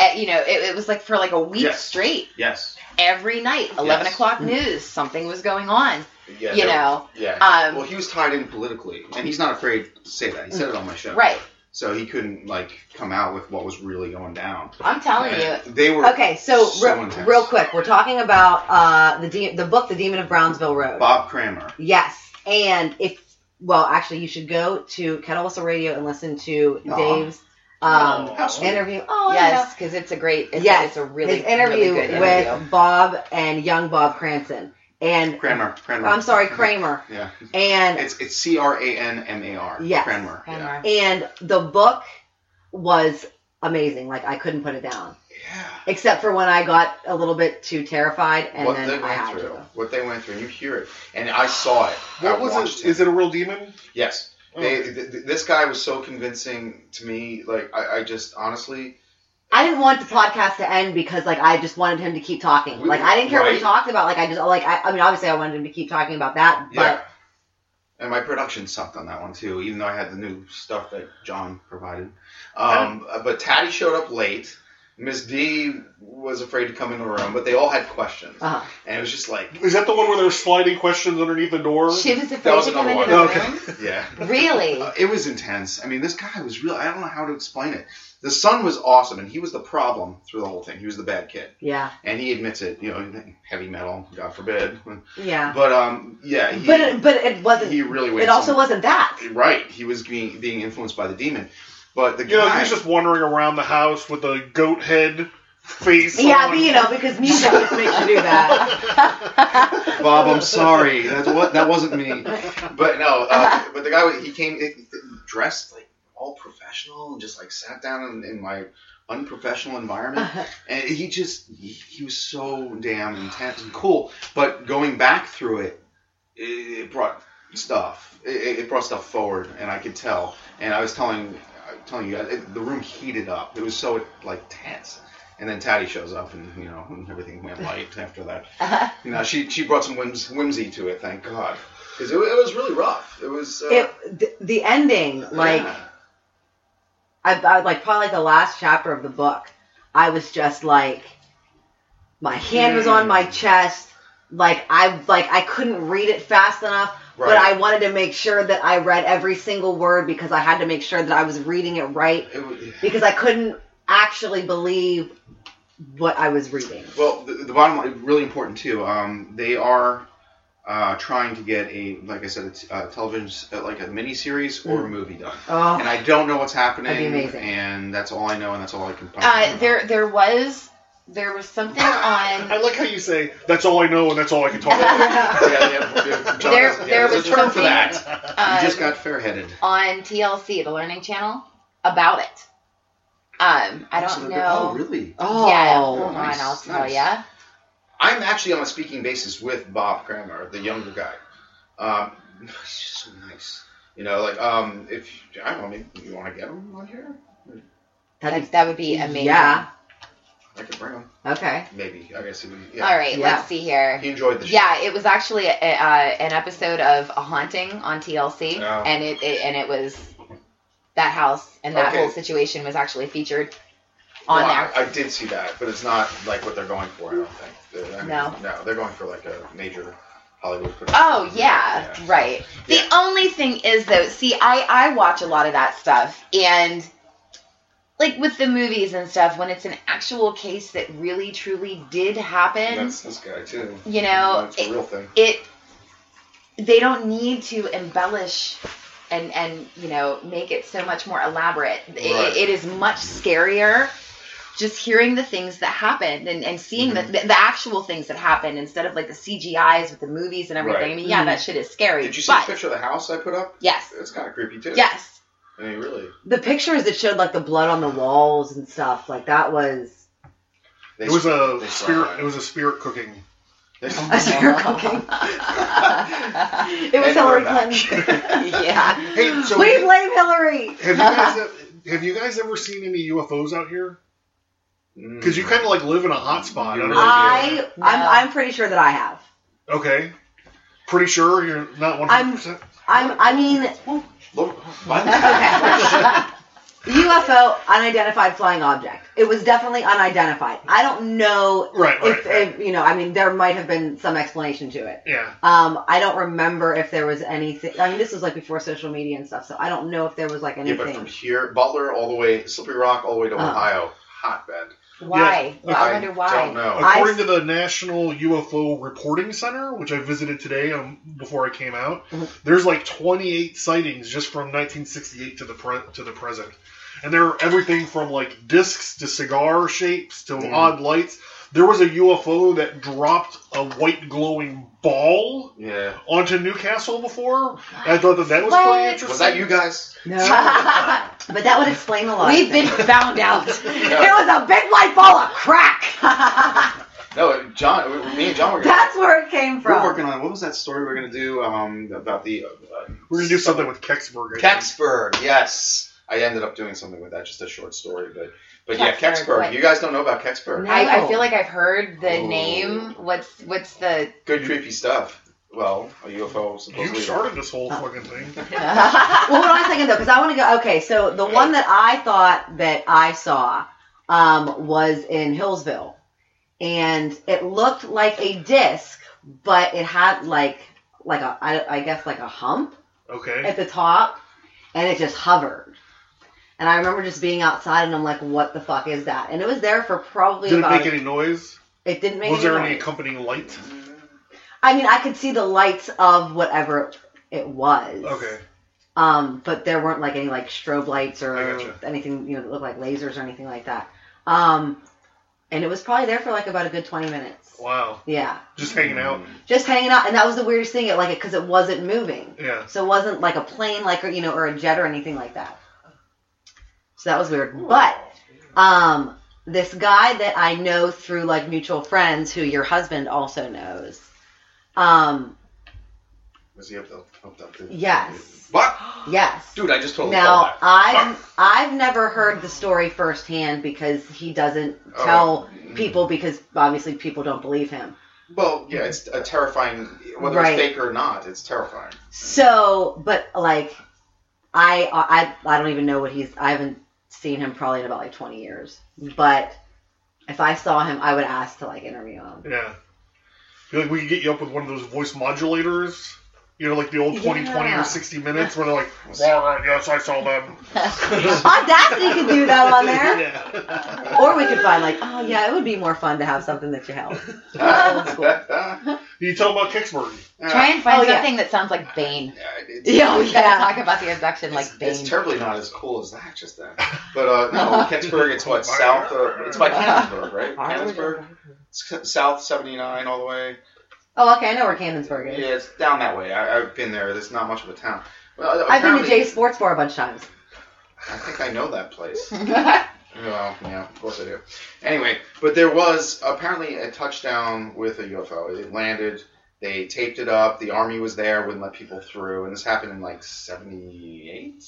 S2: At, you know, it, it was like for like a week
S5: Yes.
S2: straight,
S5: Yes.
S2: every night, 11
S5: Yes.
S2: o'clock news, something was going on.
S5: Yeah.
S2: you
S5: they were-
S2: know,
S5: Yeah.
S2: um,
S5: well, he was tied in politically, and he's not afraid to say that. He said it on my show.
S2: Right.
S5: So he couldn't like come out with what was really going down.
S2: I'm telling
S5: And
S2: you.
S5: They were
S3: Oh, Okay, so,
S5: So
S3: re-
S5: intense.
S3: real quick, we're talking about uh, the de- the book, The Demon of Brownsville Road.
S5: Bob Kramer.
S3: Yes, and if well, actually, you should go to Kettle Whistle Radio and listen to
S5: Aw.
S3: Dave's um,
S5: How sweet.
S3: interview. Oh,
S2: Yes, because it's a great, it's,
S3: Yes.
S2: it's a really,
S3: his interview
S2: really good
S3: with
S2: interview.
S3: Bob and young Bob Cranston and
S5: Kramer. Kramer.
S3: Oh, I'm sorry, Kramer
S5: Yeah.
S3: and
S5: It's it's C R A N M A R.
S3: Yes.
S5: Kramer. Yeah.
S2: Kramer.
S3: and the book was amazing. Like I couldn't put it down,
S5: yeah.
S3: except for when I got a little bit too terrified and
S5: what
S3: then
S5: they
S3: I
S5: went
S3: had
S5: through.
S3: to.
S5: What they went through. And you hear it. And I saw it.
S4: What
S5: I
S4: was
S5: watched
S4: it? Is it Oh. a real demon?
S5: Yes. They, th- th- this guy was so convincing to me. Like I, I just honestly.
S3: I didn't want the podcast to end because like I just wanted him to keep talking.
S5: We-
S3: Like I didn't care what he
S5: right.
S3: talked about. Like I just like I, I mean obviously I wanted him to keep talking about that, but
S5: Yeah. And my production sucked on that one too, even though I had the new stuff that John provided. Um, But Taddy showed up late. Miss D was afraid to come in the room, but they all had questions,
S3: uh,
S5: and it was just like,
S4: Oh. Is that the one where there's sliding questions underneath the door?
S2: She was afraid
S5: That was
S2: to come
S5: another
S2: into the
S4: one. Okay.
S2: room.
S5: yeah,
S2: Really?
S5: Uh, it was intense. I mean, this guy was real. I don't know how to explain it. The son was awesome, and he was the problem through the whole thing. He was the bad kid,
S3: yeah,
S5: and he admits it. You know, heavy metal, God forbid.
S3: yeah.
S5: But um, yeah, he,
S3: but it, but it wasn't.
S5: he really went
S3: it also
S5: some-
S3: wasn't that.
S5: right. He was being being influenced by the demon, but the
S4: You know,
S5: guy
S4: he's just wandering around the house with a goat head face.
S3: Yeah,
S4: on-
S3: but you know, because music makes you do that.
S5: Bob, I'm sorry. That what that wasn't me. But no, uh, but the guy he came he- he dressed like all professional and just like sat down in, in my unprofessional environment,
S3: Uh-huh.
S5: and he just he, he was so damn intense and cool. But going back through it, it, it brought stuff. It- It, it brought stuff forward, and I could tell. And I was telling I was telling you guys, it, the room heated up. It was so like tense. And then Taddy shows up, and you know, and everything went light after that.
S3: Uh-huh.
S5: You know, she she brought some whims, whimsy to it. Thank God, because it, wa- it was really rough. It was. Uh,
S3: It, the, the ending, like,
S5: yeah.
S3: I, I like probably like the last chapter of the book. I was just like, my hand was on my chest, like I like I couldn't read it fast enough. But
S5: Right.
S3: I wanted to make sure that I read every single word because I had to make sure that I was reading it right
S5: It wa-
S3: because I couldn't actually believe what I was reading.
S5: well, the, the bottom line, really important too. Um, they are uh, trying to get a, like I said, a, t- a television, s- uh, like a mini series or a movie done.
S3: Oh,
S5: And I don't know what's happening.
S3: That'd be amazing.
S5: And that's all I know, and that's all I can find.
S2: Uh, there, there was, there was something
S4: I
S2: on.
S4: like how you say that's all I know and that's all I can talk about.
S5: yeah, yeah, yeah, John,
S2: There-
S5: yeah,
S2: there
S5: there's
S2: was
S5: a term for
S2: something-
S5: that.
S2: Uh,
S5: you just got fairheaded.
S2: on TLC, the Learning Channel, about it. Um, I don't
S5: Absolutely.
S2: know.
S5: Oh, really?
S3: oh,
S2: Yeah, hold
S5: nice,
S2: on, I'll tell
S5: nice.
S2: ya.
S5: I'm actually on a speaking basis with Bob Kramer, the younger guy. Um, he's just so nice. You know, like um, if I don't know, maybe you want to get him on here,
S3: That'd
S2: That, that would be
S3: Yeah.
S2: amazing.
S5: I could bring him.
S3: be- okay.
S5: Maybe I guess. He would, yeah.
S2: All right,
S3: Yeah.
S2: let's see here.
S5: He enjoyed the show.
S2: Yeah, it was actually a, uh, an episode of A Haunting on TLC,
S5: Oh.
S2: and it, it and it was that house and that
S5: Okay.
S2: whole situation was actually featured
S5: No,
S2: on
S5: I-
S2: there.
S5: I, did see that, but it's not like what they're going for. I don't think. They're- I mean,
S2: No.
S5: No, they're going for like a major Hollywood. Production.
S2: Oh yeah, right. The
S5: Yeah.
S2: only thing is though, see, I I watch a lot of that stuff and like with the movies and stuff when it's an actual case that really truly did happen,
S5: That's this guy too.
S2: you know,
S5: That's a
S2: it,
S5: real thing.
S2: it they don't need to embellish and and you know make it so much more elaborate. It-
S5: Right.
S2: it is much scarier just hearing the things that happened and, and seeing
S5: Mm-hmm.
S2: the, the actual things that happened instead of like the CGIs with the movies and everything.
S5: Right. Mm-hmm.
S2: I mean, yeah, that shit is scary.
S5: Did you see the
S2: but-
S5: picture of the house I put up?
S2: Yes.
S5: It's kind of creepy too.
S2: Yes.
S5: I mean, really.
S3: The pictures that showed like the blood on the walls and stuff, like that was
S5: They-
S4: It was a
S5: they saw
S4: spirit.
S5: that.
S4: It was a spirit cooking.
S3: a spirit cooking. It was
S5: And we're
S3: Hillary
S5: back.
S3: Clinton.
S2: yeah.
S5: Hey, so
S3: we
S5: have,
S3: blame Hillary.
S4: Have you guys e, have you guys ever seen any UFOs out here?
S5: Mm.
S4: Because you kind of like live in a hot spot. I don't know if you-
S3: I I'm, I'm pretty sure that I have.
S4: okay. Pretty sure you're not one hundred percent.
S3: I'm I mean
S5: Look,
S3: okay. UFO unidentified flying object. It was definitely unidentified. I don't know
S4: Right, right,
S3: if,
S4: right.
S3: if you know. I mean, there might have been some explanation to it.
S4: Yeah.
S3: Um, I don't remember if there was anything. I mean, this was like before social media and stuff, so I don't know if there was like
S5: yeah, but from
S3: anything.
S5: here, Butler all the way, Slippery Rock all the way to
S3: Uh-huh.
S5: Ohio, hotbed.
S2: Why? Well, I
S5: I
S2: wonder why.
S5: Don't know.
S3: I-
S4: According to the National UFO Reporting Center, which I visited today um, before I came out,
S3: Mm-hmm.
S4: there's like 28 sightings just from 1968 to the pre- to the present, and they're everything from like discs to cigar shapes to
S3: Mm-hmm.
S4: odd lights. There was a UFO that dropped a white glowing ball
S5: Yeah.
S4: onto Newcastle before. I thought that that was
S2: What?
S4: pretty interesting.
S5: Was that you guys?
S3: But that would explain a lot. of
S2: We've been
S3: things.
S2: found out.
S3: It was a big white ball of crack.
S5: No, it- John. it- Me and John were.
S3: That's where it came
S5: we're
S3: from.
S5: working on what was that story we are gonna do um, about the uh,
S4: We're gonna do something with Kecksburg. I think.
S5: Kecksburg. Yes, I ended up doing something with that. Just a short story, but but yeah,
S2: Kecksburg,
S5: Kecksburg.
S2: what?
S5: You guys don't know about Kecksburg.
S3: No.
S2: I, I feel like I've heard the
S5: Ooh.
S2: name. What's what's the?
S5: Good creepy stuff. Well, a UFO
S4: You
S5: supposedly.
S4: started this whole
S5: Oh.
S4: fucking thing.
S3: well, hold on a second though, because I want to go. Okay, so the one that I thought that I saw um, was in Hillsville, and it looked like a disc, but it had like like a I, I guess like a hump
S4: Okay.
S3: at the top, and it just hovered. And I remember just being outside, and I'm like, "What the fuck is that?" And it was there for probably
S4: Did it
S3: about.
S4: make any noise?
S3: it didn't make
S4: Was
S3: any
S4: there any
S3: noise.
S4: accompanying light?
S3: I mean, I could see the lights of whatever it was.
S4: Okay.
S3: Um, but there weren't like any like strobe lights or
S4: I gotcha.
S3: anything you know that looked like lasers or anything like that. Um, and it was probably there for like about a good 20 minutes.
S4: Wow.
S3: Yeah,
S4: Just hanging out.
S5: Hmm.
S3: just hanging out, and that was the weirdest thing. It like it because it wasn't moving,
S4: Yeah.
S3: so it wasn't like a plane, like or you know, or a jet or anything like that. So that was weird. But um, this guy that I know through like mutual friends, who your husband also knows, um,
S5: Was he up the, up the
S3: Yes.
S5: What?
S3: yes,
S5: Dude, I just totally
S3: Now
S5: fell back.
S3: I've I've never heard the story firsthand because he doesn't
S5: Oh.
S3: tell people because obviously people don't believe him.
S5: Well, yeah, it's a terrifying, whether
S3: Right.
S5: it's fake or not, it's terrifying.
S3: So, but like, I I I don't even know what he's. I haven't seen him probably in about like twenty years. But if I saw him, I would ask to like interview him.
S4: Yeah. Feel like we could get you up with one of those voice modulators. You know, like the old 2020
S3: Yeah.
S4: or 60 minutes where they're like, well, uh, yes, I saw them.
S3: Audacity could do that on there.
S4: yeah.
S3: Or we could find like, oh yeah, it would be more fun to have something that you held. Old school.
S4: You tell about Kicksburg.
S2: Try and find
S3: Oh, yeah.
S2: something that sounds like Bane.
S5: it's,
S3: Yeah, oh,
S2: We gotta
S3: yeah.
S2: talk about the abduction like
S5: it's,
S2: Bane.
S5: it's terribly not as cool as that just then. But uh, no, Kicksburg, it's what, south of, it's by Cannonsburg, right? Cannonsburg? It's south 79 all the way.
S3: Oh, okay, I know where Cannonsburg is.
S5: Yeah, it's down that way. I, I've been there. There's not much of a town. Well,
S3: I've been to
S5: apparently-
S3: Jay Sports Bar a bunch of times.
S5: I think I know that place. Well, yeah, of course I do. Anyway, but there was apparently a touchdown with a UFO. It landed. They taped it up. The army was there, wouldn't let people through, and this happened in like '78.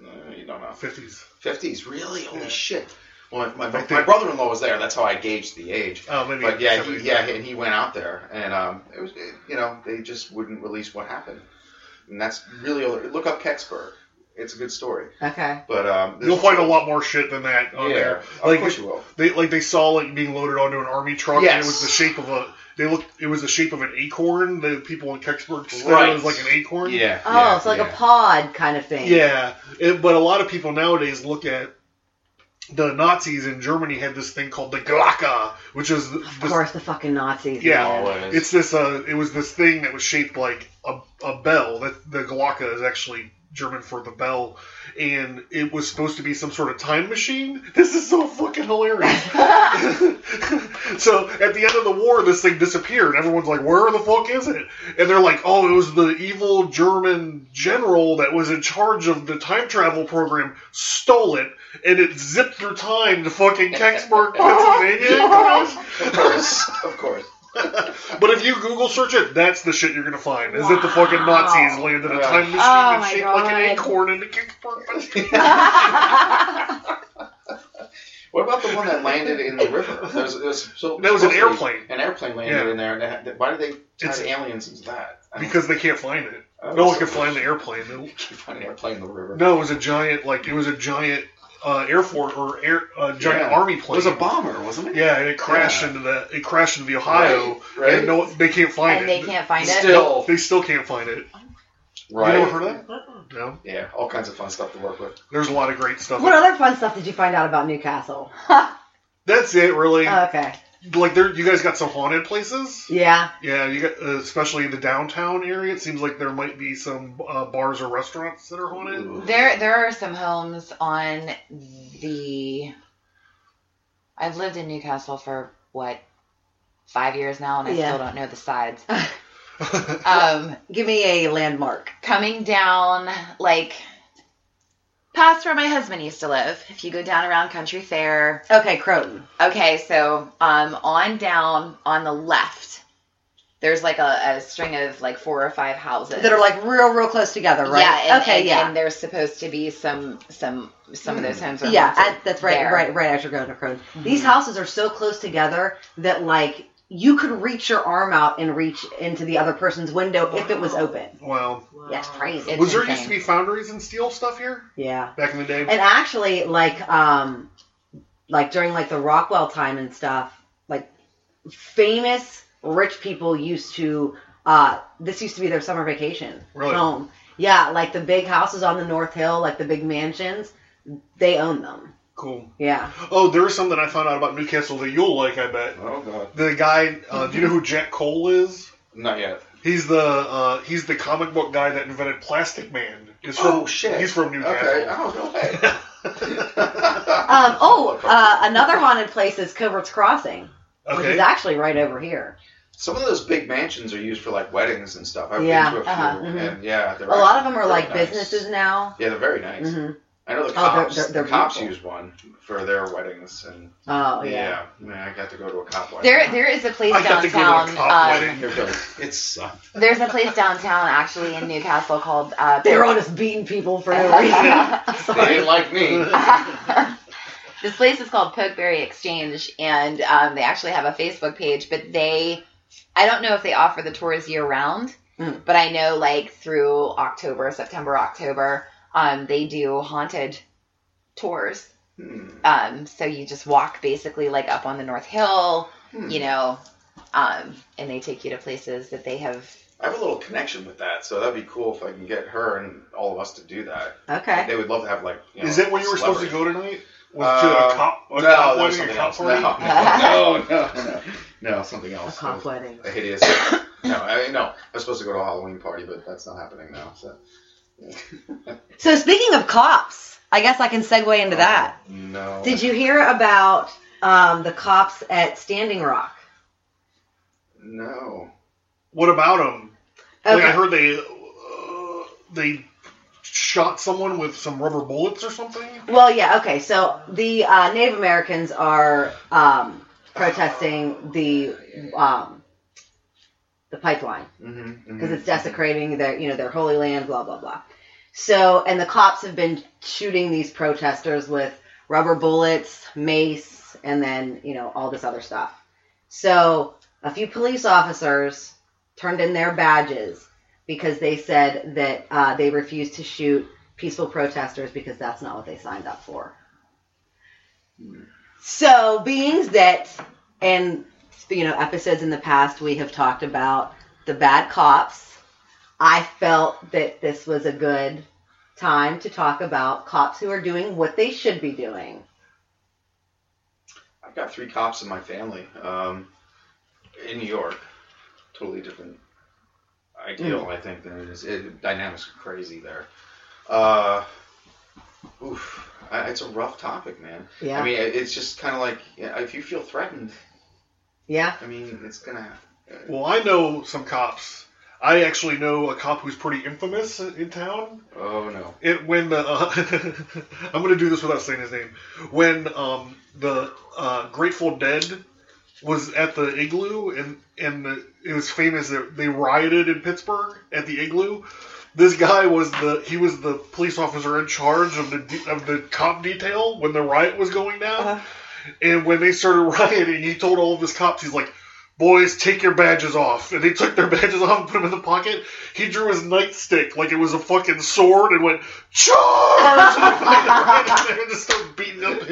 S5: Uh, you don't know.
S4: 50s.
S5: Fifties, really? Holy
S4: Yeah.
S5: shit! Well, my, my,
S4: I think-
S5: my brother-in-law was there. That's how I gauged the age.
S4: Oh, maybe.
S5: But yeah, he,
S4: 70s.
S5: yeah, and he went out there, and um, it was, it, you know, they just wouldn't release what happened, and that's really all- look up Kecksburg. It's a good story,
S3: Okay.
S5: but um,
S4: You'll find a lot more shit than that on
S5: yeah,
S4: there.
S5: of
S4: Like,
S5: course you will.
S4: They like they saw it being loaded onto an army truck, and it
S5: Yes.
S4: was the shape of a. They looked. It was the shape of an acorn. The people in Kecksburg said
S5: Right.
S4: it was like an acorn.
S5: Yeah.
S3: Oh,
S5: yeah,
S3: it's like
S5: yeah.
S3: a pod kind of thing.
S4: Yeah, it, but a lot of people nowadays look at the Nazis in Germany had this thing called the Glocka, which is th-
S3: Of
S4: this,
S3: course, the fucking Nazis.
S4: Yeah.
S3: man.
S5: Always.
S4: it's this uh, it was this thing that was shaped like a, a bell. That the Glocka is actually German for the bell, and it was supposed to be some sort of time machine. This is so fucking hilarious. so at the end of the war, this thing disappeared. Everyone's like, "Where the fuck is it?" And they're like, "Oh, it was the evil German general that was in charge of the time travel program stole it, and it zipped through time to fucking Kecksburg, Pennsylvania."
S5: of course, of course.
S4: But if you Google search it, that's the shit you're gonna find. Is that the fucking Nazis landed a
S5: Yeah.
S4: time machine
S2: Oh
S4: that's
S2: my
S4: shaped like an
S2: God.
S4: acorn in a Kicksburg?
S5: What about the one that landed in the river? There was, there was, so,
S4: That was an
S5: supposedly
S4: airplane.
S5: An airplane landed
S4: Yeah.
S5: in there. And they had, why did they tie
S4: It's-
S5: the aliens into that? I don't-
S4: because they can't find it.
S5: I don't
S4: No one
S5: know.
S4: can find the airplane.
S5: You can find an airplane in the river.
S4: No, it was a giant like it was a giant uh, air force or air uh, giant
S5: Yeah.
S4: army
S5: It
S4: plane.
S5: was a bomber, wasn't it?
S4: Yeah, and it crashed
S5: Yeah.
S4: into the it crashed into the Ohio.
S5: Right, right.
S4: And no, they can't find
S2: and
S4: it.
S2: they can't find it.
S5: Still,
S4: They still can't find it.
S5: right?
S4: You never heard of that? No.
S5: Yeah, all kinds of fun stuff to work with.
S4: There's a lot of great stuff.
S3: What other fun stuff did you find out about Newcastle? Oh,
S4: That's it, really.
S2: Uh,
S3: Okay.
S4: like there, you guys got some haunted places.
S3: Yeah.
S4: Yeah, you got, uh, especially the downtown area. It seems like there might be some uh, bars or restaurants that are haunted.
S5: Ooh.
S2: There, there are some homes on the. I've lived in Newcastle for what five years now, and I
S3: Yeah.
S2: still don't know the sides. um,
S3: Give me a landmark.
S2: coming down like past where my husband used to live. If you go down around Country Fair,
S3: Okay, Croton.
S2: okay, so um, on down on the left, there's like a, a string of like four or five houses
S3: That are like real, real close together, right?
S2: Yeah, and,
S3: okay,
S2: and,
S3: yeah.
S2: and there's supposed to be some some some of those homes. Are
S3: yeah,
S2: haunted
S3: at- that's right,
S2: there. Mm-hmm.
S3: right, right after going to Croton. These houses are so close together that like you could reach your arm out and reach into the other person's window if it was open.
S4: Wow.
S1: Wow.
S3: That's crazy.
S2: It's
S4: was there
S2: insane.
S4: used to be foundries and steel stuff here
S3: yeah.
S4: back in the day?
S3: And actually, like, um, like during like the Rockwell time and stuff, like famous rich people used to, uh, this used to be their summer vacation
S4: Really?
S3: home. Yeah, like the big houses on the North Hill, like the big mansions, they own them.
S4: cool.
S3: Yeah.
S4: Oh, there was something I found out about Newcastle that you'll like. I bet
S5: Oh god,
S4: the guy. Uh, Do you know who Jack Cole is?
S5: not yet.
S4: He's the uh, he's the comic book guy that invented Plastic Man. He's from,
S5: oh shit,
S4: He's from Newcastle.
S5: Okay, oh no way.
S3: Um, oh, uh, another haunted place is Covert's Crossing, which
S4: Okay.
S3: is actually right over here.
S5: Some of those big mansions are used for like weddings and stuff. I've
S3: Yeah,
S5: been to a few,
S3: uh-huh, mhm.
S5: and yeah, they're
S3: A lot of them are
S5: very
S3: like
S5: nice.
S3: businesses now.
S5: Yeah, they're very nice.
S3: hmm
S5: I know the
S3: Oh, they're-
S5: cops.
S3: they're- they're
S5: the cops
S3: beautiful.
S5: use one for their weddings, and
S3: Oh yeah.
S5: yeah, man, I got to go to a cop wedding.
S2: There, there is a place
S4: I got to go to a
S2: downtown.
S4: cop
S2: um,
S4: wedding.
S5: It does. It sucked.
S2: there's a place downtown actually in Newcastle called. Uh,
S3: They're on us beating people for no reason.
S5: They didn't like me.
S2: this place is called Pokeberry Exchange, and um, they actually have a Facebook page. But they, I don't know if they offer the tours year round,
S3: Mm.
S2: but I know like through October, September, October, um, they do haunted tours.
S5: Hmm.
S2: Um, so you just walk basically like up on the North Hill,
S5: Hmm.
S2: you know, um, and they take you to places that they have.
S5: I have a little connection with that, so that'd be cool if I can get her and all of us to do that.
S3: Okay.
S5: They would love to have like. You know,
S4: Is that where you were supposed to
S5: celebrity.
S4: go tonight? Was to a
S5: Uh,
S4: cop, a
S5: no,
S4: cop
S5: that was
S4: wedding, a
S5: something
S4: cop party?
S5: else. No, no, no, no, no, something
S3: A
S5: else.
S3: cop
S5: It was
S3: wedding.
S5: a hideous. no, I mean, no, I was supposed to go to a Halloween party, but that's not happening now. So
S3: So speaking of cops, I guess I can segue into that.
S5: no.
S3: Did you hear about um, the cops at Standing Rock?
S5: No.
S4: What about them? Like
S3: Okay.
S4: I heard they uh, they shot someone with some rubber bullets or something.
S3: Well, yeah, okay. So the uh, Native Americans are um, protesting the um, the pipeline
S5: Mm-hmm,
S3: because it's desecrating their you know their holy land, blah blah blah. So and the cops have been shooting these protesters with rubber bullets, mace, and then you know all this other stuff. So a few police officers turned in their badges because they said that uh, they refused to shoot peaceful protesters because that's not what they signed up for. So beings that and you know episodes in the past we have talked about the bad cops. I felt that this was a good time to talk about cops who are doing what they should be doing.
S5: I've got three cops in my family um, in New York. Totally different ideal,
S3: Hmm.
S5: I think, than it is. It, dynamics are crazy there. Uh, oof, I, it's a rough topic, man.
S3: Yeah.
S5: I mean, it, it's just kind of like yeah, if you feel threatened,
S3: yeah.
S5: I mean, it's gonna.
S4: Well, I know some cops. I actually know a cop who's pretty infamous in town.
S5: Oh no.
S4: It when the uh, I'm gonna do this without saying his name. When um the uh, Grateful Dead was at the igloo and and the, it was famous that they rioted in Pittsburgh at the igloo. This guy was the he was the police officer in charge of the de- of the cop detail when the riot was going down. And when they started rioting, he told all of his cops, he's like, "Boys, take your badges off." And they took their badges off and put them in the pocket. He drew his nightstick like it was a fucking sword and went charge. and fucking ran in there and just started beating up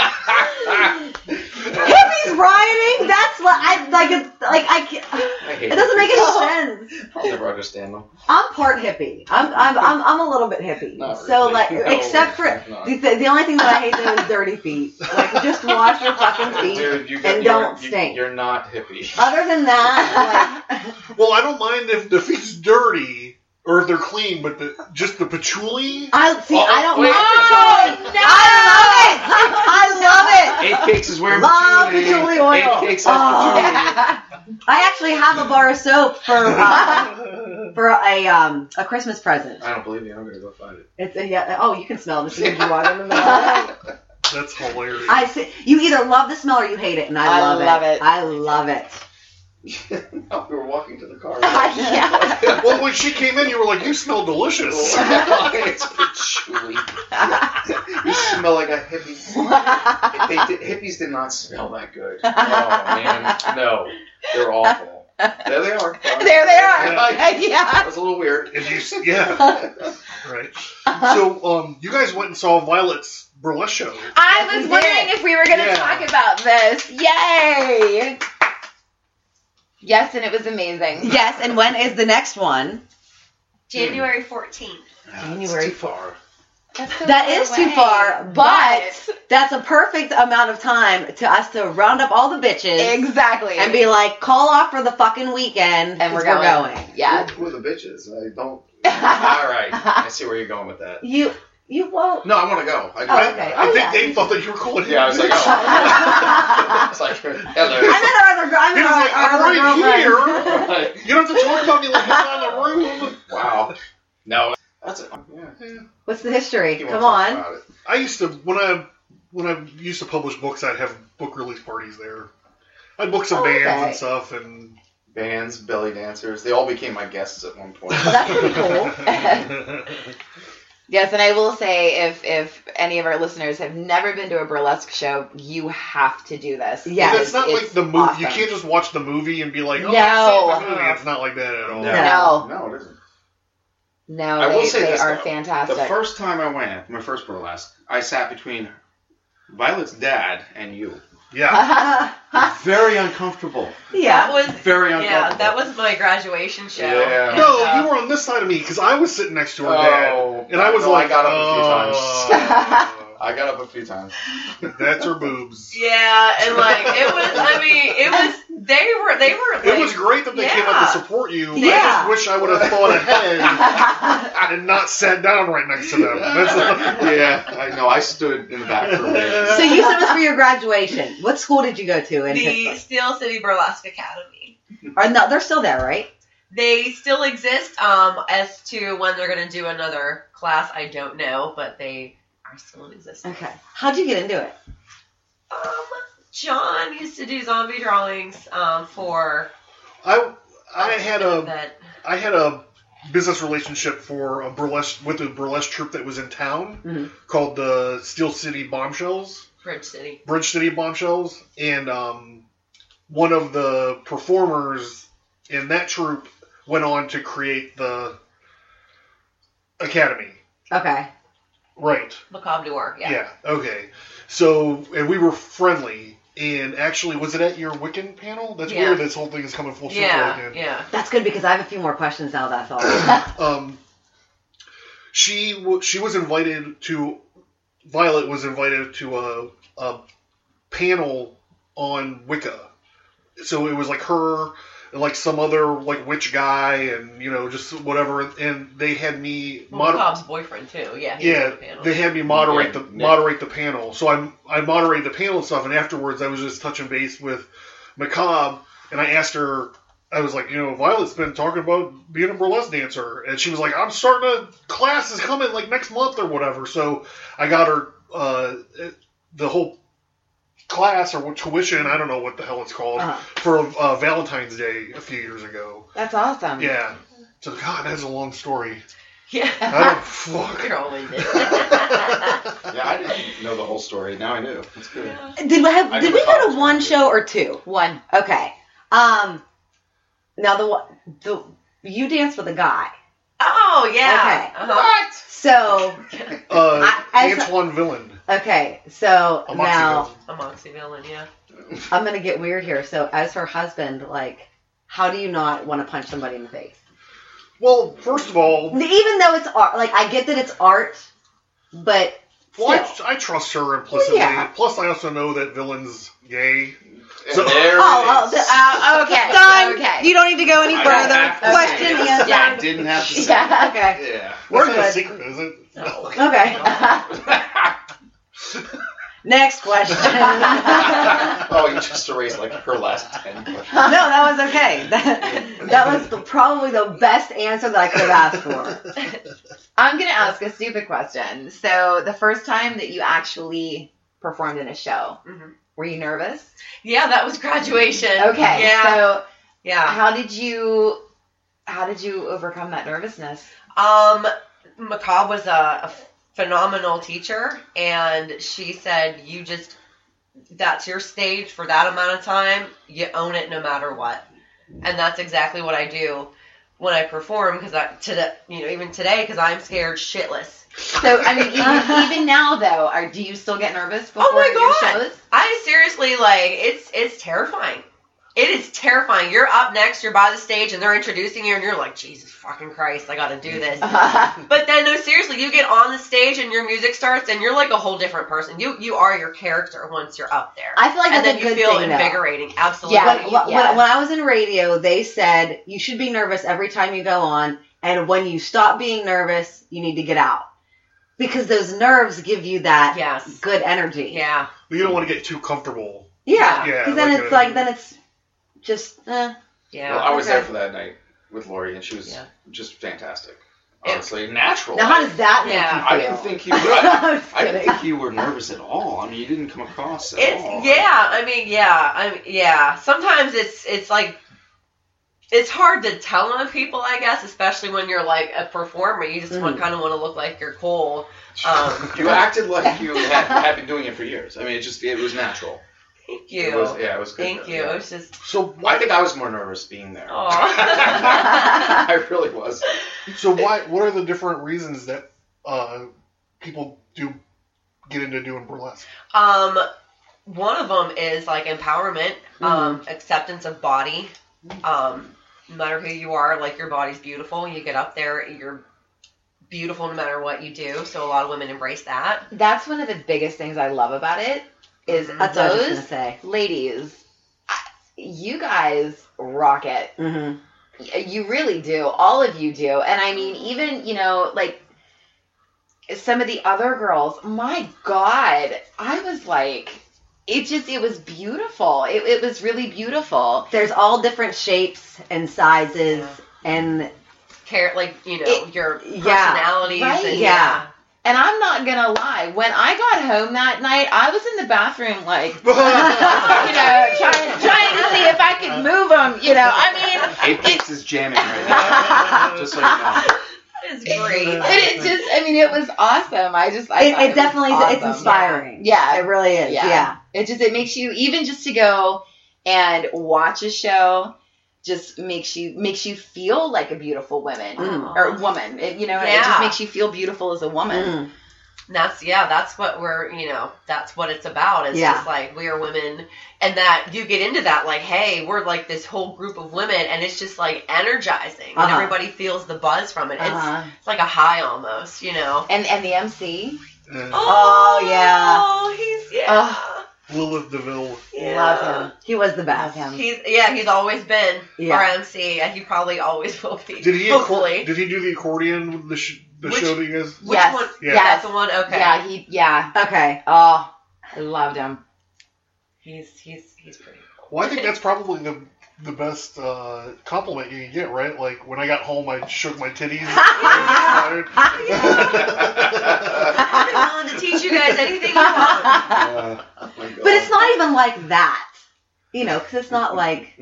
S4: hippies.
S3: Hippies rioting? That's what I like. It's like I. can't-
S5: I hate
S3: It doesn't make any sense.
S5: I'll never understand them.
S3: I'm part hippie. I'm I'm I'm, I'm a little bit hippie.
S5: Not
S3: So
S5: really.
S3: like,
S5: No,
S3: except for
S5: it's not.
S3: the, the only thing that I hate though is dirty feet. Like, just wash your fucking feet.
S5: Dude, you
S3: and
S5: you're-
S3: don't
S5: you,
S3: stink.
S5: You're not hippie.
S3: Other than that, like,
S4: well, I don't mind if the feet's dirty or if they're clean, but the, just the patchouli.
S3: I see. I don't
S5: Oh, wait.
S3: like the choice. I love it. I love it.
S5: Eight cakes is wearing
S3: Love
S5: patchouli.
S3: patchouli oil.
S5: Eight cakes has
S3: Oh.
S5: patchouli.
S3: I actually have a bar of soap for uh, for a um a Christmas present.
S5: I don't believe you. I'm gonna go find it.
S3: It's a, yeah. Oh, you can smell it as soon as you walk in the middle. of it.
S4: That's hilarious.
S3: I see. You either love the smell or you hate it, and I,
S2: I
S3: love,
S2: love
S3: it.
S2: it.
S3: I love it.
S5: Oh, we were walking to the car.
S2: Yeah.
S4: well, when she came in, you were like, "You smell delicious."
S5: it's patchouli. you smell like a hippie. They did, hippies did not smell that good. Oh man, no, they're awful. There they are.
S2: there they are.
S5: That
S2: yeah.
S5: was a little weird.
S4: If you, s- yeah, right. So, um, you guys went and saw Violet's burlesque show.
S2: I
S3: Yes,
S2: was
S3: we
S2: wondering
S3: did.
S2: if we were going to
S4: Yeah.
S2: talk about this. Yay! Yes, and it was amazing.
S3: Yes. And when is the next one?
S1: January 14th.
S3: January
S5: Ah, It's too far.
S2: That's so
S3: That
S2: far
S3: is too
S2: away.
S3: far, but that's a perfect amount of time to us to round up all the bitches
S2: exactly,
S3: and be like, call off for the fucking weekend,
S2: and we're
S3: 'cause
S2: going.
S3: We're going.
S2: Yeah.
S5: Who, who are the bitches? I don't. All right, I see where you're going with that.
S3: You You won't.
S5: No, I want to go. I,
S3: Oh, okay.
S4: I
S3: Oh,
S4: think
S3: yeah.
S4: they thought that you were calling him.
S5: Yeah, I was like, oh.
S3: I
S5: It's like,
S3: met
S5: hello.
S3: our other, I
S4: He
S3: met
S4: was
S3: our,
S4: like,
S3: our
S4: I'm
S3: other girlfriend.
S4: right here.
S5: Like,
S4: You don't have to talk about me like I'm in the room.
S5: wow. No. That's it. Yeah.
S3: What's the history?
S5: He won't
S3: Come
S5: talk
S3: on.
S5: about it.
S4: I used to when I when I used to publish books, I'd have book release parties there. I'd book some
S3: Oh,
S4: bands
S3: okay.
S4: and stuff, and
S5: Bands, belly dancers, they all became my guests at one point.
S2: that's pretty cool. Yes, and I will say if if any of our listeners have never been to a burlesque show, you have to do this.
S3: Yeah.
S4: that's
S2: Because
S4: not like
S2: it's
S4: the movie. You
S2: awesome.
S4: can't just watch the movie and be like, oh,
S2: No.
S4: it's the movie. It's not like that at all.
S3: No.
S5: No, no it isn't.
S2: No,
S5: I will
S2: they,
S5: say
S2: they
S5: this,
S2: are
S5: though. The
S2: fantastic.
S5: first time I went, my first burlesque, I sat between Violet's dad and you.
S4: Yeah.
S5: Very uncomfortable.
S1: That
S3: yeah.
S1: was
S5: Very uncomfortable.
S1: yeah, that was my graduation show.
S5: Yeah.
S4: No,
S1: Yeah.
S4: you were on this side of me because I was sitting next to her dad,
S5: Oh,
S4: and I was
S5: no,
S4: like,
S5: I got up a few times.
S4: "Oh,
S5: I got up a few times.
S4: that's her boobs.
S1: Yeah, and like it was. I mean, it was. They were. They were. Like,
S4: It was great that they came out
S1: Yeah.
S4: to support you. But I
S3: Yeah.
S4: just wish I would have thought ahead and not sat down right next to them. That's
S5: yeah, I know. I stood in the back for a minute.
S3: so you said it was for your graduation. What school did you go to in
S1: the
S3: Pittsburgh?
S1: Steel City Burlesque Academy.
S3: Or no, they're still there, right?
S1: They still exist. Um, as to when they're gonna do another class, I don't know, but they are still in existence.
S3: Okay. How'd you get into it?
S1: Um, John used to do zombie drawings. Um, for um,
S4: I I had um, a
S1: that.
S4: I had a business relationship for a burlesque with a burlesque troupe that was in town
S1: Mm-hmm.
S3: Mhm.
S4: called the Steel City Bombshells,
S1: Bridge City.
S4: Bridge City Bombshells, and um, one of the performers in that troupe went on to create the academy.
S3: Okay.
S4: Right.
S1: Macabre Noir. Yeah.
S4: Yeah. Okay. So, and we were friendly. And actually, was it at your Wiccan panel? That's
S1: Yeah.
S4: weird. This whole thing is coming full circle
S1: Yeah.
S4: again.
S1: yeah.
S3: That's good because I have a few more questions now that I thought.
S4: um, she w- she was invited to Violet was invited to a a panel on Wicca, so it was like her, like some other like witch guy, and you know just whatever, and they had me
S1: Well,
S4: moder-
S1: Macabre's boyfriend too. Yeah. he was on
S4: yeah,
S1: the panel.
S4: they had me moderate
S5: Yeah,
S4: the
S5: yeah.
S4: moderate the panel. So I I moderated the panel and stuff, and afterwards I was just touching base with Macabre, and I asked her. I was like, you know, Violet's been talking about being a burlesque dancer, and she was like, I'm starting a class is coming like next month or whatever. So I got her uh, the whole class or tuition, I don't know what the hell it's called,
S3: Uh-huh.
S4: for uh, Valentine's Day a few years ago.
S2: That's
S3: Uh-huh.
S2: awesome.
S4: Yeah. So God, that's a long story.
S1: Yeah.
S4: I don't fuck.
S1: You're always it.
S5: Yeah, I didn't know the whole story. Now I knew. That's good.
S1: Yeah.
S3: did we have
S5: I
S3: did
S5: go
S3: we
S5: to
S3: go
S5: college.
S3: to one show or two? One. Okay. Um now the one the you danced with a guy.
S1: Oh yeah.
S3: Okay.
S1: Uh-huh.
S3: So
S4: Uh,
S3: I- as-
S4: Antoine Villain.
S3: okay, so
S4: Amoxicillin.
S3: now
S1: Amoxicillin, yeah.
S3: I'm gonna get weird here. So as her husband, like how do you not want to punch somebody in the face?
S4: Well, first of all,
S3: Even though it's art, like I get that it's art, but
S4: well, I,
S3: still.
S4: I trust her implicitly.
S3: Well, yeah.
S4: Plus, I also know that villain's gay.
S5: And
S4: So-
S5: there it
S3: Oh, oh,
S5: is.
S3: the- uh, okay,
S2: Done.
S3: okay. You don't need to go any
S5: I don't
S3: further.
S5: have to say
S3: Question
S5: it.
S3: answered.
S5: I didn't have to say
S3: Yeah,
S5: it.
S3: okay,
S5: Yeah.
S3: We're
S4: That's not a
S3: good.
S4: secret, is it?
S1: No.
S3: okay. Next question. no,
S5: oh, you just erased like her last ten. questions.
S3: that was okay. That, that was the, probably the best answer that I could have asked for.
S2: I'm gonna ask a stupid question. So the first time that you actually performed in a show,
S1: Mhm.
S2: were you nervous?
S1: Yeah, that was graduation.
S2: Okay.
S1: Yeah.
S2: So
S1: yeah.
S2: how did you how did you overcome that nervousness?
S1: Um, Macaw was a, a phenomenal teacher, and she said, "You just that's your stage for that amount of time. You own it no matter what." And that's exactly what I do when I perform because I today, you know, even today because I'm scared shitless.
S2: So I mean, even, even now though, are do you still get nervous before
S1: Oh my
S2: your
S1: God.
S2: shows?
S1: I seriously like it's it's terrifying. It is terrifying. You're up next, you're by the stage, and they're introducing you, and you're like, Jesus fucking Christ, I gotta do this.
S2: Uh-huh.
S1: But then, no, seriously, you get on the stage and your music starts, and you're like a whole different person. You you are your character once you're up there,
S3: I feel like
S1: and
S3: that's
S1: then
S3: a
S1: you
S3: good
S1: feel
S3: thing. though.
S1: invigorating. Absolutely.
S2: Yeah,
S3: But wh-
S2: yeah.
S3: when, when I was in radio, they said you should be nervous every time you go on, and when you stop being nervous, you need to get out. because those nerves give you that
S1: Yes.
S3: good energy.
S1: Yeah.
S4: But you don't want to get too comfortable.
S3: Yeah.
S4: Yeah,
S3: Because then
S4: like
S3: it's
S4: a-
S3: like then it's just eh.
S1: Yeah.
S5: Well, I was
S3: okay.
S5: there for that night with Lori, and she was
S1: Yeah.
S5: just fantastic.
S1: Yeah.
S5: Honestly, natural.
S3: now how does that make
S1: Yeah.
S5: I
S3: you feel?
S5: didn't think you. I,
S3: I'm just
S5: I didn't
S3: kidding.
S5: think you were nervous at all. I mean, you didn't come across at
S1: It's
S5: all.
S1: yeah. I mean, yeah. I mean, yeah. Sometimes it's it's like it's hard to tell on people, I guess, especially when you're like a performer. You just want
S3: Mhm.
S1: kind of want to look like you're cool. Um,
S5: You acted like you had, had been doing it for years. I mean, it just it was natural.
S1: thank
S5: It
S1: you.
S5: was, yeah, it was good.
S1: Thank you.
S5: Yeah.
S1: It's just
S4: So
S5: I
S4: why?
S5: think I was more nervous being there.
S1: Aw.
S5: I really was.
S4: So why? What are the different reasons that uh, people do get into doing burlesque?
S1: um one of them is like empowerment,
S2: Mm-hmm.
S1: um acceptance of body. Um no matter who you are, like your body's beautiful. You get up there, you're beautiful no matter what you do. So a lot of women embrace that.
S2: That's one of the biggest things I love about it is
S1: Mhm.
S3: That's what I was
S2: those
S3: just gonna say.
S2: ladies. You guys rock it.
S3: hmm
S2: You really do. All of you do. And I mean, even, you know, like some of the other girls, my God, I was like, it just, it was beautiful. It, it was really beautiful.
S3: There's all different shapes and sizes
S1: Yeah.
S3: and
S1: care like you know
S2: It-
S1: your
S3: yeah,
S1: personalities
S2: right,
S1: and
S3: yeah.
S2: And I'm not going to lie, when I got home that night, I was in the bathroom like, you know, trying, trying to see if I could move them, you know. I mean,
S5: Apex is jamming right now. Just so you know.
S1: it's
S2: But
S1: great.
S2: it just, I mean, it was awesome. I just, I
S3: it,
S2: thought
S3: it
S2: was
S3: definitely is, it's
S2: awesome.
S3: inspiring.
S2: Yeah.
S3: It really is.
S2: Yeah.
S3: Yeah.
S2: It just, it makes you, even just to go and watch a show, just makes you, makes you feel like a beautiful woman
S3: Mm.
S2: or woman. It, you know, it
S1: Yeah.
S2: just makes you feel beautiful as a woman.
S3: Mm.
S1: And that's yeah, that's what we're you know that's what it's about. It's
S3: Yeah.
S1: just like we are women, and that you get into that like hey, we're like this whole group of women, and it's just like energizing, and
S3: Uh-huh.
S1: everybody feels the buzz from it. It's,
S2: Uh-huh.
S1: it's like a high almost, you know.
S2: And, and the MC
S4: Uh,
S3: Oh, yeah.
S1: Oh, he's yeah.
S2: Ugh.
S4: Lilith Deville.
S1: yeah.
S2: Love
S3: He was the best.
S2: Love him.
S1: He's yeah, he's always been
S3: Yeah.
S1: our MC, and he probably always will be.
S4: Did he?
S1: Hopefully,
S4: Accor- did he do the accordion? with The, sh- the
S1: Which-
S4: show that you guys.
S1: which
S2: Yes.
S1: one?
S4: Yeah.
S1: That's the one. Okay.
S2: Yeah, he, yeah.
S3: Okay.
S2: Oh, I loved him.
S1: He's he's he's pretty cool.
S4: Well, I think that's probably the the best uh, compliment you can get, right? Like when I got home, I shook my titties. I was tired.
S1: I'm willing to teach you guys anything you want.
S5: Yeah. Oh my God.
S3: But it's not even like that. You know, because it's not like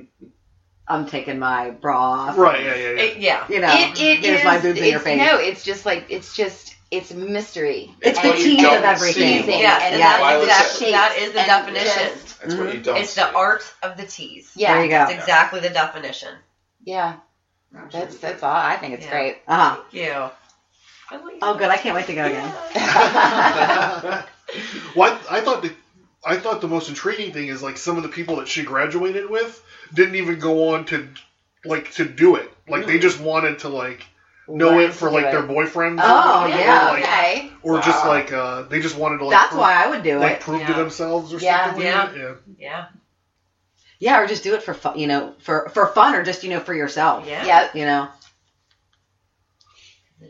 S3: I'm taking my bra off.
S4: right? Yeah, yeah, yeah.
S1: It- yeah.
S3: You know,
S2: It, it
S3: here's
S2: is-
S3: my boobs in your
S2: it's-
S3: face.
S2: No, it's just like it's just it's mystery.
S3: It's the
S5: what you
S3: tease
S5: don't
S3: of everything.
S5: see.
S1: Yeah, and
S5: Yeah.
S1: that, is
S5: Violet
S1: exact-
S2: shapes
S1: that is the
S2: and
S1: definition.
S2: just-
S5: That's what you don't
S1: It's
S5: see.
S1: the art of the tease.
S2: yeah,
S3: There you go.
S1: It's exactly the definition.
S2: yeah. That's that's all. I think it's
S1: Yeah.
S2: great.
S3: Uh-huh.
S1: Thank you. I like
S3: Oh, good. I can't wait to go again.
S1: Yeah.
S4: well, I, I thought the I thought the most intriguing thing is like some of the people that she graduated with didn't even go on to like to do it. Like they just wanted to like know
S2: Learn
S4: it for
S2: to
S4: like
S2: do
S4: their
S2: it.
S4: boyfriends,
S3: Oh,
S4: or,
S3: yeah,
S4: like,
S2: okay.
S4: or just
S5: Wow.
S4: like uh, they just wanted to like
S3: That's
S4: prove,
S3: why I would do
S4: like
S3: it.
S4: prove to
S1: Yeah.
S4: themselves or
S2: Yeah.
S4: something.
S1: Yeah.
S4: Like that. yeah.
S1: Yeah.
S3: Yeah, or just do it for fun, you know, for, for fun or just, you know, for yourself.
S1: Yeah.
S2: Yep.
S3: You know?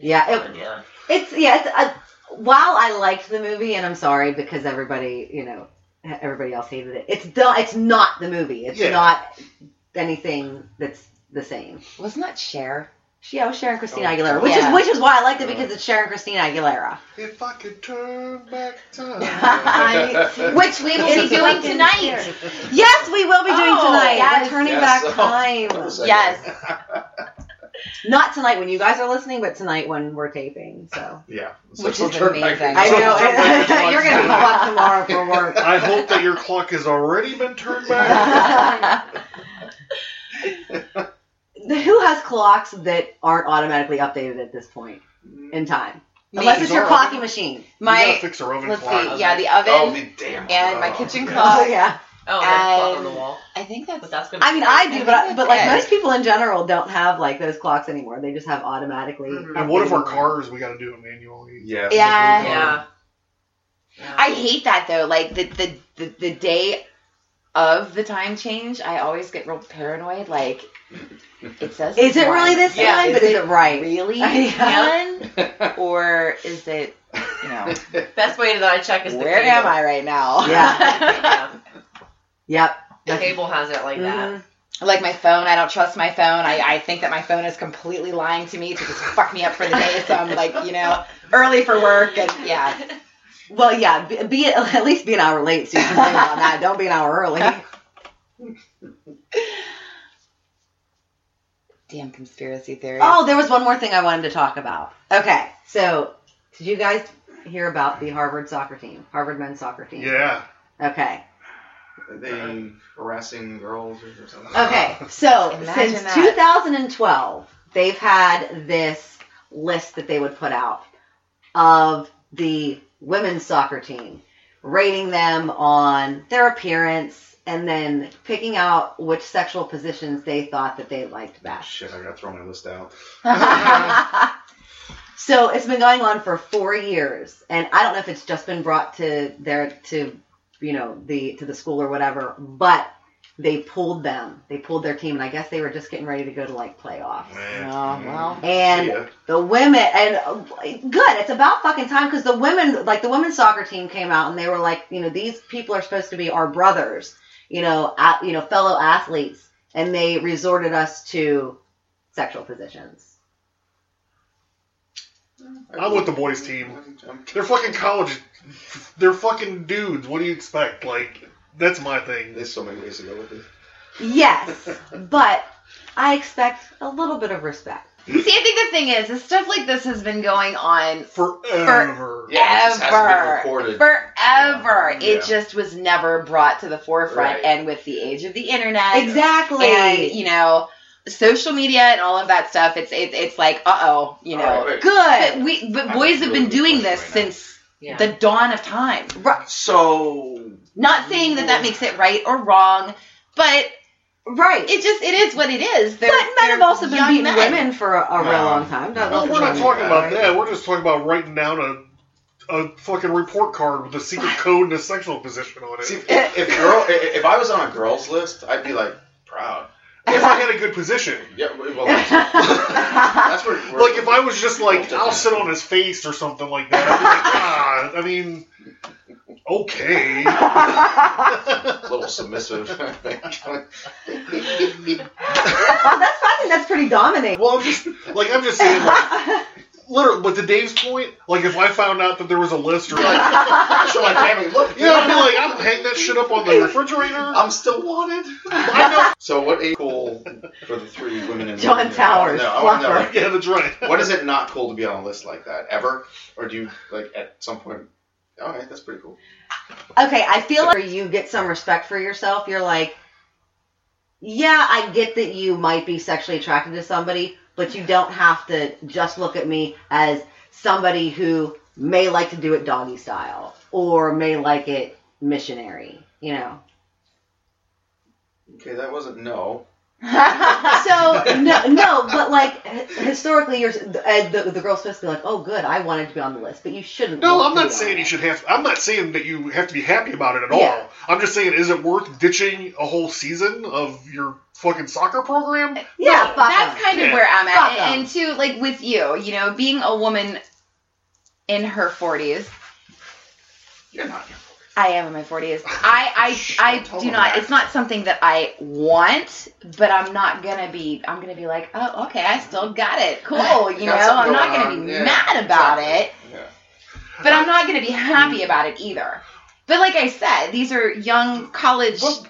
S3: Yeah. It,
S1: Oh, Yeah.
S3: It's yeah. It's uh while I liked the movie, and I'm sorry because everybody, you know, everybody else hated it. It's the, it's not the movie. It's
S4: Yeah.
S3: not anything that's the same.
S2: Wasn't that Cher?
S3: She yeah, was Sharon Christina
S5: Oh,
S3: Aguilera, which
S2: yeah.
S3: is which is why I liked it because it's Sharon Christina Aguilera,
S4: If I could turn back time.
S3: which we
S2: will be doing tonight.
S3: Yes, we will be doing
S2: Oh,
S3: tonight.
S2: yes.
S3: We're turning
S5: Yes.
S3: back
S5: That was
S3: time.
S5: a-
S2: Yes.
S3: Not tonight when you guys are listening, but tonight when we're taping. So
S5: Yeah.
S2: Which
S5: we'll
S2: is
S5: turn back
S2: amazing.
S5: to-
S3: I
S4: So-
S3: know you're gonna be called up tomorrow for work.
S4: I hope that your clock has already been turned back.
S3: Who has clocks that aren't automatically updated at this point in time?
S2: Me.
S3: Unless it's your
S4: Bizarre.
S3: coffee machine.
S4: you
S2: my
S4: gotta fix her oven
S2: let's
S4: clock.
S2: see, yeah, the oven.
S5: Oh, the damn.
S2: and my
S5: oh,
S2: kitchen
S5: yeah.
S2: clock.
S3: Oh yeah.
S1: Oh, there's clock on the
S2: And-
S1: wall.
S2: I think
S1: But
S2: that's
S1: that's gonna.
S3: I mean, I do, but I, but like
S2: Yeah.
S3: most people in general don't have like those clocks anymore. They just have automatically.
S1: Mhm.
S4: And what if our cars? We gotta do it manually.
S5: Yes.
S2: Yeah.
S1: Yeah. Yeah.
S2: I hate that though. Like the the the, the day of the time change, I always get real paranoid. Like it says.
S3: Is it
S2: one.
S3: really this
S1: Yeah,
S3: time?
S2: is
S3: But is
S2: it
S3: it right?
S2: Really?
S3: Yeah.
S2: one? or is it you know,
S1: Best way that I check is the
S2: where
S1: cable.
S2: am I right now?
S3: Yeah.
S1: Yeah.
S3: Yep.
S1: The cable has it like that.
S3: Mhm.
S2: like my phone, I don't trust my phone. I, I think that my phone is completely lying to me to just fuck me up for the day. So I'm like, you know, early for work and yeah.
S3: Mm. Well, yeah. Be, be at least be an hour late, so you can blame it on that. Don't be an hour early.
S2: Damn conspiracy theory.
S3: Oh, there was one more thing I wanted to talk about. Okay, so did you guys hear about the Harvard soccer team, Harvard men's soccer team?
S4: Yeah.
S3: Okay.
S5: Are they harassing girls or something?
S3: Okay, so
S2: Imagine
S3: since
S2: that.
S3: 2012, they've had this list that they would put out of the women's soccer team, rating them on their appearance and then picking out which sexual positions they thought that they liked best.
S5: Shit, I gotta throw my list out.
S3: so it's been going on for four years, and I don't know if it's just been brought to their to you know the to the school or whatever, but they pulled them. They pulled their team, and I guess they were just getting ready to go to like playoffs.
S4: Man.
S2: Oh, well.
S3: And
S5: Yeah.
S3: the women, and uh, good, it's about fucking time because the women, like the women's soccer team came out and they were like, you know, these people are supposed to be our brothers, you know, at, you know, fellow athletes, and they resorted us to sexual positions.
S4: I'm with the boys' team.
S5: I'm-
S4: They're fucking college. They're fucking dudes. What do you expect? Like, that's my thing.
S5: There's so many ways to go with this.
S3: Yes, but I expect a little bit of respect.
S2: See, I think the thing is, is stuff like this has been going on
S4: Forever.
S5: Yeah, this has been
S2: Ever.
S5: recorded.
S2: forever.
S5: Yeah.
S2: It just was never brought to the forefront.
S5: Right.
S2: And with the age of the internet,
S3: Exactly.
S2: and you know, social media and all of that stuff, it's it's it's like, uh oh, you
S5: All
S2: know.
S5: right, wait.
S2: But
S3: Good.
S2: we but
S5: I'm
S2: boys have been
S5: really
S2: doing this
S5: pushing right now.
S2: since
S1: Yeah.
S2: the dawn of time.
S5: So
S2: Not saying that that makes it right or wrong, but
S3: Right.
S2: it just it is what it is. They're,
S3: but men
S2: they're
S3: have also been
S2: young
S3: beating
S2: men.
S3: women for a, a real
S5: No.
S3: long time. Don't
S5: No,
S4: Well,
S3: look
S4: we're
S3: at
S4: not
S3: me.
S4: talking about that. We're just talking about writing down a. A fucking report card with a secret code and a sexual position on it.
S5: See, if, if girl, i- i- if I was on a girls list, I'd be like proud.
S4: if I had a good position,
S5: Yeah, well, that's where. where
S4: like if I was just like, I'll sit on his face or something like that. I'd be like, ah, I mean, okay.
S5: a little submissive.
S3: Well, that's I think that's pretty dominating.
S4: Well, I'm just like I'm just saying, like, literally. But to Dave's point, like if I found out that there was a list or like,
S5: Show my family. Look,
S4: yeah, I'd be like, I'm hang that shit up on the refrigerator.
S5: I'm still wanted.
S4: I know.
S5: So what a cool for the three women in
S3: John
S5: the,
S3: Towers,
S5: No, I want to know.
S3: fluffer.
S5: like,
S4: Yeah, that's right.
S5: what is it not cool to be on a list like that ever? Or do you like at some point? All right, that's pretty cool.
S3: Okay, I feel like you get some respect for yourself. You're like, yeah, I get that you might be sexually attracted to somebody, but you don't have to just look at me as somebody who may like to do it doggy style or may like it missionary. You know.
S5: Okay, that wasn't no.
S3: so no, no, but like h- historically, you're s- the, uh, the, the girl's supposed to be like, oh, good, I wanted to be on the list, but you shouldn't.
S4: No,
S3: want
S4: I'm
S3: to
S4: not
S3: be on
S4: saying
S3: it.
S4: you should have. I'm not saying that you have to be happy about it at
S3: Yeah.
S4: all. I'm just saying, is it worth ditching a whole season of your fucking soccer program?
S3: Yeah,
S2: No,
S3: fuck
S2: that's
S3: 'em.
S2: kind of
S4: Yeah.
S2: where I'm
S3: Fuck
S2: at. And,
S3: 'em.
S2: and too, like with you, you know, being a woman in her 40s,
S5: You're not.
S2: I am in my 40s. I I I
S5: Don't
S2: do
S5: tell
S2: not.
S5: them
S2: It's not something that I want, but I'm not gonna be. I'm gonna be like, oh, okay, I still got it. Cool, you know.
S5: Got something
S2: I'm not
S5: going
S2: gonna
S5: on.
S2: be
S5: Yeah,
S2: mad about
S5: exactly.
S2: it,
S5: Yeah.
S2: but I'm not gonna be happy about it either. But like I said, these are young college
S4: Well,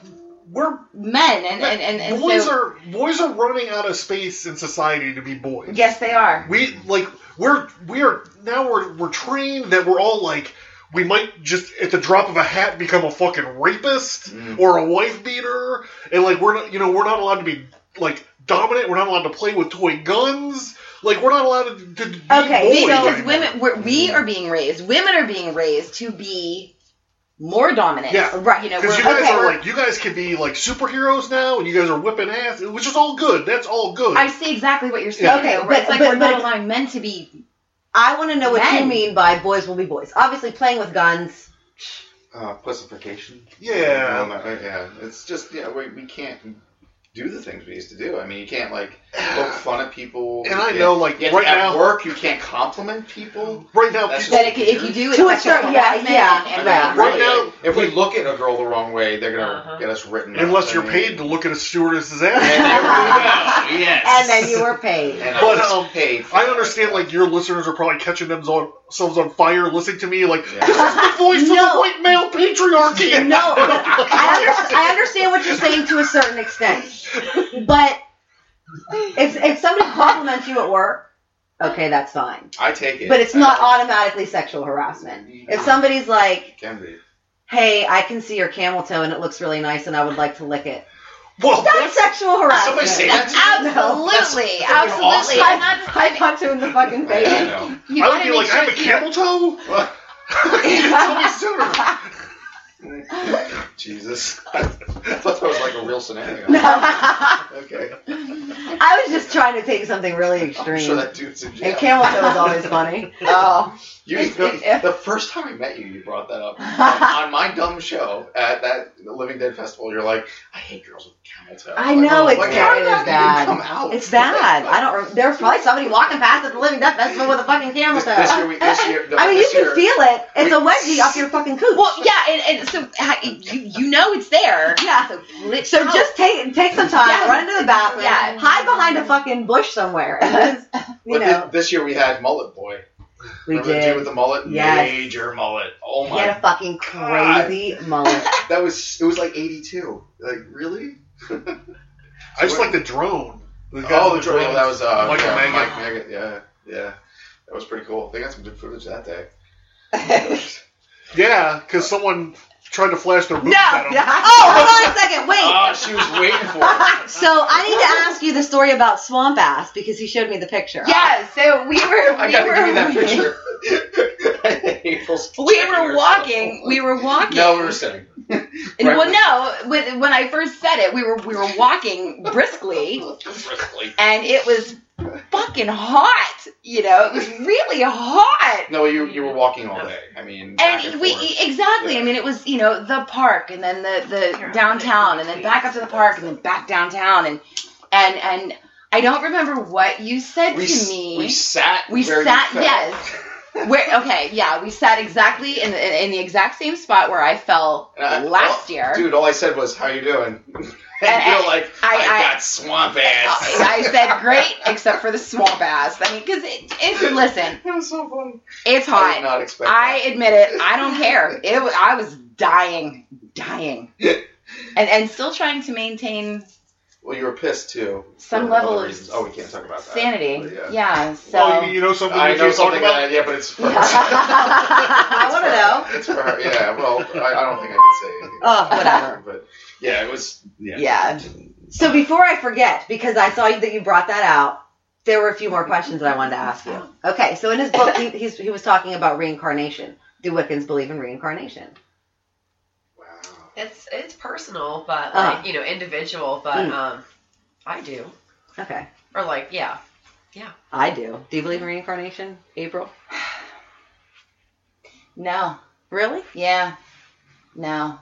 S4: We're
S2: men, and and and, and
S4: boys
S2: so
S4: are boys are running out of space in society to be boys.
S2: yes, they are.
S4: we like we're we're now we're we're trained that we're all like we might just at the drop of a hat become a fucking rapist
S5: Mm.
S4: or a wife beater and like we're not you know we're not allowed to be like dominant we're not allowed to play with toy guns like we're not allowed to, to be
S3: Okay,
S4: boys Mm-hmm.
S2: Because
S4: anymore.
S2: women, we're, we are being raised. Women are being raised to be more dominant.
S4: Yeah.
S2: right. You know,
S4: because
S2: we're,
S4: you guys
S2: okay,
S4: are
S2: we're-
S4: like you guys can be like superheroes now and you guys are whipping ass which is all good that's all good
S2: I see exactly what you're saying.
S4: Yeah.
S2: Okay,
S3: Okay,
S2: though, where
S3: but-
S2: it's like
S3: but-
S2: we're
S3: but-
S2: not allowing men to be.
S3: I want to know what you
S2: Men.
S3: mean by boys will be boys. Obviously, playing with guns.
S5: Uh, pussification.
S4: yeah
S5: Well, no, yeah. It's just yeah. We, we can't do the things we used to do. I mean, you can't like poke fun at people.
S4: And
S5: You
S4: I
S5: can't-
S4: know, like,
S5: you
S4: right
S5: can't- at
S4: now-
S5: work, you can't compliment people.
S4: Right now,
S5: That's
S4: people-
S2: That it, can- if you do it,
S3: To a
S2: it's sexual
S3: certain- yeah,
S2: harassment
S3: yeah,
S2: and- and
S3: yeah.
S2: really-
S4: Right now-
S5: if we look at a girl the wrong way, they're gonna
S1: Uh-huh.
S5: get us written. up.
S4: unless
S5: I
S4: you're
S5: mean,
S4: paid to look at a stewardess's
S5: And
S4: ass.
S5: everyone else, yes.
S3: And then you were paid.
S5: And
S4: But,
S5: I was
S4: um,
S5: paid. for
S4: I
S5: that.
S4: understand, like your listeners are probably catching themselves on fire listening to me, like
S5: Yeah.
S4: this is the voice of the
S3: No.
S4: white male patriarchy.
S3: No, but I, under, I understand what you're saying to a certain extent, but if if somebody compliments you at work, okay, that's fine.
S5: I take it,
S3: But it's
S5: I
S3: not
S5: don't-
S3: automatically sexual harassment. If somebody's like,
S5: Can be.
S3: "Hey, I can see your camel toe and it looks really nice, and I would like to lick it,"
S4: Well,
S3: that's sexual
S5: Did
S3: harassment.
S5: somebody say that? To you?
S2: Absolutely,
S5: That's freaking
S2: absolutely.
S5: awesome.
S2: I'm not just
S3: I punch him in the fucking
S5: I, I
S3: face.
S5: know.
S2: you
S4: I
S2: gotta
S4: would be
S2: make
S4: like,
S2: sure
S4: I have a
S2: you-
S4: camel toe.
S5: Well,
S4: Tell me
S5: Jesus, I thought that was like a real scenario. Okay,
S3: I was just trying to take something really
S5: I'm
S3: extreme.
S5: sure that dude's in jail.
S3: And camel toe is always funny. Oh,
S5: You, the, the first time I met you, you brought that up on, on my dumb show at that Living Dead festival. You're like, I hate girls with camel toe.
S3: I
S5: Like,
S3: know, it's
S5: like,
S3: bad,
S5: how
S3: it
S5: did
S3: is
S5: that even
S3: bad.
S5: Come out?
S3: it's bad. I don't. Re- there was probably somebody walking past at the Living Death Festival with a fucking camel
S5: This,
S3: toe.
S5: this year, we, this year, no,
S3: I mean, you
S5: this
S3: can
S5: year,
S3: feel it. It's a
S5: we-
S3: wedgie up your fucking cooch.
S2: Well, yeah, and, and so ha- you, you know it's there.
S3: yeah.
S2: So, lit-
S3: So
S2: out.
S3: just take take some time,
S2: Yeah.
S3: run into the bathroom,
S2: Yeah.
S3: hide behind a fucking bush somewhere. and just, you
S5: but thi-
S3: know,
S5: this year we had mullet boy.
S3: we
S5: Remember the dude with
S3: did.
S5: the mullet?
S3: Yes.
S5: Major mullet. Oh
S3: He
S5: my!
S3: had a fucking
S5: God.
S3: crazy mullet.
S5: That was it. Was like 82. Like really?
S4: I just like the drone. The guy
S5: oh, the
S4: with
S5: drone.
S4: drones.
S5: that was uh,
S4: Michael
S5: yeah,
S4: Mangan.
S5: Mike Mangan. Yeah, yeah. That was pretty cool. They got some good footage that day.
S4: Yeah, because someone tried to flash their boobs at him.
S3: Oh, hold on a second. Wait.
S5: Oh, she was waiting for it.
S3: So I need to ask you the story about Swamp Ass because he showed me the picture.
S2: yeah. So we were.
S5: I
S2: we
S5: gotta
S2: were,
S5: give you that picture. April's
S2: We
S5: checking
S2: were
S5: herself.
S2: walking. We were walking.
S5: No, we were sitting.
S2: And,
S5: right
S2: well,
S5: with-
S2: no. When, when I first said it, we were we were walking briskly,
S5: Briskly.
S2: and it was fucking hot. You know, it was really hot.
S5: No, you you were walking all day. I mean, back
S2: And
S5: forth.
S2: we exactly.
S5: Yeah.
S2: I mean, it was you know the park, and then the the downtown, and then back up to the park, and then back downtown, and and and I don't remember what you said
S5: we,
S2: to
S5: s-
S2: me.
S5: we sat.
S2: We
S5: where you
S2: sat-
S5: fell.
S2: yes. where okay, yeah, we sat exactly in the, in the exact same spot where I fell
S5: And I-
S2: last
S5: all-
S2: year.
S5: Uh, oh, dude. All I said was, "How you doing?" And,
S2: I-
S5: you're like,
S2: I-
S5: "I,
S2: I-
S5: got swamp ass."
S2: Uh, I said great, except for the swamp ass. I mean, because it, it's listen,
S5: That was so funny.
S2: it's
S5: I
S2: hot.
S5: did not expect.
S2: I
S5: that.
S2: admit it. I don't care. It. wa- I was dying, dying, and and still trying to maintain
S5: Well, you were pissed too. for
S2: some
S5: other
S2: level of
S5: reasons. Oh, we can't talk about that.
S2: sanity.
S5: But, yeah. Oh,
S2: Yeah. So
S4: Well, Oh, you, you know something
S5: I
S4: we
S5: know
S4: can't talk
S5: something
S4: about.
S5: that, yeah, but it's for
S3: I want to know.
S5: It's for her. Yeah. Well, I, I don't think I can say anything.
S3: Oh, whatever.
S5: But yeah, it was. Yeah.
S2: yeah.
S3: So before I forget, because I saw that you brought that out, there were a few more questions that I wanted to ask you. Okay, so in his book, he, he's, he was talking about reincarnation. Do Wiccans believe in reincarnation?
S5: Wow.
S1: It's it's personal, but
S3: Uh.
S1: like you know, individual. But
S3: Mm.
S1: um, I do,
S3: Okay,
S1: or like yeah,
S3: I do. Do you believe in reincarnation, April?
S2: No.
S3: Really?
S2: Yeah. No.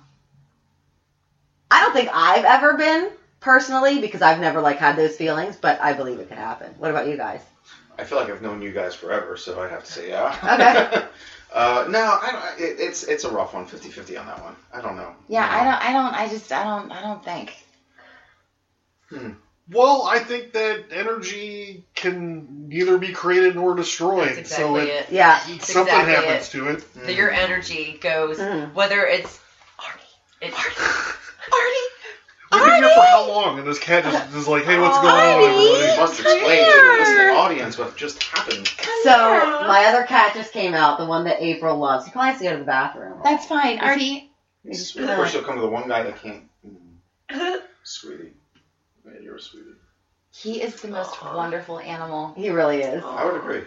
S3: I don't think I've ever been personally because I've never like had those feelings, but I believe it could happen. What about you guys?
S5: I feel like I've known you guys forever, so I'd have to say yeah.
S3: Okay.
S5: uh, no, I don't, it, it's it's a rough one. 50-50 on that one. I don't know.
S2: Yeah. I don't. I don't. I just. I don't. I don't think.
S4: Well, I think that energy can neither be created nor destroyed.
S1: that's exactly
S4: so
S1: it.
S3: Yeah.
S1: That's
S4: something
S1: exactly
S4: happens to it.
S5: Hmm.
S1: It. So your energy goes
S3: Mhm.
S1: whether it's Arnie, it,
S4: We've been here for how long? And this cat just is like, hey, what's going on,
S5: You
S4: everybody?
S5: must explain to the listening audience what just happened.
S3: So my other cat just came out, the one that April loves. He probably has to go to the bathroom.
S2: That's fine, Artie.
S5: Of course, you'll come to the one guy that can't. Mm, Sweetie. Yeah, you're a sweetie.
S2: He is the most
S1: Aw.
S2: wonderful animal.
S3: He really is.
S5: I would agree.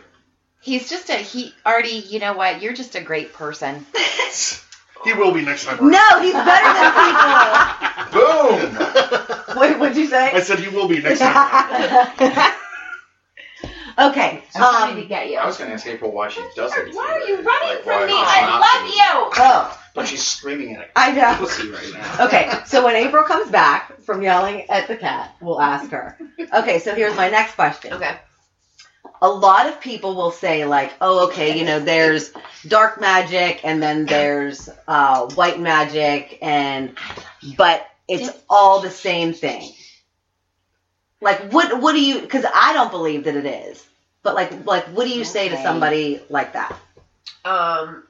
S2: He's just a he. Artie, you know what? You're just a great person.
S4: He will be next time. around.
S3: No, he's better than
S5: Boom!
S3: people. Wait, what'd you
S4: I
S3: say?
S4: said he will be next time. around.
S2: I'm
S3: okay.
S2: trying to
S3: Um,
S2: get you.
S5: I was going to ask April why she doesn't.
S2: Why are you
S5: do
S2: running
S5: that. Like,
S2: from
S5: why-
S2: me? I love you.
S3: oh,
S5: But she's screaming at
S3: I
S5: a
S3: know.
S5: pussy right now.
S3: Okay, so when April comes back from yelling at the cat, we'll ask her. Okay, so here's my next question.
S1: Okay.
S3: A lot of people will say, like, oh, okay, you know, there's dark magic and then there's uh, white magic, and but it's all the same thing. Like, what what do you? Because I don't believe that it is. But like, like, what do you say to
S2: Okay.
S3: somebody like that?
S1: Um,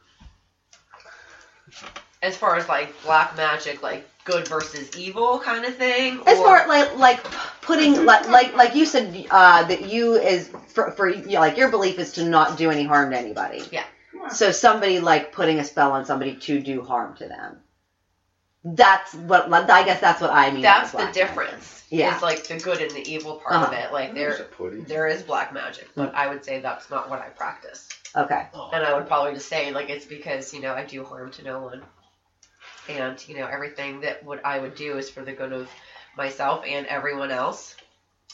S1: as far as like black magic, like good versus evil kind of thing.
S3: As
S1: or-
S3: far like like p- putting like like like you said uh, that you is for for you know, like your belief is to not do any harm to anybody.
S1: Yeah.
S3: So somebody like putting a spell on somebody to do harm to them. That's what like, I guess that's what I mean.
S1: that's
S3: by
S1: the
S3: black
S1: difference.
S3: Yeah.
S1: It's like the good and the evil part of
S3: Uh-huh.
S1: it. Like
S5: There's a
S1: there
S5: putty.
S1: there is black magic, but I would say that's not what I practice.
S3: magic. Okay.
S1: And I would probably just say like it's because, you know, I do harm to no one. And, you know, everything that what I would do is for the good of myself and everyone else.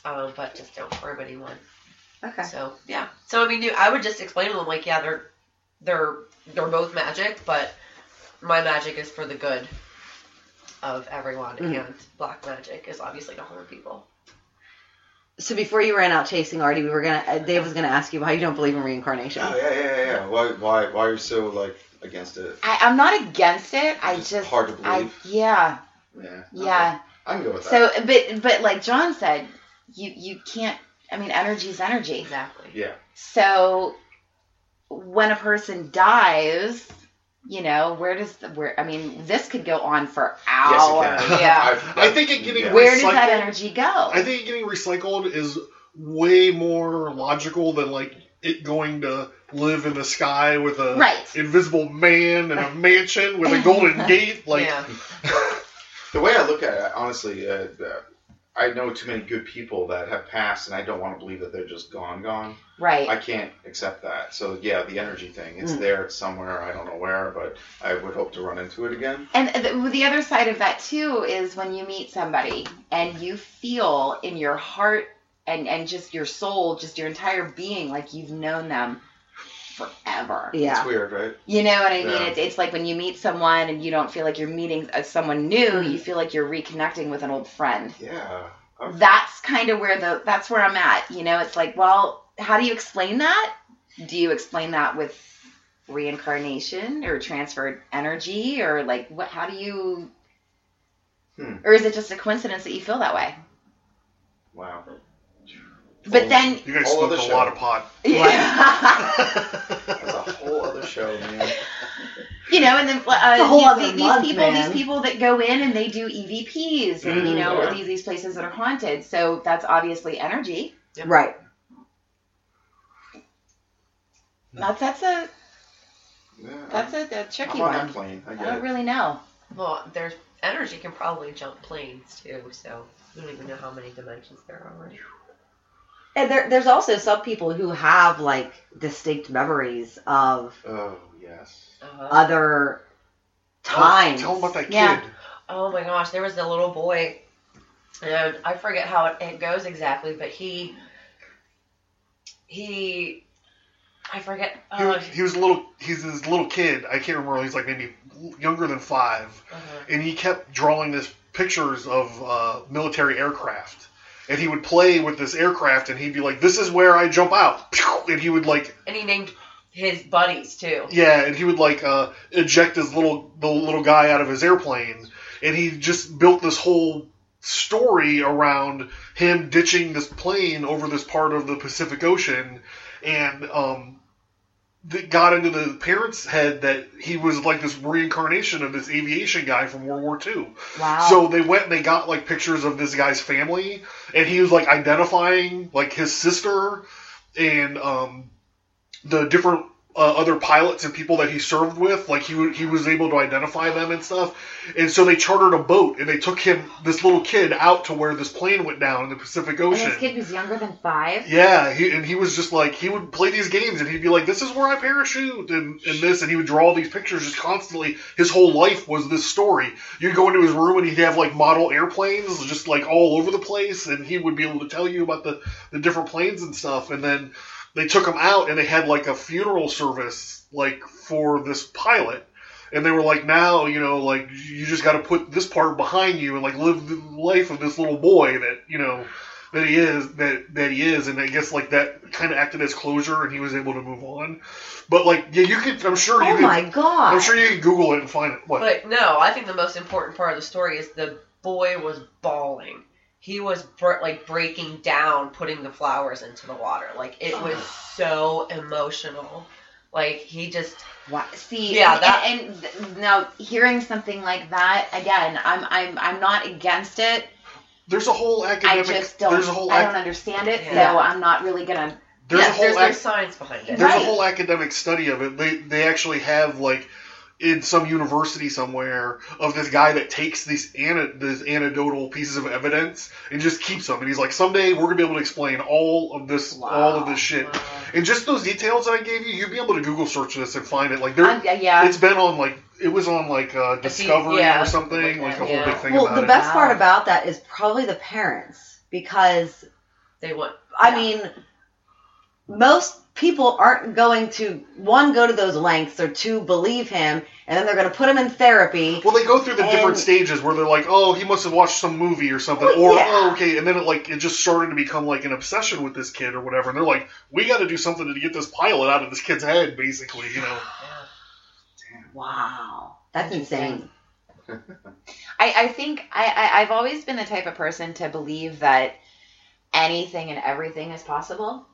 S1: Um, but just don't harm anyone.
S2: Okay.
S1: So yeah. So I mean, you, I would just explain to them like, yeah, they're they're they're both magic, but my magic is for the good of everyone,
S3: Mhm.
S1: and black magic is obviously to harm people.
S3: So before you ran out chasing Artie, we were gonna uh, Dave was gonna ask you why you don't believe in reincarnation.
S5: Oh yeah, yeah, yeah, yeah. Why, why, why are you so like against it?
S2: I, I'm not against it. I
S5: Just
S2: just,
S5: hard to
S2: I,
S5: believe.
S2: yeah,
S5: Yeah.
S2: yeah.
S5: I can go with that.
S2: So, but but like John said, you you can't. I mean, energy's energy.
S1: Exactly.
S5: yeah.
S2: So when a person dies, you know, where does the, where? I mean, this could go on for hours.
S5: Yes, you can.
S1: Yeah.
S5: I've-
S4: I think it getting
S5: Yeah.
S2: Where does that
S4: Recycle-
S2: energy go?
S4: I think getting recycled is way more logical than like it going to live in the sky with
S5: uh,
S4: a
S2: right.
S4: invisible man and a mansion with a golden gate. Like,
S1: yeah.
S5: The way I look at it, honestly, uh, uh, I know too many good people that have passed, and I don't want to believe that they're just gone, gone.
S2: Right.
S5: I can't accept that. So yeah, the energy thing—it's
S2: Hmm.
S3: Mm.
S5: there, it's somewhere. I don't know where, but I would hope to run into it again.
S2: And the, the other side of that too is when you meet somebody and you feel in your heart and and just your soul, just your entire being, like you've known them forever.
S3: Yeah.
S5: It's weird, right?
S2: You know what I mean?
S5: Yeah.
S2: It's, it's like when you meet someone and you don't feel like you're meeting uh, someone new,
S5: Mm-hmm.
S2: you feel like you're reconnecting with an old friend.
S5: Yeah. I've-
S2: That's kind of where the that's where I'm at. You know, it's like, well, how do you explain that? Do you explain that with reincarnation or transferred energy or like what how do you
S5: Hmm.
S2: or is it just a coincidence that you feel that way?
S5: Wow. Oh.
S2: But then
S4: oh, you guys
S5: All
S4: smoked
S5: other
S4: a
S5: show.
S4: lot of pot.
S5: That's a whole other show, man.
S2: you know, and then uh,
S3: It's a whole
S2: you know,
S3: other
S2: these
S3: month,
S2: people,
S3: man.
S2: these people that go in and they do EVPs, and you
S4: Mhm.
S2: know,
S5: Yeah.
S2: these these places that are haunted. So that's obviously energy.
S3: Right.
S2: That's that's a
S5: Yeah,
S2: that's a, a tricky
S5: I'm on that
S2: one.
S5: plane. I
S2: I
S5: get
S2: don't
S5: it.
S2: really know.
S1: Well, there's energy can probably jump planes too, so we don't even know how many dimensions there are. already.
S3: And there, there's also some people who have like distinct memories of
S5: Oh yes.
S1: Uh,
S3: other
S4: Tell-
S3: times.
S4: Tell them about that
S2: Yeah.
S4: kid.
S1: oh my gosh, there was a little boy, and I forget how it, it goes exactly, but he he I forget.
S4: He,
S1: Oh,
S4: was- he was a little. He's this little kid. I can't remember. He's like maybe younger than five,
S1: uh-huh.
S4: and he kept drawing this pictures of uh, military aircraft. And he would play with this aircraft, and he'd be like, "This is where I jump out," Pew! and he would like
S1: and he named his buddies too.
S4: Yeah, and he would like uh, eject his little the little guy out of his airplane, and he just built this whole story around him ditching this plane over this part of the Pacific Ocean, and um, that got into the parents' head that he was like this reincarnation of this aviation guy from World War II.
S2: Wow.
S4: So they went and they got like pictures of this guy's family, and he was like identifying like his sister and um, the different uh, other pilots and people that he served with. Like he wa- he was able to identify them and stuff. And so they chartered a boat and they took him this little kid out to where this plane went down in the Pacific
S2: and
S4: Ocean.
S2: this kid was younger than five.
S4: Yeah, he, and he was just like he would play these games, and he'd be like, "This is where I parachute," and, and this, and he would draw all these pictures just constantly. His whole life was this story. You'd go into his room, and he'd have like model airplanes just like all over the place, and he would be able to tell you about the the different planes and stuff. And then they took him out, and they had like a funeral service like for this pilot. and they were like, now you know, like you just got to put this part behind you and like live the life of this little boy that you know that he is that that he is, and I guess like that kind of acted as closure, and he was able to move on. But like, yeah, you could. I'm sure you.
S3: Oh
S4: could,
S3: my god!
S4: I'm sure you can Google it and find it. What?
S1: But no, I think the most important part of the story is the boy was bawling. He was br- like breaking down, putting the flowers into the water. Like it was so emotional. Like he just
S2: Wow. See,
S1: Yeah,
S2: and,
S1: that-
S2: and, and th- now hearing something like that again, I'm I'm I'm not against it.
S4: There's a whole
S2: I
S4: academic.
S2: just don't
S4: there's a whole.
S2: I
S4: ac-
S2: don't understand it,
S1: Yeah.
S2: so I'm not really gonna.
S4: there's
S2: yeah,
S4: a
S1: there's
S4: whole.
S1: no
S4: Ac-
S1: science behind it.
S4: there's
S2: Right.
S4: a whole academic study of it. They they actually have like in some university somewhere of this guy that takes these ana- these anecdotal pieces of evidence and just keeps them. And he's like, someday we're gonna be able to explain all of this, all of this shit.
S1: Wow.
S4: And just those details that I gave you, you'd be able to Google search this and find it. Like there,
S2: I'm, yeah.
S4: it's been on like it was on like uh, Discovery
S1: yeah,
S4: or something,
S1: something
S4: like
S1: like
S4: a
S1: that,
S4: whole
S1: yeah.
S4: big thing
S3: well,
S4: about
S3: the
S4: it.
S3: best part
S2: Wow.
S3: about that is probably the parents because
S1: They want
S3: I
S1: Yeah.
S3: mean, most people aren't going to one go to those lengths or two believe him, and then they're going to put him in therapy.
S4: Well, they go through the different
S3: And-
S4: stages where they're like, "Oh, he must have watched some movie or something,"
S3: Well,
S4: or
S3: yeah.
S4: "Oh, okay," and then it like it just started to become like an obsession with this kid or whatever. And they're like, "We got to do something to get this pilot out of this kid's head," basically, you know.
S3: Wow, that's insane.
S2: I, I think I, I I've always been the type of person to believe that anything and everything is possible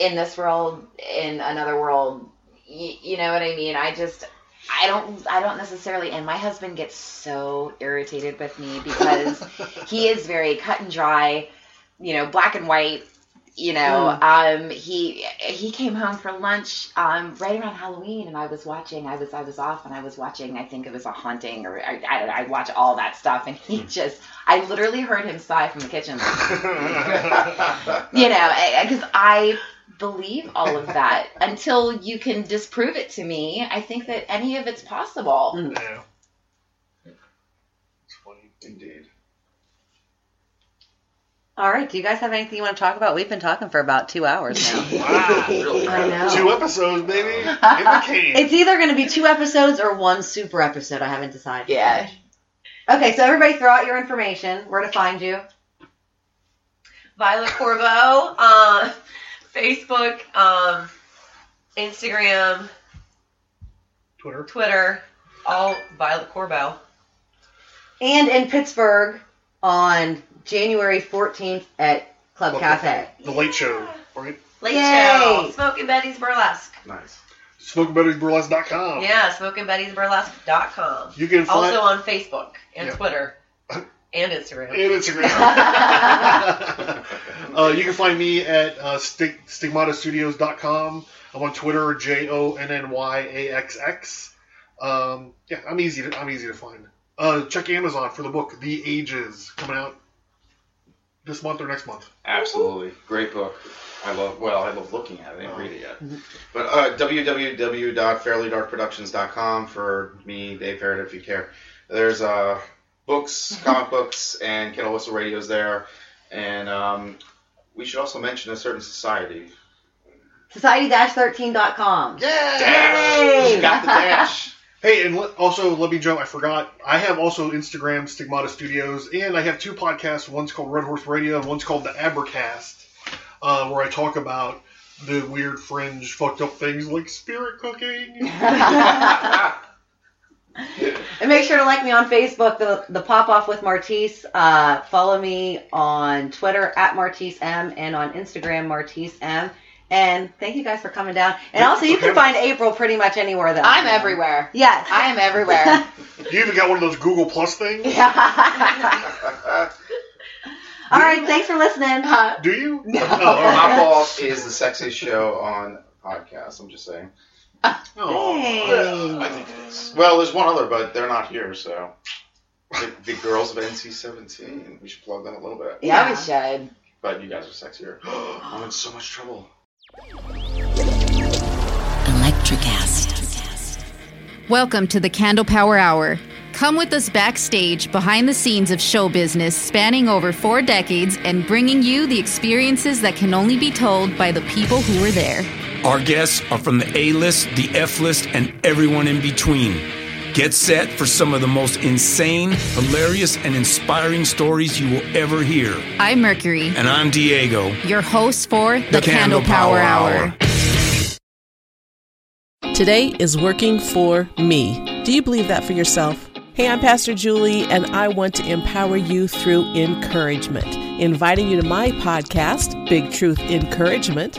S2: in this world, in another world. You, you know what I mean? I just I don't I don't necessarily. And my husband gets so irritated with me because he is very cut and dry, you know, black and white. You know, um, he he came home for lunch um, right around Halloween, and I was watching. I was I was off, and I was watching. I think it was a haunting, or I I, I watch all that stuff, and he just I literally heard him sigh from the kitchen. like, you know, because I believe all of that until you can disprove it to me. I think that any of it's possible.
S4: yeah.
S5: Indeed.
S3: All right, do you guys have anything you want to talk about? We've been talking for about two hours now.
S5: Really
S3: I know.
S1: Oh.
S4: Two episodes, baby, in the can.
S3: It's either going to be two episodes or one super episode. I haven't decided.
S2: Yeah.
S3: Okay, so everybody throw out your information, where to find you.
S1: Violet Corvo, uh, Facebook, um, Instagram,
S4: Twitter.
S1: Twitter, all Violet Corbo.
S3: And in Pittsburgh on January 14th at Club Cafe.
S4: The Late Show, right?
S1: Late
S3: Yay!
S1: Show, Smoking Betty's Burlesque.
S5: Nice.
S4: SmokingBetty'sBurlesque.com.
S1: Yeah, smokingbetty'sburlesque.com.
S4: You can find
S1: Also on Facebook and
S4: Yeah.
S1: Twitter and Instagram.
S4: and Instagram. uh, you can find me at uh, stig- stigmatastudios.com. I'm on Twitter, J O N N Y A X X. Um, yeah, I'm easy. To, I'm easy to find. Uh, check Amazon for the book The Ages coming out this month or next month.
S5: Absolutely. Great book. I love, well, I love looking at it. I didn't read it yet. But uh, www.fairlydarkproductions.com for me, Dave Farrett, if you care. There's uh, books, comic books, and Kettle Whistle Radio's there. And um, we should also mention a certain society.
S3: Society-13.com.
S5: Yeah! You got the dash.
S4: Hey, and let, also let me jump. I forgot. I have also Instagram Stigmata Studios, and I have two podcasts. One's called Red Horse Radio, and one's called The Abercast, uh, where I talk about the weird, fringe, fucked up things like spirit cooking.
S3: And make sure to like me on Facebook, the, the Pop Off with Martise. Uh, follow me on Twitter at Martise M and on Instagram Martise M. And thank you guys for coming down. And also, you can find April pretty much anywhere that I
S2: I'm
S3: am.
S2: everywhere.
S3: Yes.
S2: I am everywhere.
S4: You even got one of those Google Plus things,
S3: All right. Thanks for listening.
S4: do you? Oh, No.
S5: My Balls is the sexiest show on podcast. I'm just saying.
S4: Oh.
S3: Hey.
S5: I think it is. Well, there's one other, but they're not here, so. The, the girls of NC17. We should plug them a little bit.
S2: yeah, we should.
S5: But you guys are sexier. I'm in so much trouble.
S8: Electricast.
S9: Welcome to the Candle Power Hour. Come with us backstage behind the scenes of show business spanning over four decades and bringing you the experiences that can only be told by the people who were there.
S10: Our guests are from the A list, the F list, and everyone in between.
S8: Get set for some of the most insane, hilarious, and inspiring stories you will ever hear.
S9: I'm Mercury,
S8: And I'm Diego.
S9: your host for The, Candle, Power, Hour.
S10: Today is working for me. Do you believe that for yourself? Hey, I'm Pastor Julie, and I want to empower you through encouragement, inviting you to my podcast, Big Truth Encouragement,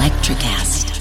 S11: Electricast.